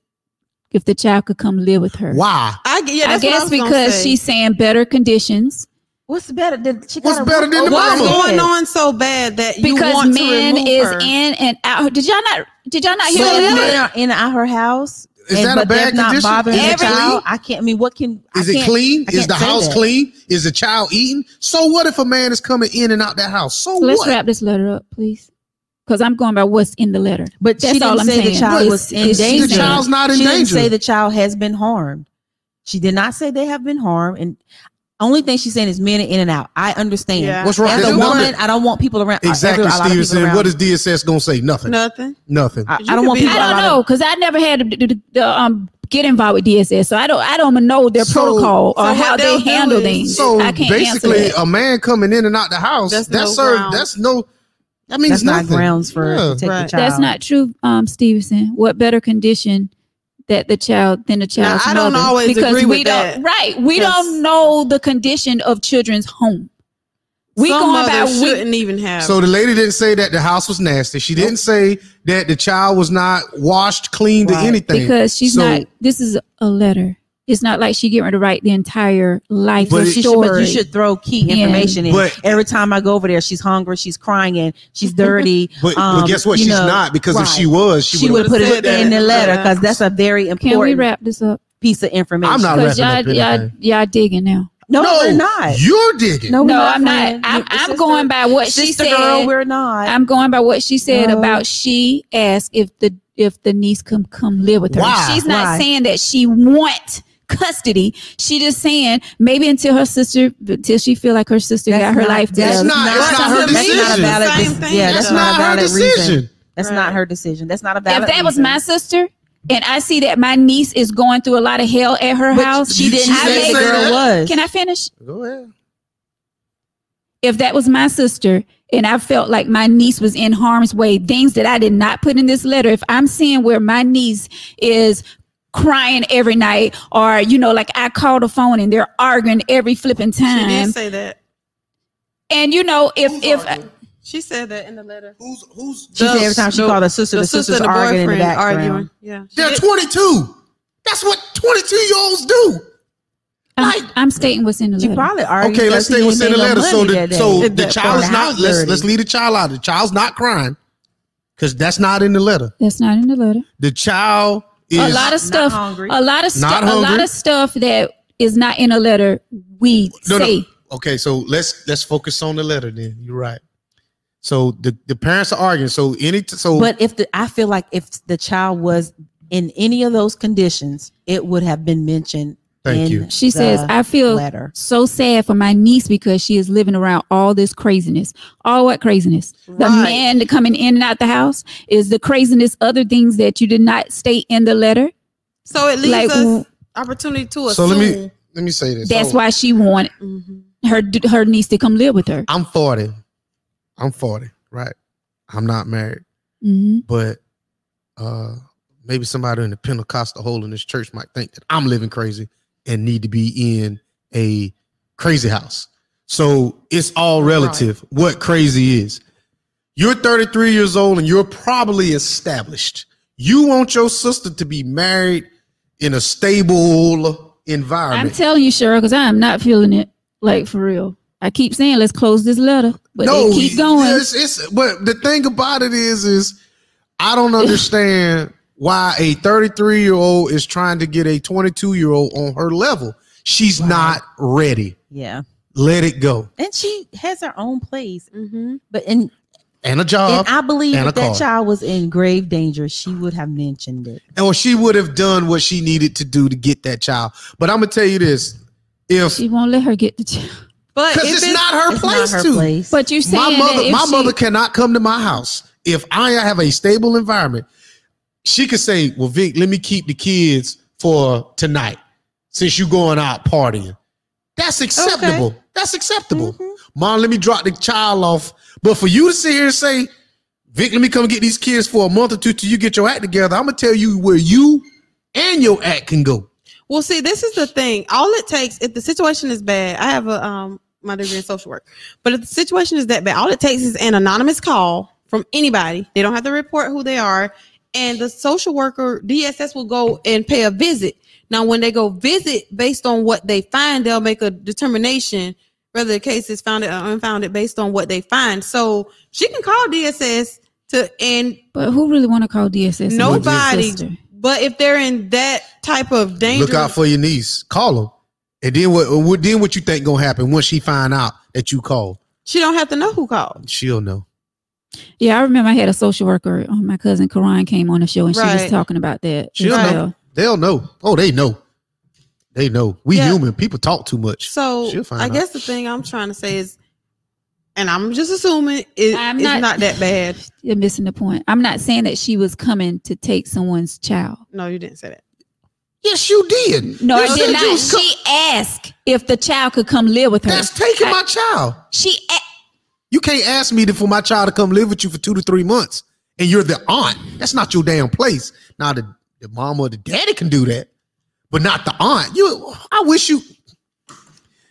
[SPEAKER 4] If the child could come live with her.
[SPEAKER 1] Why?
[SPEAKER 2] I, g- yeah,
[SPEAKER 4] I
[SPEAKER 2] that's what
[SPEAKER 4] guess
[SPEAKER 2] was gonna
[SPEAKER 4] because
[SPEAKER 2] say.
[SPEAKER 4] she's saying better conditions
[SPEAKER 3] what's better than she
[SPEAKER 1] What's
[SPEAKER 3] got a
[SPEAKER 1] better
[SPEAKER 3] roof
[SPEAKER 1] than the
[SPEAKER 3] over her
[SPEAKER 2] What's
[SPEAKER 1] mama?
[SPEAKER 3] head?
[SPEAKER 2] going on so bad that you
[SPEAKER 4] because
[SPEAKER 2] want to
[SPEAKER 4] men
[SPEAKER 2] remove
[SPEAKER 4] is
[SPEAKER 2] her?
[SPEAKER 4] in and out. Did y'all not? Did y'all not
[SPEAKER 3] So
[SPEAKER 4] hear
[SPEAKER 3] if
[SPEAKER 4] that?
[SPEAKER 3] men are in and out her house.
[SPEAKER 1] Is
[SPEAKER 3] and-
[SPEAKER 1] that a
[SPEAKER 3] but they're
[SPEAKER 1] bad
[SPEAKER 3] not
[SPEAKER 1] condition?
[SPEAKER 3] bothering
[SPEAKER 1] Is
[SPEAKER 3] the
[SPEAKER 1] it
[SPEAKER 3] child.
[SPEAKER 1] clean?
[SPEAKER 3] I can't. I mean, what can? I
[SPEAKER 1] Is it
[SPEAKER 3] can't-
[SPEAKER 1] clean?
[SPEAKER 3] I
[SPEAKER 1] Is
[SPEAKER 3] can't
[SPEAKER 1] the
[SPEAKER 3] say
[SPEAKER 1] house
[SPEAKER 3] that.
[SPEAKER 1] clean? Is the child eating? So what if a man is coming in and out that house? So
[SPEAKER 4] Let's
[SPEAKER 1] what?
[SPEAKER 4] wrap this letter up, please, because I'm going by what's in the letter.
[SPEAKER 3] But
[SPEAKER 4] That's
[SPEAKER 3] she didn't
[SPEAKER 4] all I'm
[SPEAKER 3] say the
[SPEAKER 4] saying.
[SPEAKER 3] child
[SPEAKER 1] But
[SPEAKER 3] was in
[SPEAKER 4] it's- it's-
[SPEAKER 3] danger.
[SPEAKER 1] The child's not in
[SPEAKER 3] she didn't
[SPEAKER 1] danger.
[SPEAKER 3] say the child has been harmed. She did not say they have been harmed. And only thing she's saying is men are in and out. I understand.
[SPEAKER 2] Yeah.
[SPEAKER 1] What's wrong?
[SPEAKER 3] As
[SPEAKER 1] There's
[SPEAKER 3] a
[SPEAKER 1] nothing-
[SPEAKER 3] woman, I don't want people around.
[SPEAKER 1] Exactly,
[SPEAKER 3] a lot of people
[SPEAKER 1] Stevenson.
[SPEAKER 3] around.
[SPEAKER 1] What is DSS gonna say? Nothing.
[SPEAKER 2] nothing.
[SPEAKER 1] Nothing.
[SPEAKER 3] I, I
[SPEAKER 2] You
[SPEAKER 3] don't
[SPEAKER 2] could
[SPEAKER 3] want
[SPEAKER 2] be-
[SPEAKER 3] people.
[SPEAKER 4] I don't
[SPEAKER 3] around.
[SPEAKER 4] know because I never had to, to, to, um get involved with DSS, so I don't I don't know their
[SPEAKER 1] So-
[SPEAKER 4] protocol or
[SPEAKER 2] so what
[SPEAKER 4] how
[SPEAKER 2] they'll
[SPEAKER 4] they
[SPEAKER 2] do
[SPEAKER 4] handle
[SPEAKER 2] is-
[SPEAKER 4] things.
[SPEAKER 1] so
[SPEAKER 4] I can't
[SPEAKER 1] basically,
[SPEAKER 4] answer that.
[SPEAKER 1] a man coming in and out the house.
[SPEAKER 2] That's
[SPEAKER 1] That's,
[SPEAKER 2] no
[SPEAKER 1] her.
[SPEAKER 2] grounds.
[SPEAKER 1] That's no. That means
[SPEAKER 3] That's not
[SPEAKER 1] nothing.
[SPEAKER 3] grounds for
[SPEAKER 1] Yeah.
[SPEAKER 3] to take
[SPEAKER 2] Right.
[SPEAKER 3] the child.
[SPEAKER 4] That's not true, um, Stevenson. What better condition that the child than the
[SPEAKER 2] Now,
[SPEAKER 4] child's
[SPEAKER 2] I don't
[SPEAKER 4] mother?
[SPEAKER 2] always
[SPEAKER 4] because
[SPEAKER 2] agree
[SPEAKER 4] we
[SPEAKER 2] with that.
[SPEAKER 4] don't right. We don't
[SPEAKER 2] Because-
[SPEAKER 4] know the condition of children's home. We
[SPEAKER 2] Some
[SPEAKER 4] going by
[SPEAKER 2] mothers
[SPEAKER 4] we,
[SPEAKER 2] shouldn't even have.
[SPEAKER 1] So the lady didn't say that the house was nasty. She didn't say that the child was not washed, cleaned,
[SPEAKER 3] Right.
[SPEAKER 1] or anything.
[SPEAKER 4] because she's
[SPEAKER 1] So-
[SPEAKER 4] not. This is a letter. It's not like she getting her to write the entire life
[SPEAKER 1] But
[SPEAKER 4] but
[SPEAKER 1] it-
[SPEAKER 3] She
[SPEAKER 4] story.
[SPEAKER 3] should, but you should throw key
[SPEAKER 4] Yeah.
[SPEAKER 3] information in.
[SPEAKER 1] But-
[SPEAKER 3] Every time I go over there, she's hungry, she's crying, and she's dirty.
[SPEAKER 1] but,
[SPEAKER 3] um,
[SPEAKER 1] but guess what?
[SPEAKER 3] you
[SPEAKER 1] She's
[SPEAKER 3] know,
[SPEAKER 1] not. Because
[SPEAKER 3] right.
[SPEAKER 1] if she was, she,
[SPEAKER 3] She
[SPEAKER 1] would.
[SPEAKER 3] would put
[SPEAKER 2] said
[SPEAKER 3] it
[SPEAKER 2] that.
[SPEAKER 3] in the letter
[SPEAKER 2] Yeah.
[SPEAKER 3] because that's a very
[SPEAKER 4] Can we
[SPEAKER 3] important
[SPEAKER 4] wrap this up?
[SPEAKER 3] piece of information.
[SPEAKER 1] I'm not
[SPEAKER 4] Because
[SPEAKER 1] wrapping up
[SPEAKER 4] y'all, y'all,
[SPEAKER 1] anything.
[SPEAKER 4] y'all digging now.
[SPEAKER 3] No,
[SPEAKER 1] No,
[SPEAKER 3] we're not.
[SPEAKER 1] You're digging.
[SPEAKER 3] we're
[SPEAKER 4] No, I'm not.
[SPEAKER 3] friend.
[SPEAKER 4] I'm,
[SPEAKER 3] You're
[SPEAKER 4] I'm
[SPEAKER 3] sister-
[SPEAKER 4] going by what she
[SPEAKER 3] sister
[SPEAKER 4] said.
[SPEAKER 3] Girl, we're not.
[SPEAKER 4] I'm going by what she said
[SPEAKER 3] No.
[SPEAKER 4] about she asked if the if the niece come come live with her.
[SPEAKER 1] Why?
[SPEAKER 4] She's not
[SPEAKER 3] Why?
[SPEAKER 4] saying that she want custody. She just saying maybe until her sister until she feel like her sister
[SPEAKER 3] That's
[SPEAKER 4] got her
[SPEAKER 3] not-
[SPEAKER 4] life
[SPEAKER 3] that's
[SPEAKER 4] together.
[SPEAKER 1] not- it's not her
[SPEAKER 3] That's not a
[SPEAKER 1] decision.
[SPEAKER 3] valid.
[SPEAKER 2] Same
[SPEAKER 3] dec-
[SPEAKER 2] thing,
[SPEAKER 3] yeah,
[SPEAKER 2] though.
[SPEAKER 3] that's
[SPEAKER 1] That's
[SPEAKER 3] not,
[SPEAKER 1] not,
[SPEAKER 3] a valid
[SPEAKER 1] her decision.
[SPEAKER 3] Reason. That's not
[SPEAKER 2] Right.
[SPEAKER 3] her decision. That's not a
[SPEAKER 4] If
[SPEAKER 3] valid.
[SPEAKER 4] that was
[SPEAKER 3] reason.
[SPEAKER 4] my sister and I see that my niece is going through a lot of hell at her
[SPEAKER 3] But
[SPEAKER 4] house,
[SPEAKER 1] she didn't
[SPEAKER 4] I
[SPEAKER 1] say
[SPEAKER 4] may-
[SPEAKER 3] the
[SPEAKER 1] that.
[SPEAKER 3] girl was.
[SPEAKER 4] Can I finish?
[SPEAKER 1] Go ahead.
[SPEAKER 4] if that was my sister and I felt like my niece was in harm's way, things that I did not put in this letter, if I'm seeing where my niece is crying every night, or you know, like I call the phone and they're arguing every flipping
[SPEAKER 2] she did
[SPEAKER 4] time,
[SPEAKER 2] say that.
[SPEAKER 4] and you know, if if
[SPEAKER 2] She said that in the letter.
[SPEAKER 1] Who's who's?
[SPEAKER 3] She said every time she called her sister,
[SPEAKER 2] The,
[SPEAKER 3] the,
[SPEAKER 2] sister
[SPEAKER 3] sister's
[SPEAKER 2] and the
[SPEAKER 3] arguing in the
[SPEAKER 2] boyfriend
[SPEAKER 3] background.
[SPEAKER 2] arguing. Yeah.
[SPEAKER 1] They're 22. That's what 22 year olds do.
[SPEAKER 4] I'm, I'm stating what's in the
[SPEAKER 3] She
[SPEAKER 4] letter,
[SPEAKER 3] probably argued.
[SPEAKER 1] Okay, let's stay what's in the letter. So the so
[SPEAKER 2] It-
[SPEAKER 1] the
[SPEAKER 2] that-
[SPEAKER 1] child
[SPEAKER 3] for
[SPEAKER 1] is
[SPEAKER 3] the
[SPEAKER 1] not.
[SPEAKER 3] house
[SPEAKER 1] Let's
[SPEAKER 3] dirty.
[SPEAKER 1] let's leave the child out. The child's not crying because that's not in the letter.
[SPEAKER 4] that's not in the letter.
[SPEAKER 1] The child is
[SPEAKER 4] a lot of stuff,
[SPEAKER 3] hungry.
[SPEAKER 4] a lot of
[SPEAKER 1] Not
[SPEAKER 4] stuff, a lot
[SPEAKER 1] hungry.
[SPEAKER 4] of stuff that is not in a letter. We
[SPEAKER 1] No, no.
[SPEAKER 4] say
[SPEAKER 1] Okay, so let's let's focus on the letter. Then you're right. So the, the parents are arguing. So any t- so
[SPEAKER 3] But if the, I feel like if the child was in any of those conditions, it would have been mentioned.
[SPEAKER 1] Thank
[SPEAKER 3] in
[SPEAKER 1] you.
[SPEAKER 4] she
[SPEAKER 3] the
[SPEAKER 4] says, I feel
[SPEAKER 3] letter.
[SPEAKER 4] so sad for my niece because she is living around all this craziness. All what craziness? The
[SPEAKER 2] Right.
[SPEAKER 4] man that coming in and out the house is the craziness. Other things that you did not state in the letter.
[SPEAKER 2] So it leaves
[SPEAKER 4] Like,
[SPEAKER 2] us opportunity to assume.
[SPEAKER 1] so let me let me say this.
[SPEAKER 4] That's
[SPEAKER 1] So,
[SPEAKER 4] why she wanted
[SPEAKER 2] Mhm.
[SPEAKER 4] her her niece to come live with her.
[SPEAKER 1] I'm 40. I'm 40. Right. I'm not married,
[SPEAKER 4] hmm
[SPEAKER 1] but uh maybe somebody in the Pentecostal hole in this church might think that I'm living crazy and need to be in a crazy house. So it's all relative what crazy is. You're 33 years old and you're probably established. You want your sister to be married in a stable
[SPEAKER 4] I'm
[SPEAKER 1] environment.
[SPEAKER 4] telling you, Cheryl, because I am not feeling it. Like for real. I keep saying let's close this letter, but they keep going.
[SPEAKER 1] It's, it's, but the thing about it is, is I don't understand why a 33 year old is trying to get a 22 year old on her level. She's not ready.
[SPEAKER 3] Yeah.
[SPEAKER 1] Let it go.
[SPEAKER 3] And she has her own place.
[SPEAKER 2] Mm-hmm.
[SPEAKER 3] But and,
[SPEAKER 1] And a job.
[SPEAKER 3] and I believe
[SPEAKER 1] and a
[SPEAKER 3] if that
[SPEAKER 1] car.
[SPEAKER 3] child was in grave danger, she would have mentioned it.
[SPEAKER 1] or she would have done what she needed to do to get that child. But I'm gonna tell you this: if
[SPEAKER 4] She won't let her get the child.
[SPEAKER 2] But
[SPEAKER 1] because
[SPEAKER 2] if
[SPEAKER 1] it's,
[SPEAKER 2] it's,
[SPEAKER 1] not her
[SPEAKER 3] It's
[SPEAKER 1] place
[SPEAKER 3] not her
[SPEAKER 1] to.
[SPEAKER 3] place.
[SPEAKER 4] But you're saying
[SPEAKER 1] My
[SPEAKER 4] that
[SPEAKER 1] mother,
[SPEAKER 4] if
[SPEAKER 1] my
[SPEAKER 4] she,
[SPEAKER 1] mother cannot come to my house if I have a stable environment. She could say, "Well, Vic, let me keep the kids for tonight, since you going out partying." That's acceptable. That's acceptable.
[SPEAKER 4] Mm-hmm.
[SPEAKER 1] Mom, let me drop the child off. But for you to sit here and say, Vic, let me come get these kids for a month or two till you get your act together, I'm gonna tell you where you and your act can go.
[SPEAKER 2] Well, see, this is the thing. All it takes if the situation is bad. I have a um my degree in social work, but if the situation is that bad, all it takes is an anonymous call from anybody. They don't have to report who they are, and the social worker DSS will go and pay a visit. Now, when they go visit, based on what they find, they'll make a determination whether the case is founded or unfounded based on what they find. So she can call DSS to and
[SPEAKER 4] But who really want to call DSS? and look at your
[SPEAKER 2] Nobody.
[SPEAKER 4] sister?
[SPEAKER 2] but if they're in that type of danger,
[SPEAKER 1] Look out for your niece. Call her. And then what, what? Then what you think gonna happen once she find out that you called?
[SPEAKER 2] she don't have to know who called.
[SPEAKER 1] She'll know.
[SPEAKER 4] Yeah, I remember I had a social worker. Oh, my cousin Karan came on the show and she
[SPEAKER 2] Right.
[SPEAKER 4] was talking about that. as
[SPEAKER 1] She'll
[SPEAKER 2] Right.
[SPEAKER 4] well.
[SPEAKER 1] They'll know. Oh, they know. They know. We
[SPEAKER 2] Yeah.
[SPEAKER 1] human people talk too much.
[SPEAKER 2] So
[SPEAKER 1] She'll find
[SPEAKER 2] I
[SPEAKER 1] out.
[SPEAKER 2] guess the thing I'm trying to say is, and I'm just assuming it,
[SPEAKER 4] I'm
[SPEAKER 2] it's
[SPEAKER 4] not-
[SPEAKER 2] not, that bad.
[SPEAKER 4] You're missing the point. I'm not saying that she was coming to take someone's child.
[SPEAKER 2] No, you didn't say that.
[SPEAKER 1] Yes, you did.
[SPEAKER 4] No,
[SPEAKER 1] You
[SPEAKER 4] I
[SPEAKER 1] said
[SPEAKER 4] did
[SPEAKER 1] you
[SPEAKER 4] not.
[SPEAKER 1] was co-
[SPEAKER 8] She asked.
[SPEAKER 4] If the child could come live with her,
[SPEAKER 1] That's taking my child.
[SPEAKER 8] She a-
[SPEAKER 1] You can't ask me to, for my child to come live with you for two to three months, and you're the aunt. That's not your damn place. Now the, the mama or the daddy can do that, but not the aunt. You, I wish you.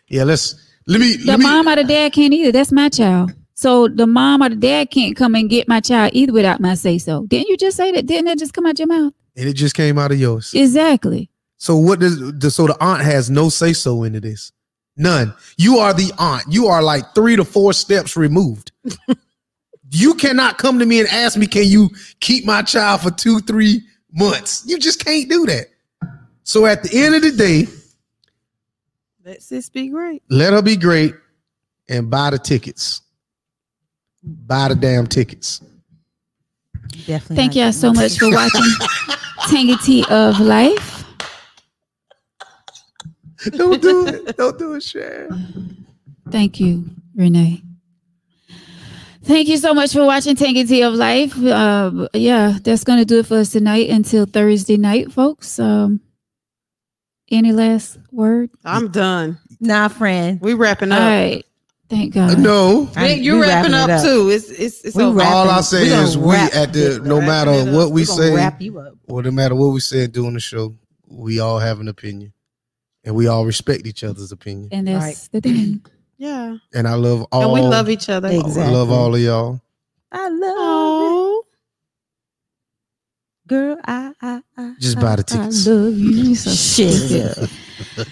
[SPEAKER 1] Yeah, let's let me.
[SPEAKER 4] the
[SPEAKER 1] let me,
[SPEAKER 4] mom or the dad can't either. That's my child. So the mom or the dad can't come and get my child either without my say so. Didn't you just say that? Didn't that just come out your mouth?
[SPEAKER 1] and it just came out of yours.
[SPEAKER 4] Exactly.
[SPEAKER 1] So what does the- so the aunt has no say so into this? None. You are the aunt. You are like three to four steps removed. you cannot come to me and ask me, can you keep my child for two, three months? You just can't do that. So at the end of the day,
[SPEAKER 2] Let sis be great.
[SPEAKER 1] let her be great and buy the tickets. Buy the damn tickets.
[SPEAKER 3] Definitely.
[SPEAKER 4] Thank
[SPEAKER 3] not
[SPEAKER 4] y'all
[SPEAKER 3] that
[SPEAKER 4] so
[SPEAKER 3] one.
[SPEAKER 4] much for watching Tangy Tea of Life.
[SPEAKER 1] Don't do it. Don't do it, Sharon.
[SPEAKER 4] Thank you, Renee. Thank you so much for watching Tangy Tea of Life. Uh, yeah, that's going to do it for us tonight until Thursday night, folks. Um, any last word?
[SPEAKER 2] I'm done.
[SPEAKER 3] Nah, friend.
[SPEAKER 2] We wrapping
[SPEAKER 4] All
[SPEAKER 2] up.
[SPEAKER 4] right. Thank God.
[SPEAKER 1] No.
[SPEAKER 2] Vic,
[SPEAKER 3] I-
[SPEAKER 2] you're
[SPEAKER 3] we
[SPEAKER 2] wrapping, up,
[SPEAKER 3] it
[SPEAKER 2] too. It's it's it's
[SPEAKER 3] We
[SPEAKER 2] over.
[SPEAKER 3] wrap-
[SPEAKER 1] All I
[SPEAKER 3] Wrapping- we
[SPEAKER 1] say
[SPEAKER 3] gonna
[SPEAKER 1] is we
[SPEAKER 3] wrap
[SPEAKER 1] at the
[SPEAKER 3] this
[SPEAKER 1] no
[SPEAKER 2] up.
[SPEAKER 1] matter
[SPEAKER 2] Wrapping it up.
[SPEAKER 1] what we
[SPEAKER 3] We gonna
[SPEAKER 1] say.
[SPEAKER 3] wrap you up.
[SPEAKER 1] well, no matter what we said during the show, we all have an opinion, and we all respect each other's opinion.
[SPEAKER 4] And that's the thing.
[SPEAKER 2] Yeah,
[SPEAKER 1] And I love all.
[SPEAKER 2] and we love each other.
[SPEAKER 1] I
[SPEAKER 3] Exactly.
[SPEAKER 1] love all of y'all.
[SPEAKER 3] I love
[SPEAKER 2] Oh,
[SPEAKER 3] it. girl. I, I, I
[SPEAKER 1] Just buy the
[SPEAKER 4] I
[SPEAKER 1] tickets.
[SPEAKER 4] love you. So
[SPEAKER 3] shit.
[SPEAKER 4] stupid.
[SPEAKER 3] get-
[SPEAKER 4] Oh,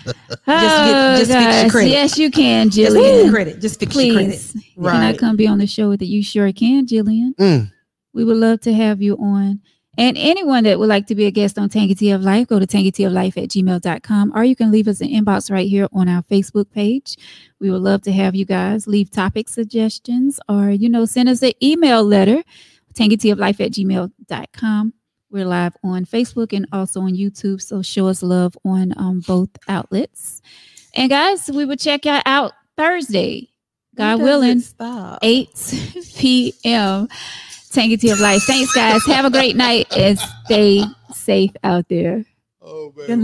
[SPEAKER 3] just fix your
[SPEAKER 4] gosh.
[SPEAKER 3] credit.
[SPEAKER 4] Yes, you can,
[SPEAKER 3] Just fix your
[SPEAKER 4] Jillian.
[SPEAKER 3] credit. Just fix your credit.
[SPEAKER 4] Please. Can I
[SPEAKER 2] Right.
[SPEAKER 4] come be on the show with you? You sure can, Jillian.
[SPEAKER 1] Mm.
[SPEAKER 4] We would love to have you on. And anyone that would like to be a guest on Tangity of Life, go to tangityoflife at gmail.com or you can leave us an inbox right here on our Facebook page. We would love to have you guys leave topic suggestions or, you know, send us an email letter, tangityoflife at gmail.com. We're live on Facebook and also on YouTube. So show us love on um, both outlets. And guys, we will check y'all out Thursday, God
[SPEAKER 3] Doesn't
[SPEAKER 4] willing.
[SPEAKER 3] Stop.
[SPEAKER 4] 8 p.m. Tangity of Life. Thanks, guys. Have a great night and stay safe out there.
[SPEAKER 1] Oh, man.
[SPEAKER 3] Good